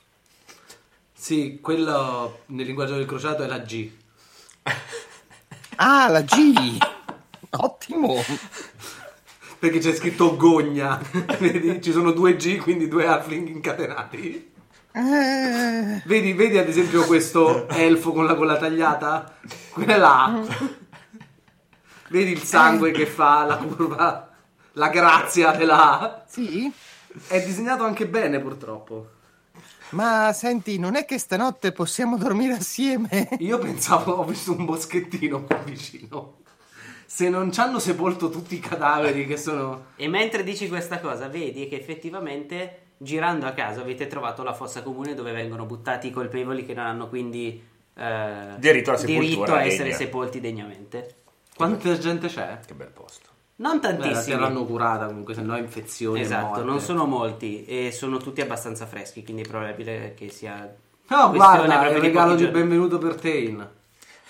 A: Sì, quello nel linguaggio del crociato è la G.
E: Ah, la G! Ottimo!
A: Perché c'è scritto gogna. Vedi? Ci sono due G, quindi due halfling incatenati.
E: Eh,
A: Vedi, vedi ad esempio questo elfo con la gola tagliata? Quella là. Vedi il sangue che fa la curva, la grazia della A.
E: sì?
A: È disegnato anche bene purtroppo.
E: Ma senti, non è che stanotte possiamo dormire assieme?
A: Io pensavo, ho visto un boschettino qua vicino. Se non ci hanno sepolto tutti i cadaveri che sono...
B: E mentre dici questa cosa, vedi che effettivamente girando a caso avete trovato la fossa comune dove vengono buttati i colpevoli che non hanno quindi eh,
K: Diritto alla sepoltura
B: a essere
K: degna.
B: sepolti degnamente.
A: Quanta gente c'è?
C: Che bel posto.
B: Non
A: Beh, la
B: tantissimi.
A: terranno curata comunque, se no infezioni. e
B: Esatto,
A: morte.
B: non sono molti e sono tutti abbastanza freschi, quindi è probabile che sia
A: No,
B: questione
A: guarda, è
B: proprio
A: un
B: di
A: regalo
B: pochi
A: di
B: giorni.
A: benvenuto per Tain.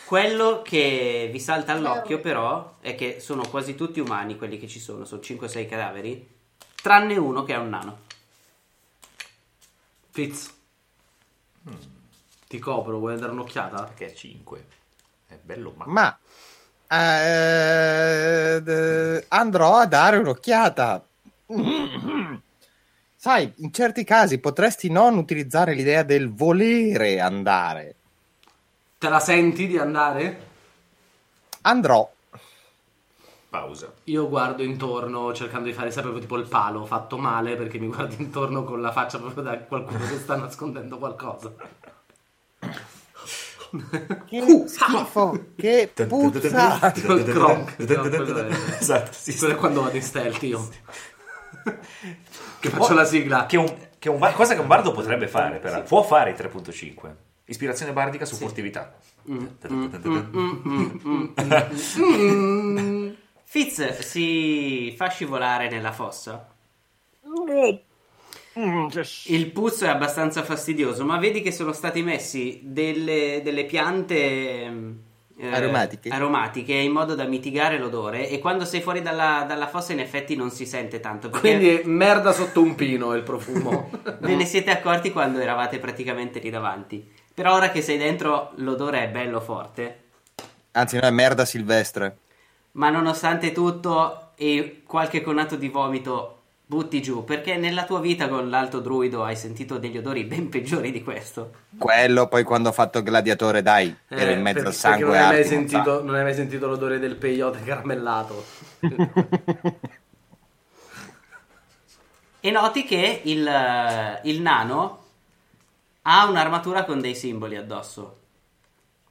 B: Quello che vi salta all'occhio, però, è che sono quasi tutti umani quelli che ci sono, sono 5-6 cadaveri, tranne uno che è un nano.
A: Fitz. Ti copro, vuoi dare un'occhiata?
C: Perché è 5. È bello, ma...
E: Ma eh, d- andrò a dare un'occhiata. Sai, in certi casi potresti non utilizzare l'idea del volere andare.
A: Te la senti di andare?
E: Andrò.
C: Pausa.
A: Io guardo intorno cercando di fare sempre tipo il palo fatto male perché mi guardo intorno con la faccia proprio da qualcuno che sta nascondendo qualcosa. Uh,
E: Che
A: ah.
E: schifo, che puzza.
A: Col cronk. No, quello è-
C: Esatto, sì,
A: Quello è
C: sì.
A: quando vado in stealth io. che faccio la sigla.
C: Che un- che un bar- cosa che un bardo potrebbe fare, però. Può fare i 3.5. Ispirazione bardica su furtività.
B: Fitz Mm. si fa scivolare nella fossa. Il puzzo è abbastanza fastidioso, ma vedi che sono stati messi delle, delle piante mm, eh,
E: Aromatiche.
B: aromatiche in modo da mitigare l'odore e quando sei fuori dalla, dalla fossa in effetti non si sente tanto. perché-
A: Quindi è merda sotto un pino il profumo.
B: Ve ne siete accorti quando eravate praticamente lì davanti. Però ora che sei dentro l'odore è bello forte.
E: Anzi, no, è merda silvestre.
B: Ma nonostante tutto e qualche conato di vomito butti giù. Perché nella tua vita con l'alto druido hai sentito degli odori ben peggiori di questo.
E: Quello poi quando ho fatto gladiatore, dai,
A: Eh,
E: era in mezzo
A: per-
E: al
A: perché
E: sangue.
A: Non hai, mai
E: arti, non sa.
A: sentito, non hai mai sentito l'odore del peyote caramellato.
B: E noti che il, eh, il nano ha un'armatura con dei simboli addosso.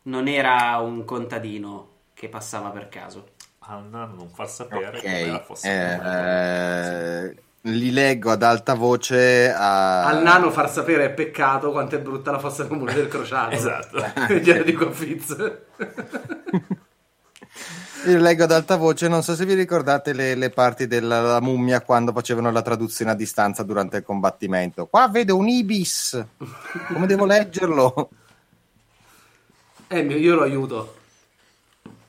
B: Non era un contadino che passava per caso.
C: Al nano non far sapere
E: Ok,
C: come la fosse.
E: eh, li leggo ad alta voce eh, a...
A: Al nano far sapere è peccato quanto è brutta la fossa comune del crociato.
C: Esatto.
A: Glielo dico a Fitz.
E: Io leggo ad alta voce, non so se vi ricordate le, le parti della la mummia quando facevano la traduzione a distanza durante il combattimento. Qua vedo un ibis, come devo leggerlo?
A: Eh, io lo aiuto.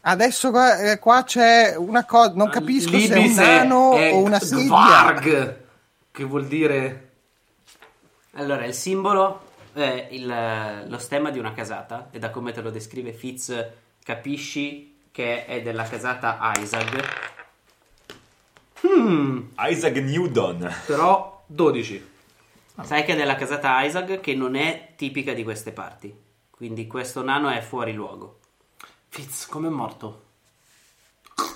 E: Adesso qua, eh, qua c'è una cosa, non capisco se è un
A: L'ibis
E: nano
A: è
E: o una sedia.
A: Gvarg, che vuol dire...
B: Allora, il simbolo è il- eh, lo stemma di una casata e da come te lo descrive Fitz capisci che è della casata Isaac.
C: Isaac Newton.
A: Però 12.
B: Sai che è della casata Isaac che non è tipica di queste parti. Quindi questo nano è fuori luogo.
A: Fitz, com'è morto?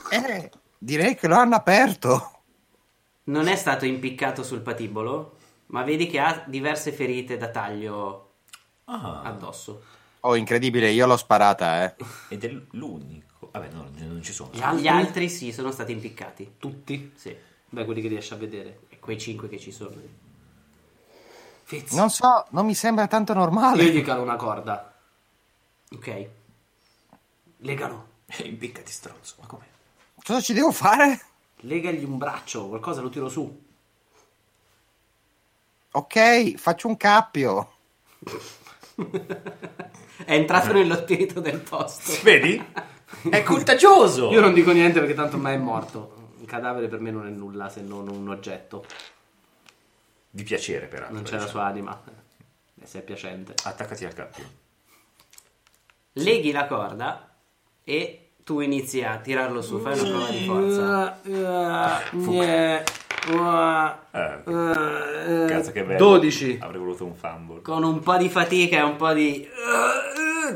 E: Eh, direi che lo hanno aperto.
B: Non è stato impiccato sul patibolo, ma vedi che ha diverse ferite da taglio Ah. addosso.
E: Oh, incredibile, io l'ho sparata, eh.
C: Ed è l'unico. Vabbè, no, non ci sono.
B: Gli altri? sì, sono stati impiccati.
A: Tutti?
B: Sì. Beh, quelli che riesci a vedere. E quei cinque che ci sono.
E: Non so, non mi sembra tanto normale.
A: Io gli calo una corda.
B: Ok.
A: Legalo.
C: Impiccati, stronzo. Ma come?
E: Cosa ci devo fare?
A: Legagli un braccio, qualcosa lo tiro su.
E: Ok, faccio un cappio.
B: È entrato nello spirito del posto.
C: Vedi? È contagioso.
A: Io non dico niente perché tanto ormai è morto. Un cadavere per me non è nulla se non un oggetto.
C: Di piacere, peraltro.
A: Non c'è la
C: diciamo.
A: sua anima. E se è piacente.
C: Attaccati al cappio.
B: Leghi la corda e tu inizi a tirarlo su. Fai una prova di forza.
A: eh,
C: Eh,
A: Cazzo
C: Cazzo che bello.
A: 12.
C: Avrei voluto un fumble.
B: Con un po' di fatica e un po' di...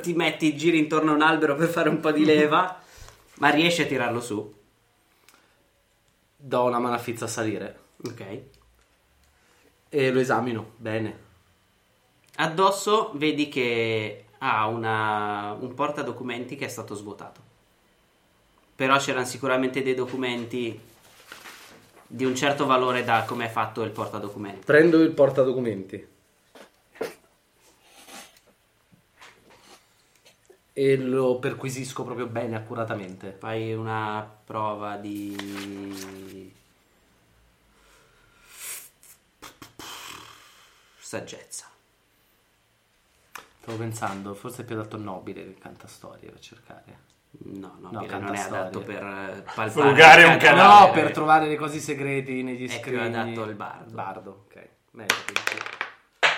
B: Ti metti, giri intorno a un albero per fare un po' di leva, ma riesci a tirarlo su.
A: Do una manafizza a salire.
B: Ok.
A: E lo esamino. Bene.
B: Addosso vedi che ha una, un portadocumenti che è stato svuotato. Però c'erano sicuramente dei documenti di un certo valore da come è fatto il portadocumenti.
A: Prendo il portadocumenti. E lo perquisisco proprio bene, accuratamente.
B: Fai una prova di saggezza.
A: Stavo pensando, forse è più adatto nobile che canta storie per cercare.
B: No, no,
A: No,
B: Piero,
A: canta
B: non è
A: storie.
B: adatto per eh, palpare
C: Frugare un
B: il
C: cadavere.
A: No, per trovare le cose segreti negli
B: È più
A: scrigni.
B: adatto al bardo.
A: Bardo, ok. Meglio, quindi.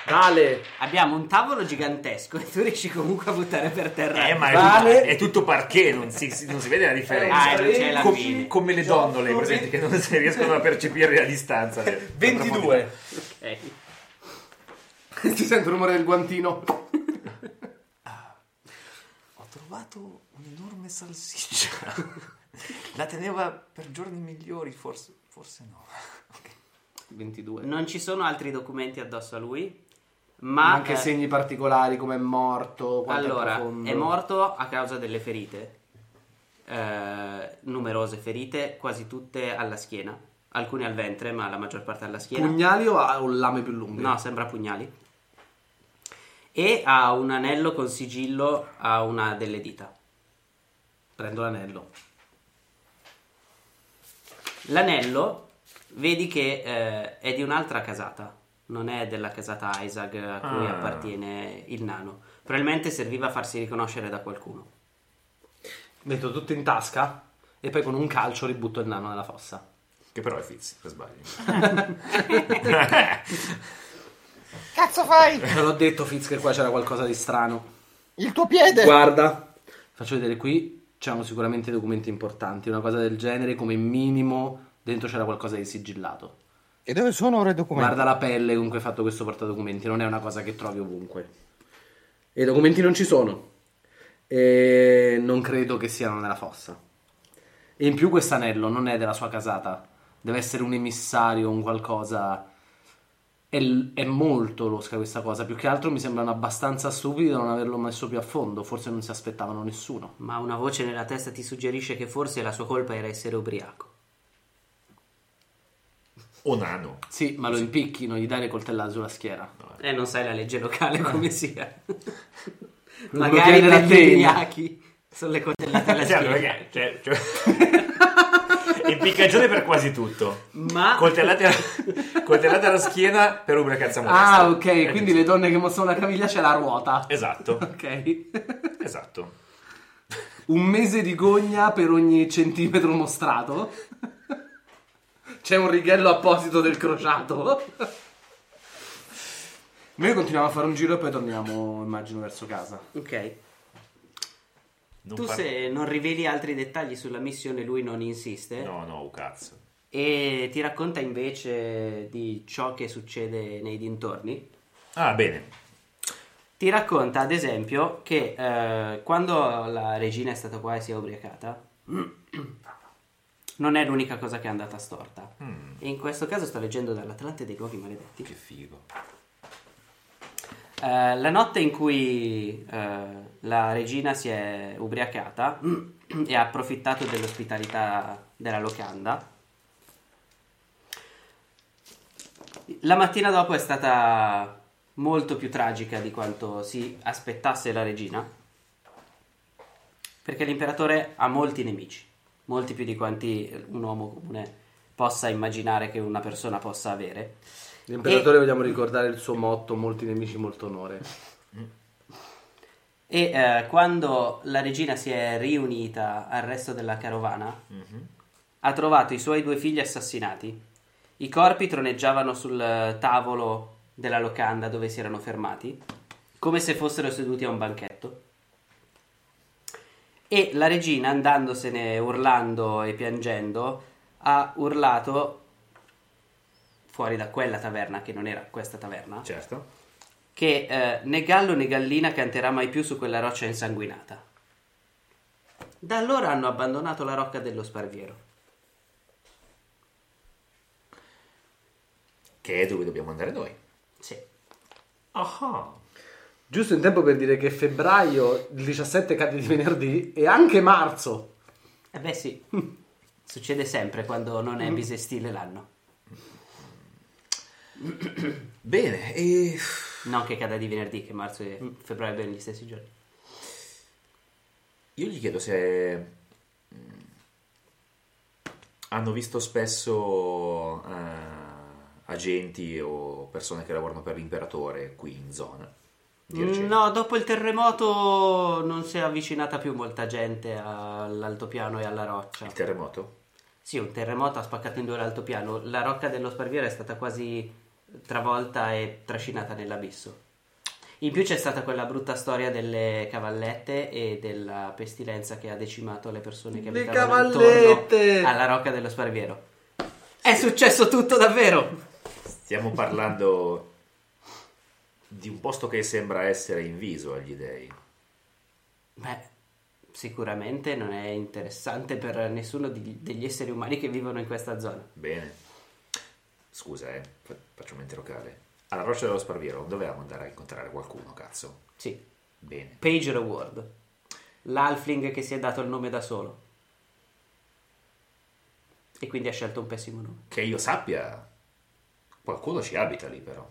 A: Dale!
B: Abbiamo un tavolo gigantesco e tu riesci comunque a buttare per terra.
C: Eh, ma è,
A: Vale.
C: tutto, è tutto parquet, non si, si- non si vede la differenza.
B: Ah, non c'è la
C: Com-
B: fine.
C: come le donnole, presenti, che non si riescono a percepire la distanza. le- la profondità.
B: Ok.
A: Ti sento il rumore del guantino.
C: Ho trovato un'enorme salsiccia. La teneva per giorni migliori, forse, forse no.
A: 22.
B: Non ci sono altri documenti addosso a lui, ma
A: Anche
B: eh,
A: segni particolari come è morto, quanto è
B: allora
A: profondo.
B: è morto a causa delle ferite. Eh, numerose ferite, quasi tutte alla schiena, alcune al ventre, ma la maggior parte alla schiena.
A: Pugnali o ha un lame più lungo?
B: No, sembra pugnali. E ha un anello con sigillo a una delle dita.
A: Prendo l'anello.
B: L'anello, vedi che eh, è di un'altra casata, non è della casata Isaac a cui
C: Ah.
B: appartiene il nano. Probabilmente serviva a farsi riconoscere da qualcuno.
A: Metto tutto in tasca e poi con un calcio ributto il nano nella fossa.
C: Che però è Fizzi, se sbagli.
E: Cazzo fai?
A: Te l'ho detto, Fitz, che qua c'era qualcosa di strano.
E: Il tuo piede?
A: Guarda, faccio vedere qui, c'erano sicuramente documenti importanti, una cosa del genere, come minimo dentro c'era qualcosa di sigillato.
E: E dove sono ora i documenti?
A: Guarda la pelle con cui è fatto questo portadocumenti, non è una cosa che trovi ovunque. E i documenti non ci sono. E non credo che siano nella fossa. E in più questo anello non è della sua casata, deve essere un emissario, un qualcosa... È, l- è molto losca questa cosa, più che altro mi sembrano abbastanza stupidi da non averlo messo più a fondo, forse non si aspettavano nessuno.
B: Ma una voce nella testa ti suggerisce che forse la sua colpa era essere ubriaco.
C: O nano.
A: Sì, ma lo impicchi, non gli dai le coltellate sulla schiena.
B: Eh, non sai la legge
C: Eh.
B: locale come sia.
A: Non lo
B: Magari
A: chiedere a
B: per
A: te.
B: gli ubriachi sono le coltellate alla
C: Certo,
B: schiena.
C: perché, cioè, cioè- impiccagione per quasi tutto.
B: Ma
C: Coltellate, alla- coltellate alla schiena per ubriacanza molesta.
A: Ah, ok,
C: È
A: quindi le donne che mostrano la caviglia c'è la ruota.
C: Esatto,
A: Ok.
C: esatto.
A: un mese di gogna per ogni centimetro mostrato. C'è un righello apposito del crociato. Noi continuiamo a fare un giro e poi torniamo, immagino, verso casa.
B: Ok.
C: Non
B: tu
C: par-
B: se non riveli altri dettagli sulla missione, lui non insiste.
C: No, no, oh, cazzo.
B: E ti racconta invece di ciò che succede nei dintorni.
C: Ah, bene.
B: Ti racconta, ad esempio, che eh, quando la regina è stata qua e si è ubriacata, non è l'unica cosa che è andata storta. E in questo caso sta leggendo dall'Atlante dei luoghi maledetti. Mm. Che figo. la notte in cui eh, la regina si è ubriacata e ha approfittato dell'ospitalità della locanda, la mattina dopo è stata molto più tragica di quanto si aspettasse la regina, perché l'imperatore ha molti nemici, molti più di quanti un uomo comune possa immaginare che una persona possa avere.
A: L'imperatore vogliamo ricordare il suo motto, molti nemici, molto onore.
B: E eh, quando la regina si è riunita al resto della carovana, ha trovato i suoi due figli assassinati. I corpi troneggiavano sul eh, tavolo della locanda dove si erano fermati, come se fossero seduti a un banchetto. E la regina, andandosene urlando e piangendo, ha urlato fuori da quella taverna, che non era questa taverna,
C: Certo.
B: che eh, né gallo né gallina canterà mai più su quella roccia insanguinata. Da allora hanno abbandonato la rocca dello Sparviero.
C: Che è dove dobbiamo andare noi.
B: Sì.
A: Giusto in tempo per dire che febbraio, il 17 cade di venerdì, e anche marzo.
B: Eh beh sì, succede sempre quando non è bisestile l'anno.
C: Bene, e...
B: Non che cada di venerdì, che marzo e febbraio bene gli stessi giorni.
C: Io gli chiedo se mm, hanno visto spesso eh, agenti o persone che lavorano per l'imperatore qui in zona. Di recente.
B: Mm, No, dopo il terremoto non si è avvicinata più molta gente all'altopiano e alla roccia. Il
C: terremoto?
B: Sì, un terremoto ha spaccato in due l'altopiano. La rocca dello Sparviero è stata quasi travolta e trascinata nell'abisso. In più c'è stata quella brutta storia delle cavallette e della pestilenza che ha decimato le persone che
A: Le
B: abitavano
A: cavallette!
B: intorno alla rocca dello Sparviero. È successo tutto davvero!
C: Stiamo parlando di un posto che sembra essere inviso agli dei.
B: Beh, sicuramente non è interessante per nessuno di- degli esseri umani che vivono in questa zona.
C: Bene. Scusa, eh, fa- faccio mente locale. Alla roccia dello Sparviero dovevamo andare a incontrare qualcuno, cazzo.
B: Sì.
C: Bene.
B: Page Reward. L'Alfling che si è dato il nome da solo. E quindi ha scelto un pessimo nome.
C: Che io sappia, qualcuno ci abita lì però.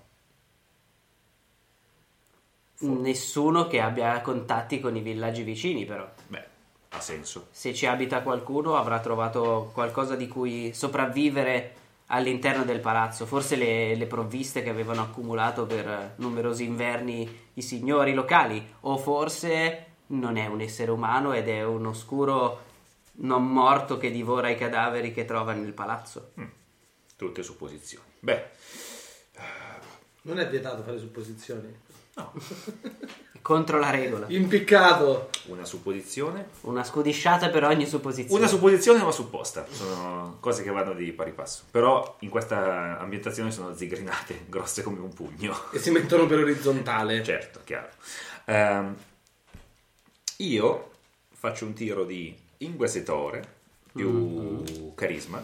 B: Nessuno che abbia contatti con i villaggi vicini, però.
C: Beh, ha senso.
B: Se ci abita qualcuno avrà trovato qualcosa di cui sopravvivere all'interno del palazzo. Forse le, le provviste che avevano accumulato per numerosi inverni i signori locali. O forse non è un essere umano ed è un oscuro non morto che divora i cadaveri che trova nel palazzo.
C: Tutte supposizioni. Beh,
L: Non è vietato fare supposizioni.
B: Contro la regola.
L: Impiccato.
C: una supposizione.
B: Una scudisciata per ogni supposizione.
C: Una supposizione e una supposta. Sono cose che vanno di pari passo. Però in questa ambientazione sono zigrinate, grosse come un pugno.
A: E si mettono per orizzontale.
C: Certo, chiaro. Ehm, io faccio un tiro di inguasetore più carisma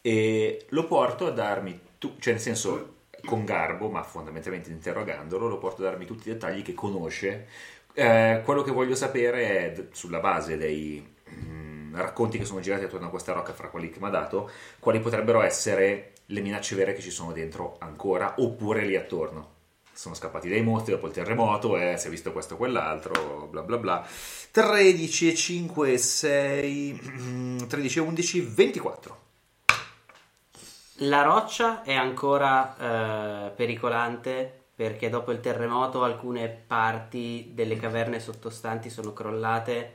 C: e lo porto a darmi, tu- cioè nel senso con garbo, ma fondamentalmente interrogandolo, lo porto a darmi tutti i dettagli che conosce. Eh, quello che voglio sapere è, d- sulla base dei mm, racconti che sono girati attorno a questa rocca, fra quelli che mi ha dato, quali potrebbero essere le minacce vere che ci sono dentro ancora, oppure lì attorno. Sono scappati dai mostri dopo il terremoto, eh, si è visto questo o quell'altro, bla bla bla. 13, 5, 6, 13, 11, 24.
B: La roccia è ancora eh, pericolante perché dopo il terremoto alcune parti delle caverne sottostanti sono crollate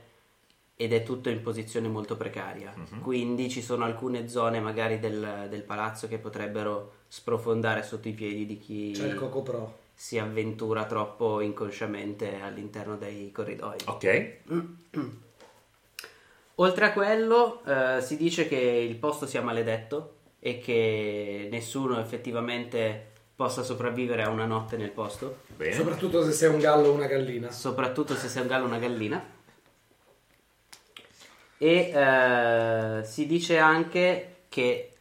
B: ed è tutto in posizione molto precaria.
C: Mhm.
B: Quindi ci sono alcune zone magari del, del palazzo che potrebbero sprofondare sotto i piedi di chi
L: C'è il Coco Pro.
B: si avventura troppo inconsciamente all'interno dei corridoi.
C: Ok.
B: Oltre a quello, eh, si dice che il posto sia maledetto e che nessuno effettivamente possa sopravvivere a una notte nel posto.
A: eh?
L: Soprattutto se sei un gallo o una gallina.
B: Soprattutto se sei un gallo o una gallina. E eh, si dice anche che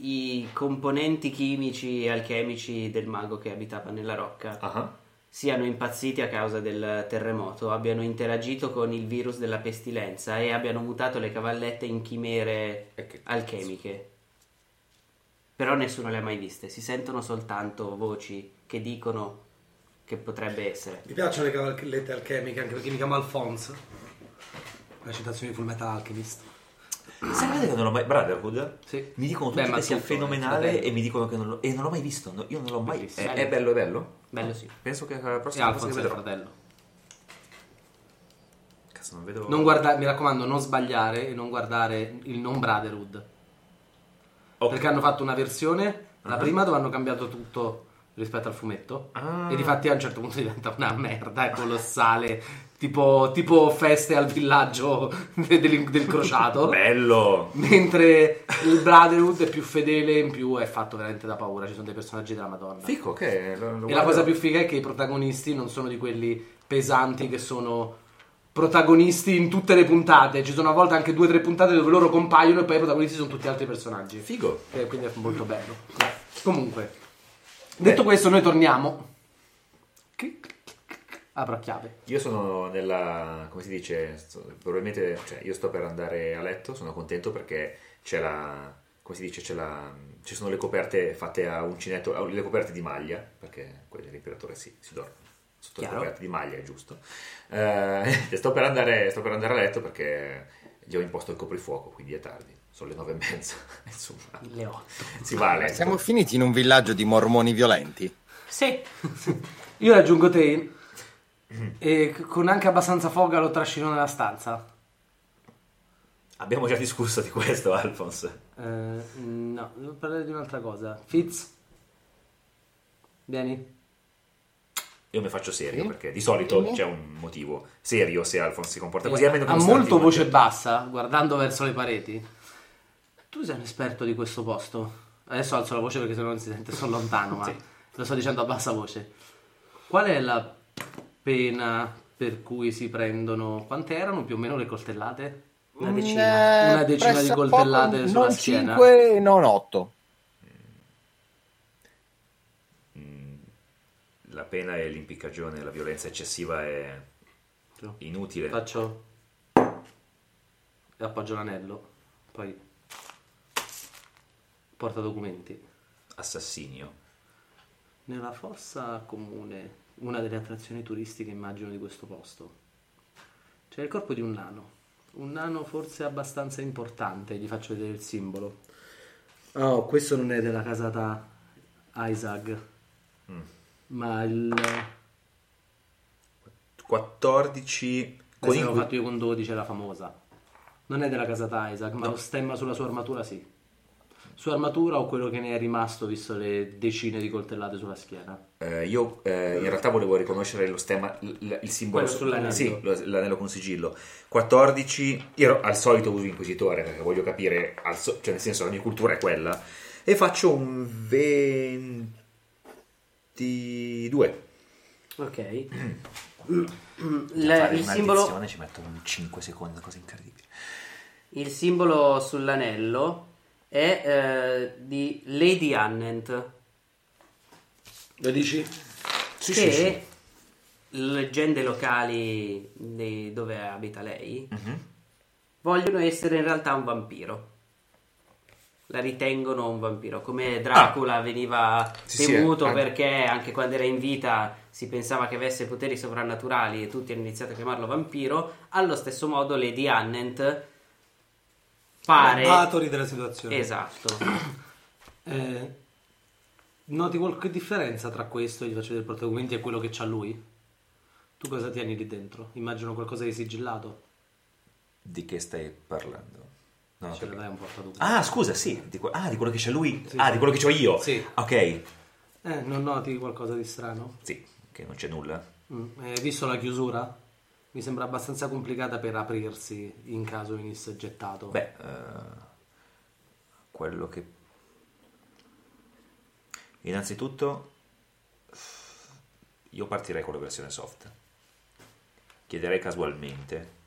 B: i componenti chimici e alchemici del mago che abitava nella rocca siano impazziti a causa del terremoto, abbiano interagito con il virus della pestilenza e abbiano mutato le cavallette in chimere alchemiche. Però nessuno le ha mai viste, si sentono soltanto voci che dicono che potrebbe essere.
A: Mi piacciono le cavallette alchemiche, anche perché mi chiamo Alphonse. La citazione di Full Metal Alchemist.
C: Sapete che non l'ho mai. Brotherhood?
A: Sì.
C: Mi dicono
A: Beh,
C: tutti
A: ma
C: che sia
A: tutto,
C: fenomenale
A: fratello.
C: e mi dicono che non l'ho. E non l'ho mai visto. no, Io non l'ho mai. È,
A: Bellissimo.
C: è bello, è bello?
B: Bello, sì.
C: Penso che la
A: E
C: prossima
A: Alfonso
C: volta che
A: è il
C: vedrò.
A: fratello.
C: Cazzo, non vedo.
A: Non guarda- mi raccomando, non sbagliare e non guardare il non Brotherhood. Perché hanno fatto una versione, la
C: Ah.
A: prima dove hanno cambiato tutto rispetto al fumetto.
C: Ah.
A: E difatti a un certo punto diventa una merda, è colossale. Tipo, tipo feste al villaggio de- del, del crociato.
C: Bello!
A: Mentre il Brotherhood è più fedele, in più è fatto veramente da paura. Ci sono dei personaggi della Madonna.
C: Fico, ok.
A: E la cosa più figa è che i protagonisti non sono di quelli pesanti che sono protagonisti in tutte le puntate. Ci sono a volte anche due o tre puntate dove loro compaiono e poi i protagonisti sono tutti altri personaggi.
C: Figo.
A: E quindi è molto bello. Comunque, detto questo, noi torniamo. Apro a chiave.
C: Io sono nella. come si dice? sto- Probabilmente. cioè, io sto per andare a letto, sono contento perché c'è la. come si dice? C'è la. ci sono le coperte fatte a uncinetto, a- le coperte di maglia, perché quelle dell'imperatore si, si dorme sotto le
B: Chiaro.
C: coperte di maglia, è giusto. Eh, sto, per andare, sto per andare a letto perché gli ho imposto il coprifuoco, quindi è tardi, sono le nove e mezza, insomma.
B: Le otto.
C: Si va a letto.
E: Siamo finiti in un villaggio di mormoni violenti.
B: Sì.
A: Io raggiungo te e c- con anche abbastanza foga lo trascino nella stanza.
C: Abbiamo già discusso di questo, Alphonse.
A: Eh, no, devo parlare di un'altra cosa. Fitz, vieni.
C: Io mi faccio serio perché di solito c'è un motivo serio se Alphonse si comporta così.
A: Eh,
C: almeno
A: ha
C: con
A: molto
C: Stantino.
A: voce bassa, guardando verso le pareti. Tu sei un esperto di questo posto. Adesso alzo la voce perché sennò non si sente, sono lontano, ma lo sto dicendo a bassa voce. Qual è la pena per cui si prendono... Quante erano più o meno le coltellate?
C: Mm,
A: Una decina.
E: Eh,
A: Una decina di
E: presso
A: coltellate
E: poco,
A: sulla
E: non
A: schiena.
E: 5 non 8.
C: La pena è l'impiccagione, la violenza eccessiva è inutile.
A: Faccio... E appoggio l'anello. Poi... Porta documenti.
C: Assassinio.
A: Nella fossa comune, una delle attrazioni turistiche immagino di questo posto, c'è il corpo di un nano. Un nano forse abbastanza importante, gli faccio vedere il simbolo. Oh, questo non è della casata Isaac, Mm. ma il...
C: 14
A: Questo l'avevo
C: inqui-
A: fatto io con 12, era famosa. Non è della casata Isaac, ma lo stemma sulla sua armatura sì. Sua armatura o quello che ne è rimasto visto le decine di coltellate sulla schiena.
C: Eh, io eh, in realtà volevo riconoscere lo stemma, l- l- il simbolo
A: Quello sull'anello.
C: Sì, lo- l'anello con sigillo. 14, io ero al solito uso inquisitore perché voglio capire, al so- cioè nel senso la mia cultura è quella. E faccio un 22.
B: Ok.
C: Per fare
B: Eh, il
C: una
B: simbolo
C: addizione ci metto un 5 secondi, una cosa incredibile.
B: Il simbolo sull'anello è eh, di Lady Annent.
A: Lo dici?
B: Sì,
A: sì,
B: che
A: sì.
B: leggende locali di dove abita lei vogliono essere in realtà un vampiro. La ritengono un vampiro, come Dracula veniva
C: Sì, sì,
B: temuto
C: anche-
B: perché anche quando era in vita si pensava che avesse poteri sovrannaturali e tutti hanno iniziato a chiamarlo vampiro. Allo stesso modo Lady Annent pare...
A: Datori della situazione.
B: Esatto.
A: Eh, noti qualche differenza tra questo, gli faccio vedere i portadocumenti, e quello che c'ha lui? Tu cosa tieni lì dentro? Immagino qualcosa di sigillato.
C: Di che stai parlando? No, ho
A: Ce
C: capito.
A: l'hai un portadocumenti.
C: Ah, scusa, sì, di, que- ah, di quello che c'è lui.
A: Sì,
C: ah,
A: sì.
C: di quello che c'ho io.
A: Sì.
C: Ok,
A: Eh, non noti qualcosa di strano?
C: sì, che non c'è nulla.
A: Mm, Hai visto la chiusura? Mi sembra abbastanza complicata per aprirsi in caso venisse gettato.
C: Beh, eh, quello che... Innanzitutto, io partirei con la versione soft. Chiederei casualmente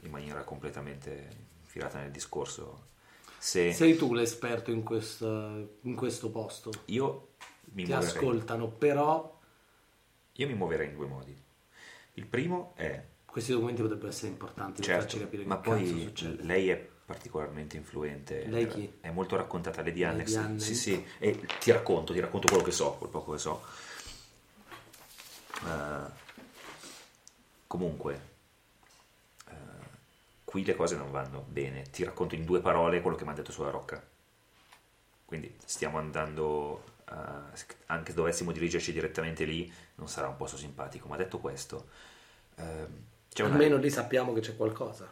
C: in maniera completamente infilata nel discorso. Se
A: Sei tu l'esperto in, questo- in questo posto.
C: Io mi
A: Ti
C: muoverei.
A: ascoltano, però
C: Io mi muoverei in due modi. Il primo è
A: questi documenti potrebbero essere importanti per
C: certo,
A: farci capire
C: ma
A: che cazzo
C: poi
A: succede.
C: lei è particolarmente influente.
A: Lei chi?
C: È molto raccontata, Lady
A: Lady
C: Annex.
A: Annex.
C: Sì, sì, e ti racconto, ti racconto quello che so, quel poco che so. Eh, comunque, eh, qui le cose non vanno bene. Ti racconto in due parole quello che mi ha detto sulla rocca. Quindi stiamo andando, eh, anche se dovessimo dirigerci direttamente lì, non sarà un posto simpatico. Ma detto questo, ehm, c'è una...
A: Almeno lì sappiamo che c'è qualcosa.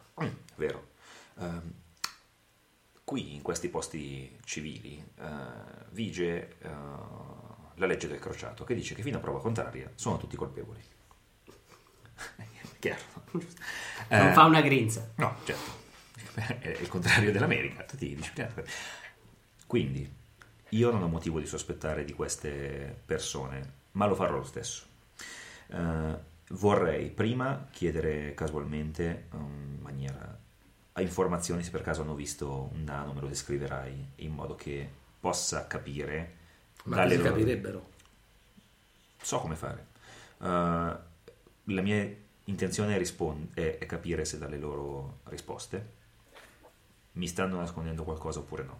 C: Vero. Ehm, qui, in questi posti civili, eh, vige eh, la legge del crociato che dice che fino a prova contraria sono tutti colpevoli. Chiaro. giusto.
B: Non
C: Eh,
B: fa una grinza.
C: No, certo. È il contrario dell'America, tutti disciplinati. Quindi, io non ho motivo di sospettare di queste persone, ma lo farò lo stesso. Eh, vorrei prima chiedere casualmente, um, in maniera a informazioni, se per caso hanno visto un nano, me lo descriverai, in modo che possa capire
A: Ma
C: dalle
A: così
C: loro-
A: capirebbero.
C: so come fare. Eh, la mia intenzione è, rispon- è- è capire se dalle loro risposte mi stanno nascondendo qualcosa oppure no.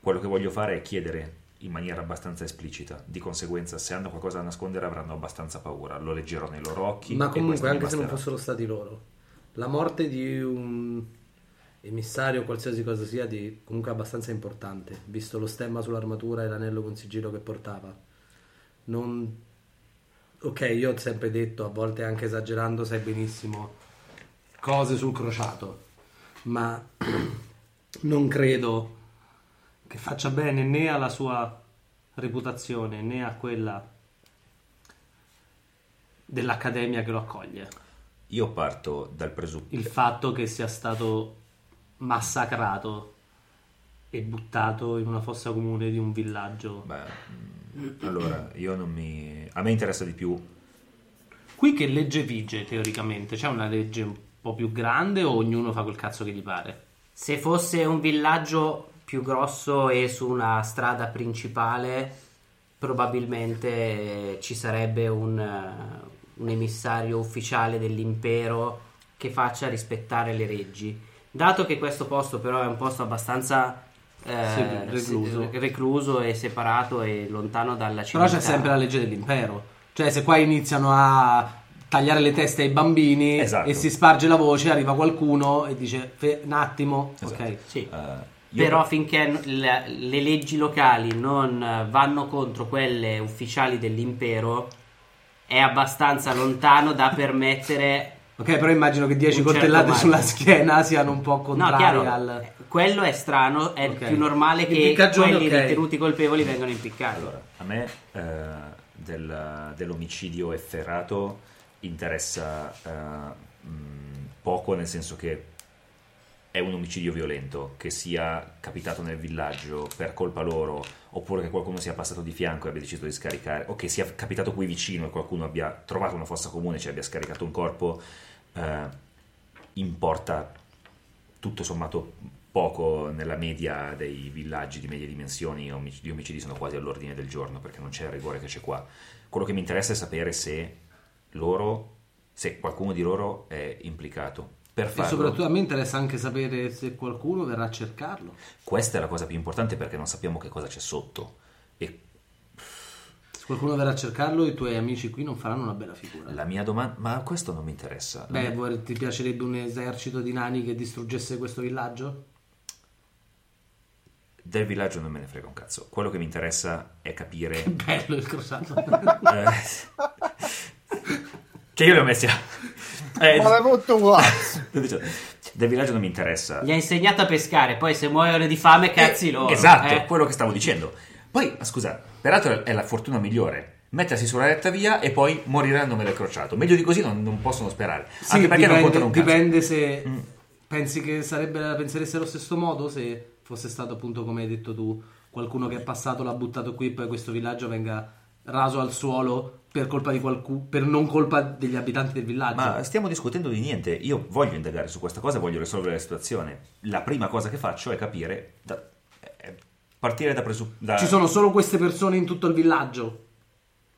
C: Quello che voglio fare è chiedere in maniera abbastanza esplicita, di conseguenza se hanno qualcosa da nascondere avranno abbastanza paura, lo leggerò nei loro occhi.
A: Ma
C: e
A: comunque,
C: questo mi
A: anche se non
C: basterà.
A: fossero stati loro, la morte di un emissario, qualsiasi cosa sia, di comunque abbastanza importante, visto lo stemma sull'armatura e l'anello con sigillo che portava. Non... Ok, io ho sempre detto, a volte anche esagerando, sai benissimo cose sul crociato, ma non credo che faccia bene né alla sua reputazione né a quella dell'accademia che lo accoglie.
C: Io parto dal presupposto...
A: Il fatto che sia stato massacrato e buttato in una fossa comune di un villaggio.
C: Allora, io non mi... A me interessa di più
A: Qui che legge vige teoricamente? C'è una legge un po' più grande o ognuno fa quel cazzo che gli pare?
B: Se fosse un villaggio più grosso e su una strada principale, probabilmente eh, ci sarebbe un, eh, un emissario ufficiale dell'impero che faccia rispettare le leggi. Dato che questo posto però è un posto abbastanza eh,
A: Sì, recluso.
B: se- recluso e separato e lontano dalla città.
A: Però c'è sempre la legge dell'impero. Cioè, se qua iniziano a tagliare le teste ai bambini
C: Esatto.
A: e si sparge la voce, arriva qualcuno e dice "Fe- un attimo, ok.
C: eh,
B: Sì.
A: io-
B: Però finché n- la- le leggi locali non eh, vanno contro quelle ufficiali dell'impero, è abbastanza lontano da permettere.
A: Ok, però immagino che 10
B: Un certo
A: coltellate
B: margine.
A: sulla schiena siano un po'
B: No,
A: contrarie
B: chiaro,
A: al...
B: eh, quello è strano, è
A: Ok.
B: più normale che
A: Impiccagione,
B: quelli
A: ok.
B: ritenuti colpevoli vengano impiccati.
C: A me eh, del- dell'omicidio efferato interessa eh, mh, poco, nel senso che è un omicidio violento, che sia capitato nel villaggio per colpa loro, oppure che qualcuno sia passato di fianco e abbia deciso di scaricare, o che sia capitato qui vicino e qualcuno abbia trovato una fossa comune e ci abbia scaricato un corpo, eh, importa tutto sommato poco nella media dei villaggi di medie dimensioni omic- gli omicidi sono quasi all'ordine del giorno perché non c'è il rigore che c'è qua quello che mi interessa è sapere se loro se qualcuno di loro è implicato per
A: E
C: farlo
A: soprattutto a me interessa anche sapere se qualcuno verrà a cercarlo.
C: questa è la cosa più importante perché non sappiamo che cosa c'è sotto e
A: Se qualcuno verrà a cercarlo, i tuoi amici qui non faranno una bella figura.
C: la mia domanda ma questo non mi interessa
A: Beh,
C: La mia-
A: vuoi- ti piacerebbe un esercito di nani che distruggesse questo villaggio?
C: del villaggio non me ne frega un cazzo quello che mi interessa è capire eh,
A: Bello il crociato.
C: che io li ho messi a eh,
B: Ma l'avevo
C: del villaggio non mi interessa
B: Gli ha insegnato a pescare, poi se muoiono di fame, cazzi loro.
C: Esatto,
B: eh.
C: quello che stavo dicendo. Poi, ah, scusa, peraltro è la fortuna migliore. Mettersi sulla retta via e poi morire al nome del crociato. Meglio di così non, non possono sperare.
A: Sì,
C: Anche perché non
A: dipende-
C: contano un cazzo.
A: Dipende se pensi che sarebbe, la penseresti allo stesso modo se fosse stato appunto come hai detto tu, qualcuno che è passato, l'ha buttato qui e poi questo villaggio venga eh, raso al suolo per colpa di qualcuno, per non colpa degli abitanti del villaggio.
C: Ma stiamo discutendo di niente. Io voglio indagare su questa cosa, voglio risolvere la situazione. La prima cosa che faccio è capire. da- eh, partire da presupposto.
A: Ci sono solo queste persone in tutto il villaggio.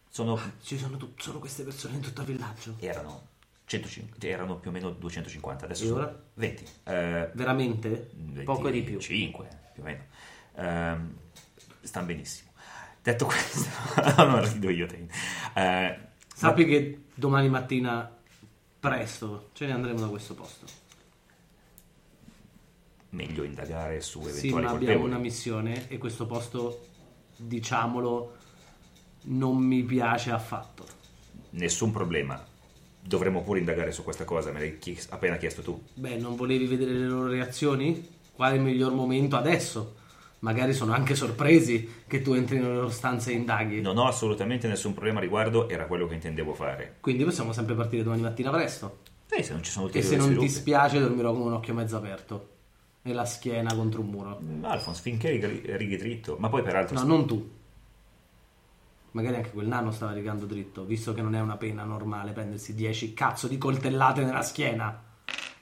C: sono
A: Ci sono tu- solo queste persone in tutto il villaggio.
C: Erano 150, erano più o meno 250, adesso
A: E
C: sono
A: ora?
C: 20.
A: Veramente?
C: Poco di più. 5, più o meno. Ehm, stanno benissimo. Detto questo, non rido io te. Eh,
A: Sappi che domani mattina presto ce ne andremo da questo posto.
C: meglio indagare su eventuali
A: Sì, ma abbiamo
C: colpevoli.
A: una missione e questo posto, diciamolo, non mi piace affatto.
C: Nessun problema. Dovremmo pure indagare su questa cosa, me l'hai chies- appena chiesto tu.
A: Beh, non volevi vedere le loro reazioni? Qual è il miglior momento adesso? Magari sono anche sorpresi che tu entri nelle loro stanze e indaghi.
C: Non ho assolutamente nessun problema a riguardo, era quello che intendevo fare.
A: Quindi possiamo sempre partire domani mattina presto.
C: Sì, se non ci sono
A: E
C: ulteriori
A: se non ti
C: sviluppi.
A: spiace dormirò con un occhio mezzo aperto e la schiena contro un muro.
C: Alphonse, finché righi, righi dritto, ma poi peraltro...
A: No, non tu. Magari anche quel nano stava rigando dritto, visto che non è una pena normale prendersi 10 cazzo di coltellate nella schiena.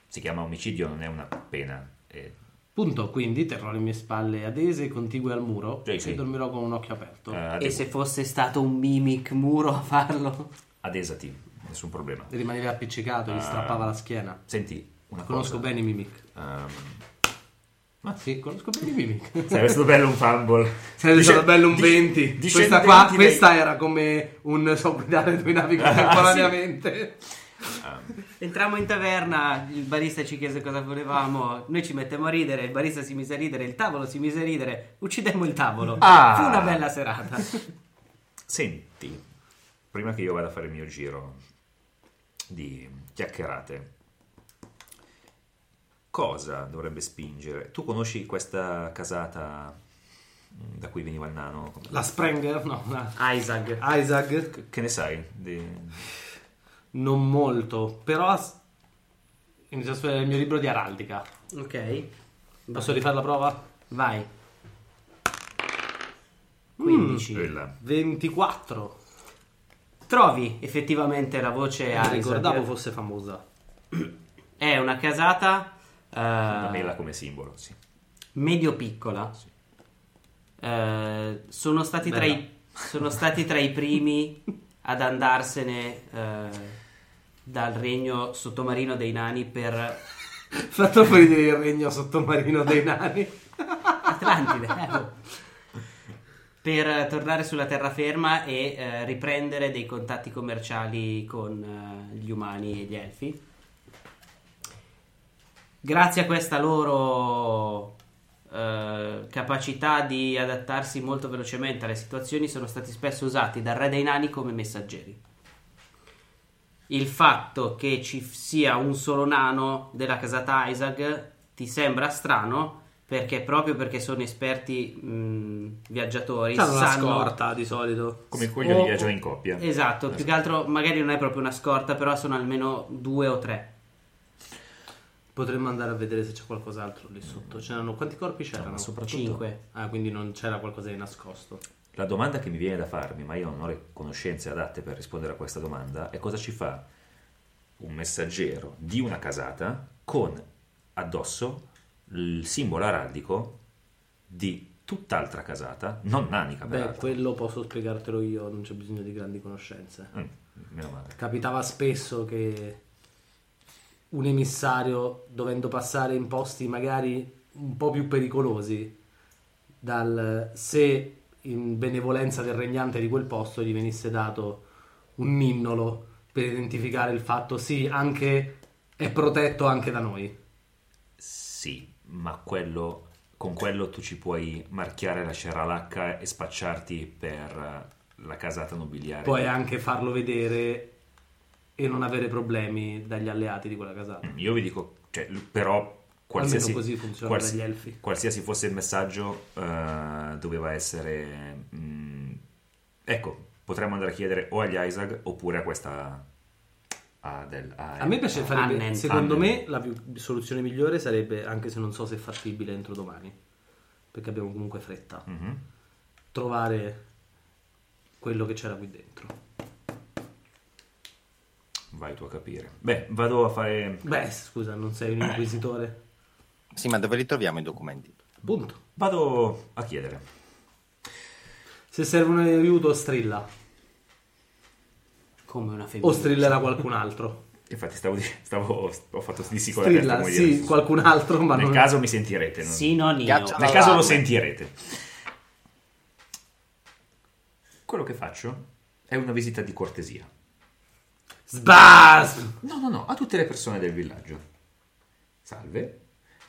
C: Si chiama omicidio, non è una pena. eh,
A: Punto, quindi terrò le mie spalle adese contigue al muro
C: Sì,
A: e
C: sì.
A: dormirò con un occhio aperto.
C: Eh,
B: E se fosse stato un mimic muro a farlo?
C: Adesati, nessun problema.
A: Rimanevi appiccicato, gli
C: Ah.
A: strappava la schiena.
C: Senti, una
A: Conosco
C: cosa. Ehm,
A: bene i mimic. Ma sì, conosco bene i mimic.
C: Sarebbe stato bello un fumble.
A: Sarebbe
C: Dice-
A: stato bello un
C: di-
A: 20. Questa,
C: discendenti
A: qua,
C: dei-
A: questa era come un so guidare due navi
C: Ah, sì.
A: contemporaneamente.
B: Entrammo in taverna, il barista ci chiese cosa volevamo, noi ci mettemmo a ridere, il barista si mise a ridere, il tavolo si mise a ridere, uccidemmo il tavolo.
C: Ah.
B: Fu una bella serata.
C: Senti, prima che io vada a fare il mio giro di chiacchierate, cosa dovrebbe spingere? Tu conosci questa casata mm, da cui veniva il nano?
A: La Sprenger? No, la...
B: Isaac.
A: Isaac?
C: Che- Che ne sai? di-
A: Non molto, però s- inizio a studiare il mio libro di araldica.
B: Ok.
A: Posso rifare la prova?
B: Vai.
A: 15.
C: Quella.
A: 24.
B: Trovi effettivamente la voce
A: Non
B: Isaac.
A: ricordavo fosse famosa.
B: È una casata... eh,
C: La mela come simbolo, sì.
B: medio piccola. Eh, sono, stati tra i, sono stati tra i primi ad andarsene eh, dal regno sottomarino dei nani per
A: Fatto fuori il regno sottomarino dei nani.
B: Atlantide. eh, oh. per tornare sulla terraferma e eh, riprendere dei contatti commerciali con eh, gli umani e gli elfi. Grazie a questa loro eh, capacità di adattarsi molto velocemente alle situazioni, sono stati spesso usati dal re dei nani come messaggeri. Il fatto che ci f- sia un solo nano della casata Isaac ti sembra strano perché proprio perché sono esperti mh, viaggiatori
A: C'hanno la
B: sanno-
A: scorta di solito. Oh.
C: Come i coglioni
B: o-
C: viaggiano in coppia.
B: Esatto, più che altro magari non è proprio una scorta, però sono almeno due o tre.
A: Potremmo andare a vedere se c'è qualcos'altro lì sotto. C'erano quanti corpi c'erano?
C: ma soprattutto-
A: Cinque. Ah, quindi non c'era qualcosa di nascosto.
C: La domanda che mi viene da farmi, ma io non ho le conoscenze adatte per rispondere a questa domanda, è cosa ci fa un messaggero di una casata con addosso il simbolo araldico di tutt'altra casata, non nanica
A: Beh,
C: peraltro.
A: quello posso spiegartelo io, non c'è bisogno di grandi conoscenze.
C: Mm, meno male.
A: Capitava spesso che un emissario, dovendo passare in posti magari un po' più pericolosi, dal, se in benevolenza del regnante di quel posto gli venisse dato un ninnolo per identificare il fatto, sì, anche è protetto anche da noi.
C: Sì, ma quello, con quello tu ci puoi marchiare la ceralacca e spacciarti per eh, la casata nobiliare.
A: Puoi anche farlo vedere e non avere problemi dagli alleati di quella casata.
C: Io vi dico, cioè, l- però qualsiasi,
A: così funziona dagli elfi.
C: qualsiasi fosse il messaggio eh, doveva essere... mm, ecco, potremmo andare a chiedere o agli Isaac oppure a questa... A, del,
A: A me piace
C: fare
A: fare secondo me la più- soluzione migliore sarebbe, anche se non so se è fattibile entro
C: Mhm.
A: domani, perché abbiamo comunque fretta, trovare quello che c'era qui dentro.
C: Vai tu a capire. Beh, vado a fare.
A: Beh, scusa, non sei un inquisitore.
E: Sì, ma dove li troviamo i documenti?
A: Punto.
C: Vado a chiedere.
A: Se serve un aiuto, strilla.
B: Come una femmina.
A: O strillerà qualcun altro.
C: Infatti, stavo, dic- stavo- ho fatto di sì con la testa.
A: Strilla,
C: come
A: sì,
C: dire.
A: qualcun altro, ma
C: Nel
A: non...
C: caso mi sentirete. non-
B: Sì, non io.
C: Nel caso lo sentirete. Quello che faccio è una visita di cortesia.
A: Sbas!
C: No, no, no, a tutte le persone del villaggio. Salve,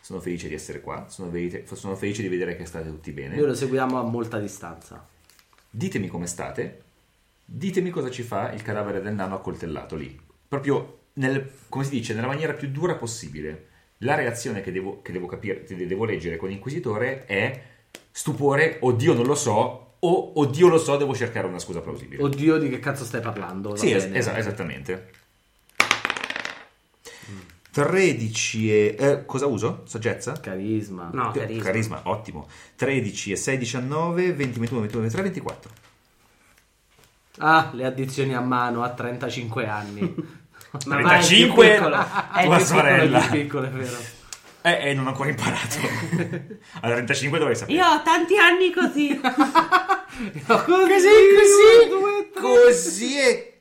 C: sono felice di essere qua, sono, ve- sono felice di vedere che state tutti
A: Noi lo
C: bene.
A: seguiamo a molta distanza.
C: Ditemi come state, ditemi cosa ci fa il cadavere del nano accoltellato lì. Proprio, nel- come si dice, nella maniera più dura possibile. La reazione che devo, che devo capire, che devo leggere con l'inquisitore è stupore, oddio non lo so, o oddio lo so, devo cercare una scusa plausibile.
A: Oddio, di che cazzo stai parlando? Va
C: Sì, es- esatto.
A: bene.
C: esa- esattamente. 13 Mm. e... eh, cosa uso? Saggezza?
A: Carisma.
B: No,
C: Ca-
B: carisma.
C: ottimo. 13 e 6, 19, 20, 21, 22, 23, 24.
A: Ah, le addizioni a mano a 35 anni.
B: Ma
A: vai,
C: 35?
A: è il più piccolo. È il
C: Tua
A: più piccolo
C: sorella.
A: di piccolo, è vero.
C: Eh, eh, non ho ancora imparato. A 35 dovrei sapere.
B: Io ho tanti anni così.
A: Così,
C: così, così è...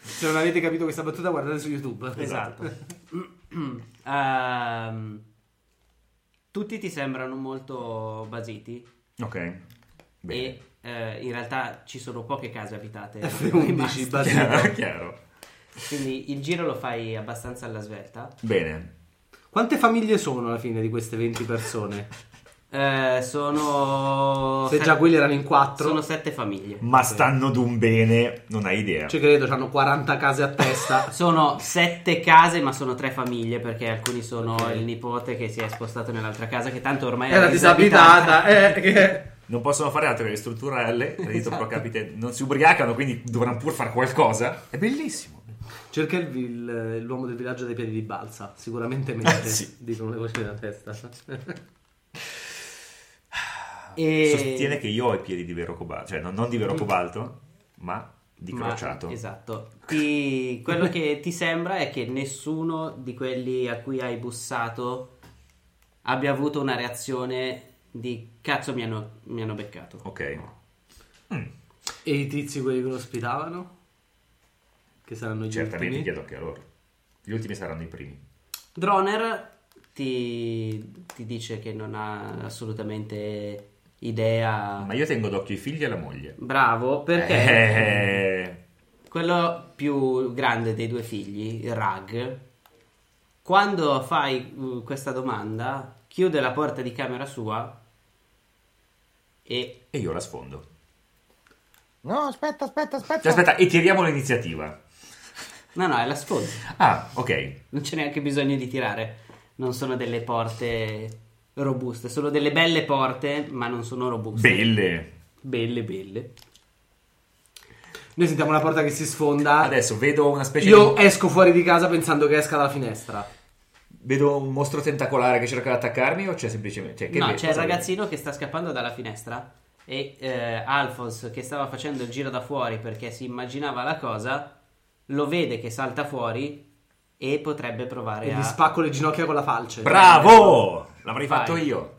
A: Se non avete capito questa battuta, guardate su YouTube. Esatto.
B: Ehm, tutti ti sembrano molto basiti
C: Ok. Bene.
B: e eh, in realtà ci sono poche case abitate.
A: F11
C: Chiaro,
A: basito.
C: chiaro.
B: Quindi il giro lo fai abbastanza alla svelta.
C: Bene.
A: Quante famiglie sono alla fine di queste 20 persone?
B: Eh, sono.
A: Se già quelli erano in 4,
B: Sono sette famiglie.
C: Ma stanno d'un bene, non hai idea.
A: ci credo, hanno 40 case a testa.
B: Sono sette case, ma sono tre famiglie perché alcuni sono
A: Ok.
B: il nipote che si è spostato nell'altra casa, che tanto ormai
A: Eh, Era disabitata, eh, che-
C: Non possono fare altro che ristrutturarle. Reddito pro capite non si ubriacano, quindi dovranno pur fare qualcosa. È bellissimo.
A: Cerca il vil- eh, l'uomo del villaggio dei piedi di balsa. Sicuramente mente,
C: Sì.
A: dicono le voci della testa.
B: E...
C: Sostiene che io ho i piedi di vero cobalto, cioè no- non di vero cobalto, ma di
B: Ma-
C: crociato.
B: esatto. Ti- quello che ti sembra è che nessuno di quelli a cui hai bussato abbia avuto una reazione di cazzo mi hanno, mi hanno beccato.
C: Ok.
A: e i tizi quelli che lo ospitavano? Che saranno gli
C: Certamente
A: ultimi?
C: chiedo anche a loro. Gli ultimi saranno i primi.
B: Droner ti, ti dice che non ha assolutamente idea.
C: Ma io tengo d'occhio i figli e la moglie.
B: Bravo, Ah. perché
C: Eh,
B: quello più grande dei due figli, Rag, quando fai uh, questa domanda, chiude la porta di camera sua e
C: e io la sfondo.
M: No, aspetta, aspetta, aspetta.
C: Cioè, aspetta, e tiriamo l'iniziativa.
B: No, no, è la sfondi.
C: Ah, ok.
B: Non c'è neanche bisogno di tirare. Non sono delle porte robuste, sono delle belle porte, ma non sono robuste.
C: Belle.
B: Belle, belle.
A: Noi sentiamo una porta che si sfonda.
C: Adesso vedo una specie
A: Io
C: di...
A: esco fuori di casa pensando che esca dalla finestra.
C: Vedo un mostro tentacolare che cerca di attaccarmi o c'è semplicemente... Cioè, che
B: no,
C: vedo?
B: c'è il ragazzino che sta scappando dalla finestra e eh, Alphonse, che stava facendo il giro da fuori perché si immaginava la cosa, lo vede che salta fuori e potrebbe provare
A: E
B: a...
A: gli spacco le ginocchia con la falce.
C: Bravo! L'avrei
B: Vai.
C: fatto io.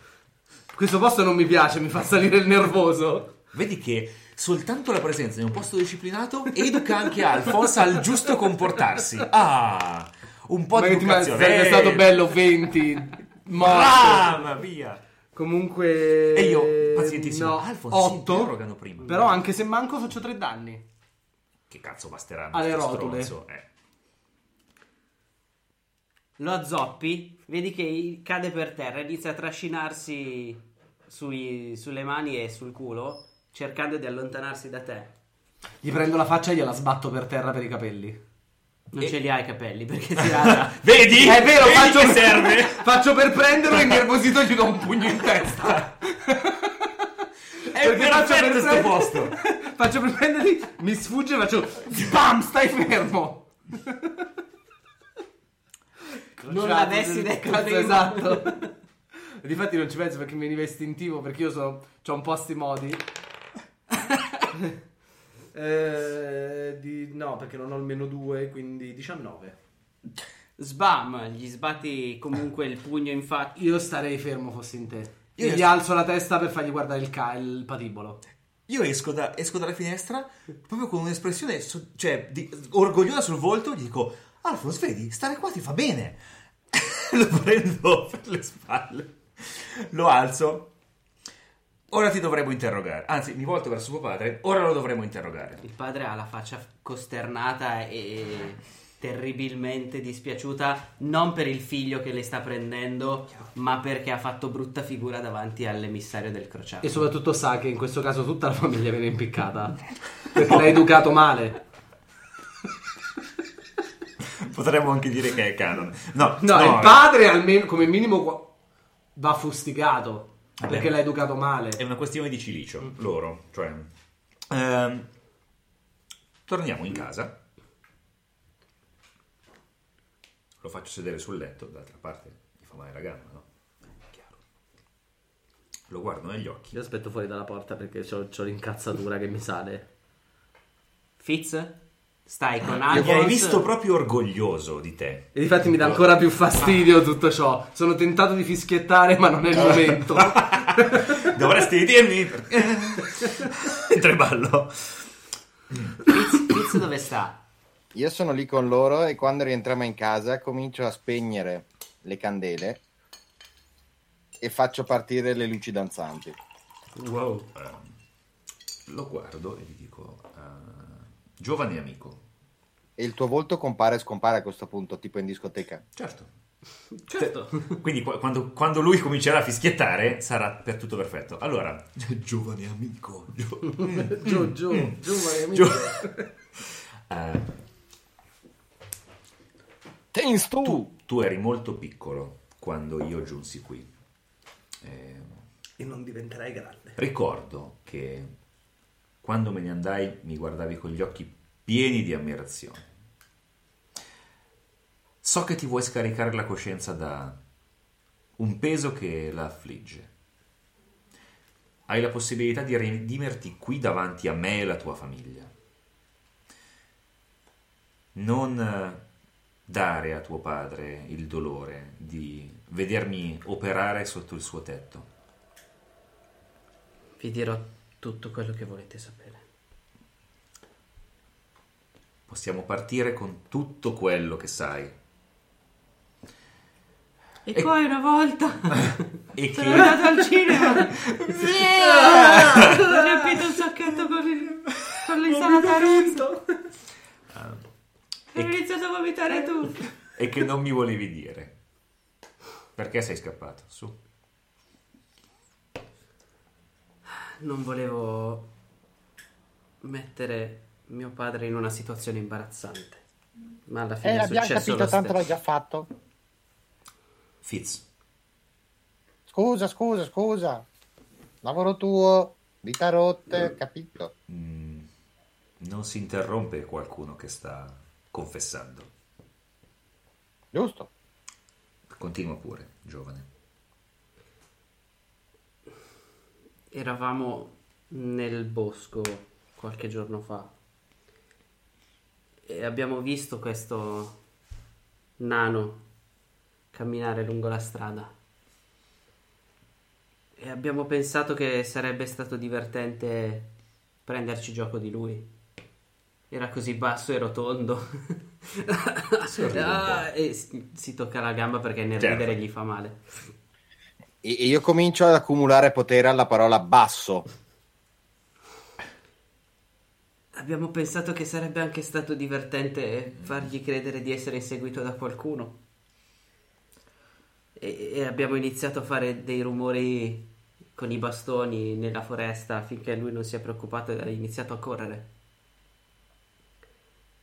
A: Questo posto non mi piace, mi fa salire il nervoso.
C: Vedi che soltanto la presenza in un posto disciplinato educa anche Alphonse al giusto comportarsi. Ah, un po'
A: Ma
C: di
A: che ti ma-
C: educazione.
A: sarebbe
C: Eh,
A: stato bello 20 morti.
C: Bram, via.
A: Comunque
C: E io, pazientissimo,
A: Eh,
C: Ah,
A: no,
C: Alfonso, si
A: 8.
C: interrogano prima.
A: Però anche se manco faccio 3 danni.
C: Che cazzo basterà?
A: Alle
C: sto
A: rotule.
C: stronzo, eh.
B: Lo azzoppi, vedi che i- cade per terra, inizia a trascinarsi sui- sulle mani e sul culo, cercando di allontanarsi da te.
A: Gli prendo la faccia e gliela sbatto per terra per i capelli.
B: Non ce li hai i capelli perché si ha.
C: Vedi?
A: È vero,
C: Vedi
A: faccio
C: che
A: per,
C: serve.
A: faccio per prenderlo e innervosito gli do un pugno in testa.
C: È perfetto sto
A: prendere-
C: posto.
A: faccio per prenderli, mi sfugge e faccio BAM, stai fermo.
B: Non l'avessi detto
A: Esatto. E difatti non ci penso perché mi veniva istintivo, perché io sono, ho un po' sti modi. Eh, di- no, perché non ho il meno 2, quindi 19.
B: Sbam, gli sbatti comunque il pugno in faccia.
A: Io starei fermo fossi in te. Io
B: Io
A: gli
B: sto-
A: alzo la testa per fargli guardare il, ca- il patibolo.
C: Io esco, da- esco dalla finestra proprio con un'espressione so- cioè, di- orgogliosa sul volto e dico Alfons, vedi, stare qua ti fa bene. lo prendo per le spalle, lo alzo. Ora ti dovremmo interrogare. Anzi, mi volto verso suo padre, ora lo dovremmo interrogare.
B: Il padre ha la faccia costernata e terribilmente dispiaciuta, non per il figlio che le sta prendendo, ma perché ha fatto brutta figura davanti all'emissario del crociato.
A: E soprattutto sa che in questo caso tutta la famiglia viene impiccata. perché l'ha educato male.
C: Potremmo anche dire che è canon. No,
A: No, il
C: eh,
A: padre almeno come minimo qua- va fustigato.
C: Vabbè.
A: Perché l'ha educato male.
C: È una questione di cilicio, loro. Cioè, Ehm, torniamo in casa. Lo faccio sedere sul letto, d'altra parte mi fa male la gamba, no? È Chiaro. Lo guardo negli occhi.
A: Io aspetto fuori dalla porta perché c'ho, c'ho l'incazzatura che mi sale.
B: Fitz, stai con
C: Ah, Mi hai
B: Alfons.
C: visto proprio orgoglioso di te.
A: E difatti mi dà ancora più fastidio tutto ciò. Sono tentato di fischiettare, ma non è il momento.
C: Dovresti dirmi perché. Entra in ballo.
B: Fitz, Fitz dove sta?
E: Io sono lì con loro e quando rientriamo in casa comincio a spegnere le candele e faccio partire le luci danzanti.
C: Wow. Ehm, lo guardo e gli dico: eh, Giovane amico,
E: E il tuo volto compare e scompare a questo punto, tipo in discoteca.
C: Certo.
A: Cioè,
B: Certo.
C: Quindi qua- quando, quando lui comincerà a fischiettare sarà per tutto perfetto. Allora, giovane amico, gio-
A: Giù, giù, Mm. giù, vai, amico.
C: Gio- Eh, tu, tu eri molto piccolo quando io giunsi qui. Eh,
A: E non diventerai grande.
C: ricordo che quando me ne andai mi guardavi con gli occhi pieni di ammirazione. So che ti vuoi scaricare la coscienza da un peso che la affligge. Hai la possibilità di redimerti qui davanti a me e la tua famiglia. Non eh, dare a tuo padre il dolore di vedermi operare sotto il suo tetto.
B: Vi dirò tutto quello che volete sapere.
C: Possiamo partire con tutto quello che sai.
B: E, poi una volta Cioè,
C: E
B: sono
C: che...
B: andato al cinema. Ho riempito un sacchetto con, il, con l'insalata russo. Ho iniziato a vomitare tu.
C: e che non mi volevi dire. Perché sei scappato? Su.
B: Non volevo mettere mio padre in una situazione imbarazzante. Ma alla fine
N: Eh,
B: è
N: abbiamo
B: successo
N: capito,
B: lo
N: tanto l'ho
B: stesso.
N: già fatto.
C: Fitz.
N: Scusa, scusa, scusa. Lavoro tuo, vita rotte, capito?
C: Mm, non si interrompe qualcuno che sta confessando.
E: Giusto.
C: Continua pure, giovane.
B: Eravamo nel bosco qualche giorno fa e abbiamo visto questo nano camminare lungo la strada e abbiamo pensato che sarebbe stato divertente prenderci gioco di lui. Era così basso e rotondo.
C: Sorride un
B: Ah, e si, si tocca la gamba perché nel
E: Certo.
B: ridere gli fa male.
E: E, e io comincio ad accumulare potere alla parola basso.
B: Abbiamo pensato che sarebbe anche stato divertente fargli credere di essere inseguito da qualcuno. E, e abbiamo iniziato a fare dei rumori con i bastoni nella foresta finché lui non si è preoccupato e ha iniziato a correre.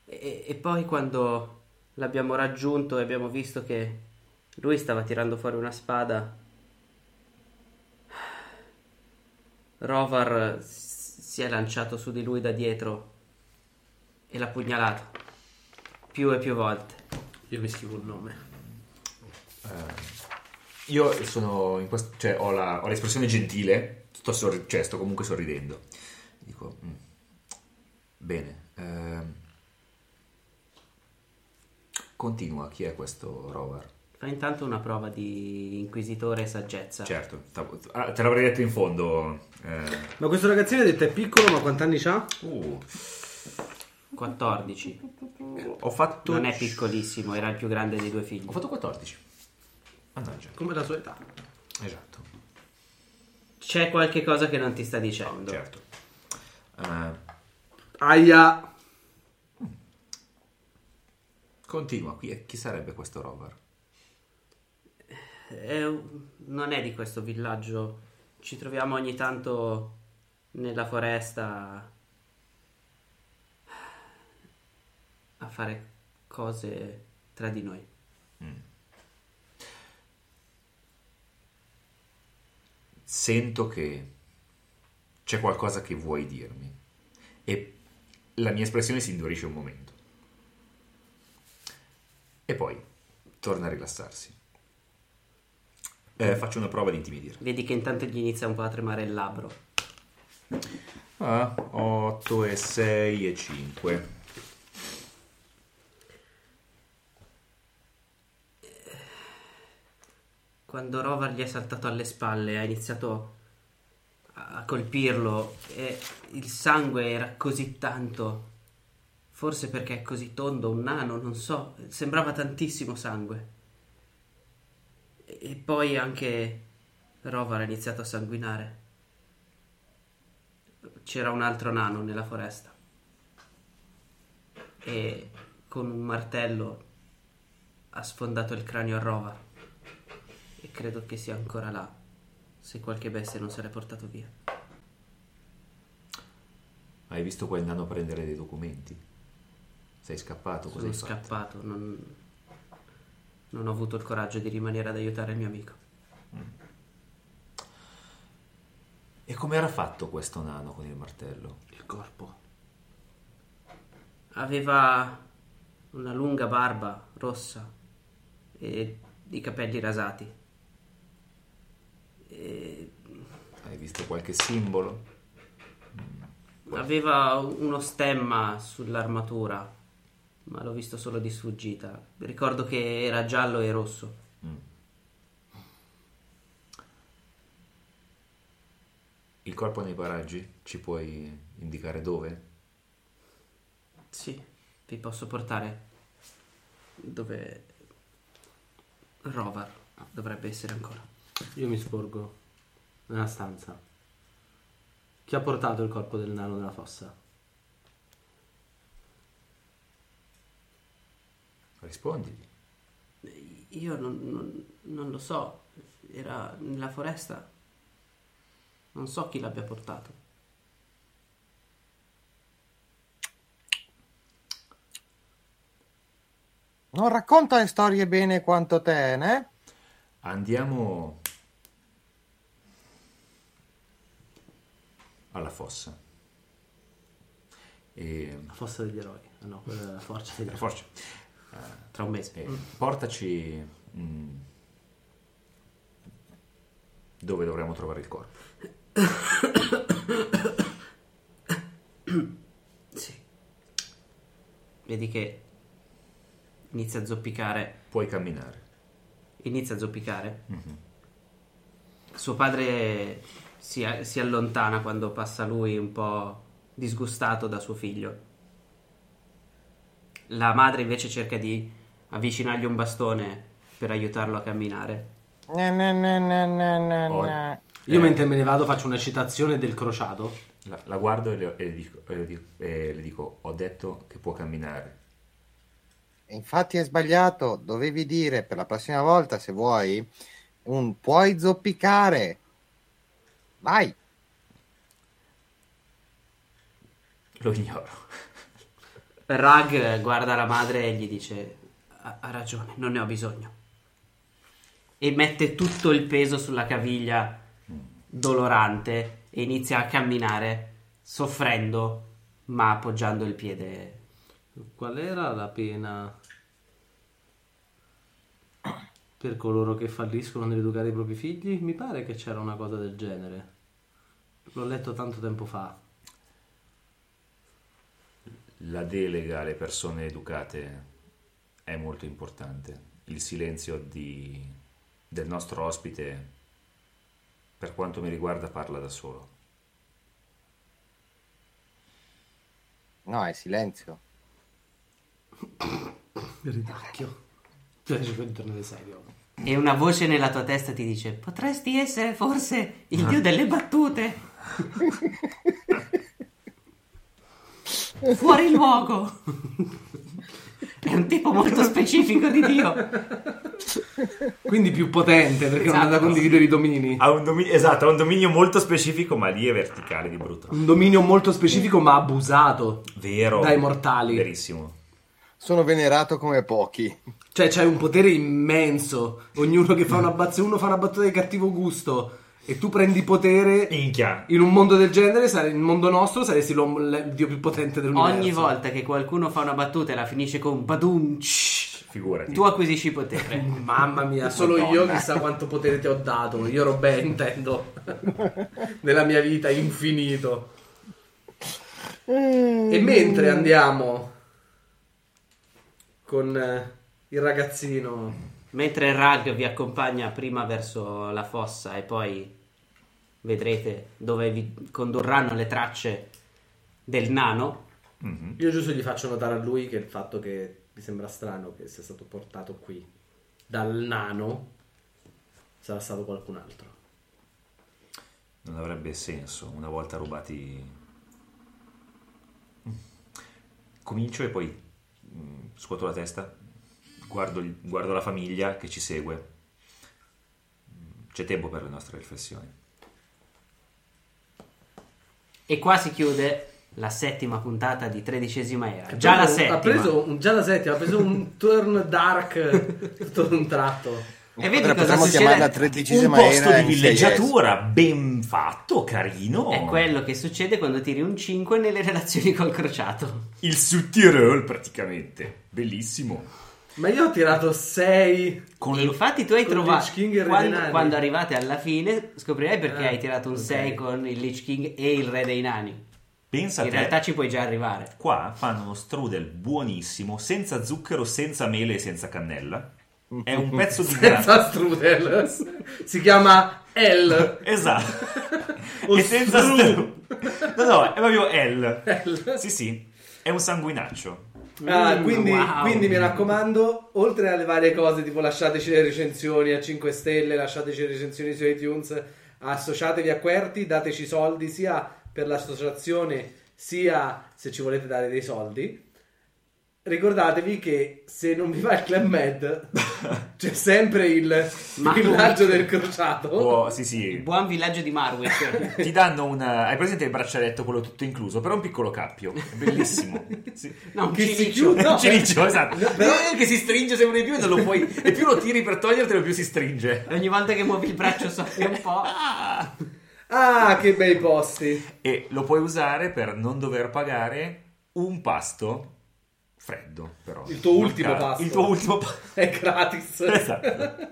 B: E, e poi quando l'abbiamo raggiunto e abbiamo visto che lui stava tirando fuori una spada, Rovar eh, s- si è lanciato su di lui da dietro e l'ha pugnalato più e più volte.
A: Io mi scrivo il nome.
C: Io sono in quest- cioè, ho, la- ho l'espressione gentile, sto, sorri- cioè, sto comunque sorridendo. Dico, "Mm, bene, ehm, continua, chi è questo Rovar?
B: Fa intanto una prova di inquisitore e saggezza.
C: Certo, stavo- ah, te l'avrei detto in fondo. eh.
A: Ma questo ragazzino ha detto è piccolo, ma quanti anni ha?
C: Uh,
B: 14.
C: Ho fatto...
B: Non è piccolissimo, era il più grande dei due figli. Ho
C: fatto 14. Mannaggia.
A: Come la sua età.
C: Esatto.
B: C'è qualche cosa che non ti sta dicendo.
C: certo. Eh,
A: Aia.
C: Continua, chi, è- chi sarebbe questo Rovar?
B: È un- non è di questo villaggio. Ci troviamo ogni tanto nella foresta a fare cose tra di noi.
C: Sento che c'è qualcosa che vuoi dirmi e la mia espressione si indurisce un momento. E poi torna a rilassarsi. Eh, faccio una prova di intimidire.
B: Vedi che intanto gli inizia un po' a tremare il labbro.
C: Ah, 8 e 6 e 5.
B: Quando Rovar gli è saltato alle spalle, ha iniziato a a colpirlo e il sangue era così tanto. Forse perché è così tondo, un nano, non so, sembrava tantissimo sangue. E- E poi anche Rovar ha iniziato a sanguinare. C'era un altro nano nella foresta. E con un martello ha sfondato il cranio a Rovar. E credo che sia ancora là, se qualche bestia non se l'è portato via.
C: Hai visto quel nano prendere dei documenti? Sei scappato? Cosa
B: Sono
C: hai fatto?
B: scappato, non... non ho avuto il coraggio di rimanere ad aiutare il mio amico.
C: E come era fatto questo nano con il martello?
A: Il corpo.
B: Aveva una lunga barba rossa e i capelli rasati. E
C: Hai visto qualche simbolo?
B: Aveva uno stemma sull'armatura, ma l'ho visto solo di sfuggita. Ricordo che era giallo e rosso.
C: Il corpo nei paraggi? Ci puoi indicare dove?
B: Sì, vi posso portare dove Rovar dovrebbe essere ancora.
A: Io mi sporgo nella stanza. Chi ha portato il corpo del nano nella fossa?
C: Rispondi.
B: Io non, non- non lo so, era nella foresta. Non so chi l'abbia portato.
E: Non racconta le storie bene quanto te, ne?
C: Andiamo alla fossa. E...
A: La fossa degli eroi. Ah No, quella della forza degli
C: La
A: eroi.
C: forza.
B: Tra un mese.
C: Portaci mm, dove dovremmo trovare il corpo.
B: Vedi che inizia a zoppicare.
C: Puoi camminare.
B: Inizia a zoppicare. Suo padre si, si allontana quando passa lui un po' disgustato da suo figlio. La madre invece cerca di avvicinargli un bastone per aiutarlo a camminare.
E: Ne, ne, ne, ne, ne, ne, ne.
A: Io mentre me ne vado faccio una citazione del crociato.
C: La, la guardo e le, e le dico, e le dico- e le dico, ho detto che può camminare.
E: E Infatti hai sbagliato, dovevi dire per la prossima volta, se vuoi, un puoi zoppicare. Vai,
C: Lo ignoro.
B: Rag guarda la madre e gli dice: Ha, ha ragione, non ne ho bisogno. E mette tutto il peso sulla caviglia dolorante e inizia a camminare, soffrendo, ma appoggiando il piede.
A: Qual era la pena per coloro che falliscono nell'educare i propri figli? Mi pare che c'era una cosa del genere. L'ho letto tanto tempo fa.
C: La delega alle persone educate è molto importante. Il silenzio di- del nostro ospite, per quanto mi riguarda, parla da solo.
E: No, è silenzio.
A: Ridacchio. Cioè, c'è il torneo serio.
B: E una voce nella tua testa ti dice: Potresti essere forse il dio delle battute. Fuori luogo. È un tipo molto specifico di dio.
A: Quindi più potente perché non ha da condividere i domini.
C: Ha un dominio, esatto, ha un dominio molto specifico, ma lì è verticale di brutto.
A: Un dominio molto specifico ma abusato.
C: Vero.
A: Mm. Dai mortali.
C: Verissimo.
E: Sono venerato come pochi.
A: Cioè c'hai un potere immenso. Ognuno che fa una battuta, uno fa una battuta di cattivo gusto e tu prendi potere
C: Minchia.
A: in un mondo del genere, sare- nel mondo nostro saresti l'uomo- l- il dio più potente dell'universo.
B: Ogni volta che qualcuno fa una battuta e la finisce con badum,
C: Figurati.
B: tu acquisisci potere.
A: Mamma mia, solo io chissà quanto potere ti ho dato. Io Robè intendo. Nella mia vita infinito. E mentre andiamo con eh, il ragazzino
B: Mentre il Rag vi accompagna prima verso la fossa e poi vedrete dove vi condurranno le tracce del nano.
A: Io giusto gli faccio notare a lui che il fatto che mi sembra strano che sia stato portato qui dal nano sarà stato qualcun altro.
C: Non avrebbe senso una volta rubati. Comincio e poi mm, scuoto la testa, guardo, il- guardo la famiglia che ci segue. Mm, C'è tempo per le nostre riflessioni.
B: E qua si chiude la settima puntata di tredicesima era. Già la
A: Ha preso- Diciamo,
B: settima.
A: Ha preso un, già la settima, ha preso un turn dark tutto un tratto.
B: E vedi
E: Potremmo
B: cosa succede?
E: chiamarla
C: Un
E: tredicesima
C: posto
E: era
C: di
E: in
C: villeggiatura ben fatto, carino.
B: È quello che succede quando tiri un 5 nelle relazioni col crociato.
C: Il Suttirol praticamente. Bellissimo.
A: Ma io ho tirato 6.
C: Con
B: E
C: lo-
B: infatti tu hai
A: Con
B: trovato
A: Lich King e Re dei
B: quando,
A: Nani.
B: quando arrivate alla fine scoprirai perché
A: Ah,
B: hai tirato un 6 con il Lich King e il Re dei Nani.
C: Pensa
B: In
C: te.
B: realtà ci puoi già arrivare.
C: Qua fanno uno strudel buonissimo, senza zucchero, senza mele e senza cannella. È un pezzo di grana.
A: Senza strudel. Si chiama L.
C: Esatto.
A: O
C: e senza
A: stru.
C: stru- No, no, è proprio L. Sì, sì. È un sanguinaccio.
A: Ah,
B: Mm,
A: quindi,
B: wow.
A: quindi mi raccomando, oltre alle varie cose, tipo lasciateci le recensioni a 5 stelle, lasciateci le recensioni su iTunes, associatevi a Querti, dateci soldi sia per l'associazione, sia se ci volete dare dei soldi. Ricordatevi che se non vi va il Club Med c'è sempre il
B: Ma- Boh.
A: villaggio del crociato.
C: Oh, sì, sì.
B: Buon villaggio di Marwick.
C: Ti danno una... Hai presente il braccialetto, quello tutto incluso, però è un piccolo cappio. È bellissimo. Sì.
B: No, un
A: Che si
B: cilicio.
A: chiude- No,
C: Cilicio, esatto.
A: però-
C: Eh, Che si stringe sempre di più e non lo puoi... E più lo tiri per togliertelo, più si stringe.
B: Ogni volta che muovi il braccio soffia un po'.
C: Ah!
A: Ah, che bei posti!
C: e lo puoi usare per non dover pagare un pasto freddo, però.
A: Il tuo
C: Non
A: ultimo
C: caldo.
A: pasto.
C: Il tuo ultimo pasto. Eh.
A: È gratis.
C: esatto.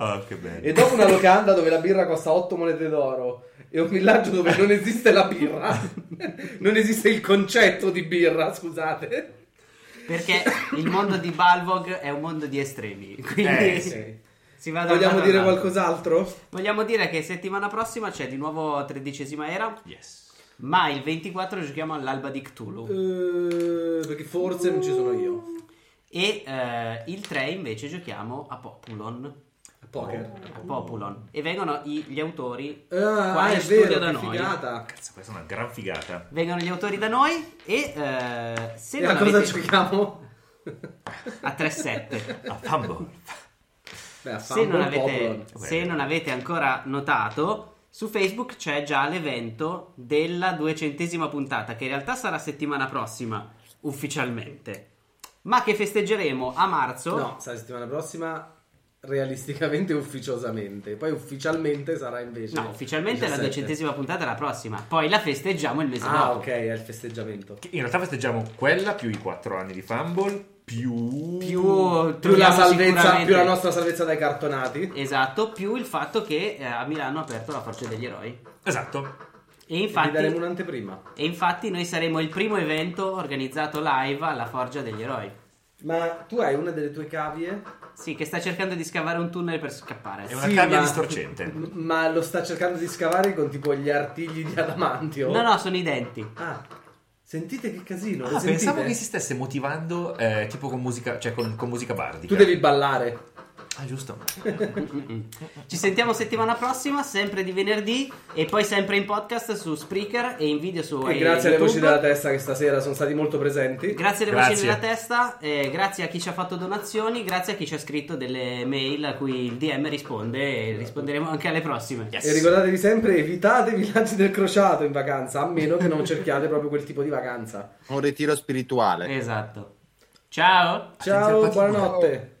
C: Oh, che bello.
A: E dopo una locanda dove la birra costa 8 monete d'oro e un villaggio dove non esiste la birra, non esiste il concetto di birra, scusate.
B: Perché il mondo di Balvog è un mondo di estremi. Quindi
C: Eh,
A: sì.
B: si va da un
A: Vogliamo
B: lato
A: dire
B: all'altro.
A: qualcos'altro?
B: Vogliamo dire che settimana prossima c'è di nuovo tredicesima era,
C: Yes.
B: ma il 24 giochiamo all'alba di Cthulhu.
A: Eh, perché forse non ci sono io.
B: E eh, il 3 invece giochiamo a Populon.
A: Poker.
B: A Populon. E vengono i- gli autori
A: Oh. Ah,
B: qua in
A: è
B: studio
A: vero,
B: da
A: che
B: noi.
A: figata.
C: Cazzo, questa è una gran figata.
B: Vengono gli autori da noi e eh, se
A: E
B: non
A: a cosa
B: avete-
A: giochiamo?
B: a 3-7.
C: A Ah, Fumble.
A: Beh, a
B: se non,
A: Fumble
B: avete,
A: Popolon.
B: se non avete ancora notato, su Facebook c'è già l'evento della duecentesima puntata, che in realtà sarà settimana prossima, ufficialmente, ma che festeggeremo a marzo.
A: No, sarà settimana prossima realisticamente e ufficiosamente. Poi ufficialmente sarà invece.
B: No, ufficialmente è la
A: 17.
B: duecentesima puntata è la prossima. Poi la festeggiamo il mese
A: Ah,
B: dopo.
A: ok, è il festeggiamento.
C: In realtà festeggiamo quella più i 4 anni di Fumble più...
B: Più,
A: Più la,
B: troviamo
A: salvezza,
B: sicuramente-
A: più la nostra salvezza dai cartonati.
B: Esatto, più il fatto che eh, a Milano ha aperto la Forza degli Eroi.
C: Esatto.
B: E
A: Vi daremo
B: infatti,
A: un'anteprima.
B: e infatti noi saremo il primo evento organizzato live alla Forgia degli Eroi.
A: Ma tu hai una delle tue cavie?
B: Sì, che sta cercando di scavare un tunnel per scappare.
C: È una
A: Sì,
C: cavia
A: ma-
C: distorcente.
A: M- Ma lo sta cercando di scavare con tipo gli artigli di adamantio?
B: No, no, sono i denti.
A: Ah, sentite che casino. lo
C: Ah,
A: sentite?
C: pensavo che si stesse motivando eh, tipo con musica, cioè con, con musica bardica.
A: Tu devi ballare.
C: Ah, giusto.
B: Ci sentiamo settimana prossima, sempre di venerdì e poi sempre in podcast su Spreaker e in video su
A: E
B: eh,
A: grazie alle
B: YouTube.
A: voci della testa che stasera sono stati molto presenti.
B: Grazie alle
C: Grazie.
B: voci della testa, eh, grazie a chi ci ha fatto donazioni, grazie a chi ci ha scritto delle mail a cui il DM risponde e risponderemo anche alle prossime.
A: E ricordatevi sempre, evitate i villaggi del crociato in vacanza, a meno che non cerchiate proprio quel tipo di vacanza.
E: Un ritiro spirituale.
B: Esatto. Ciao!
A: Ciao, buonanotte.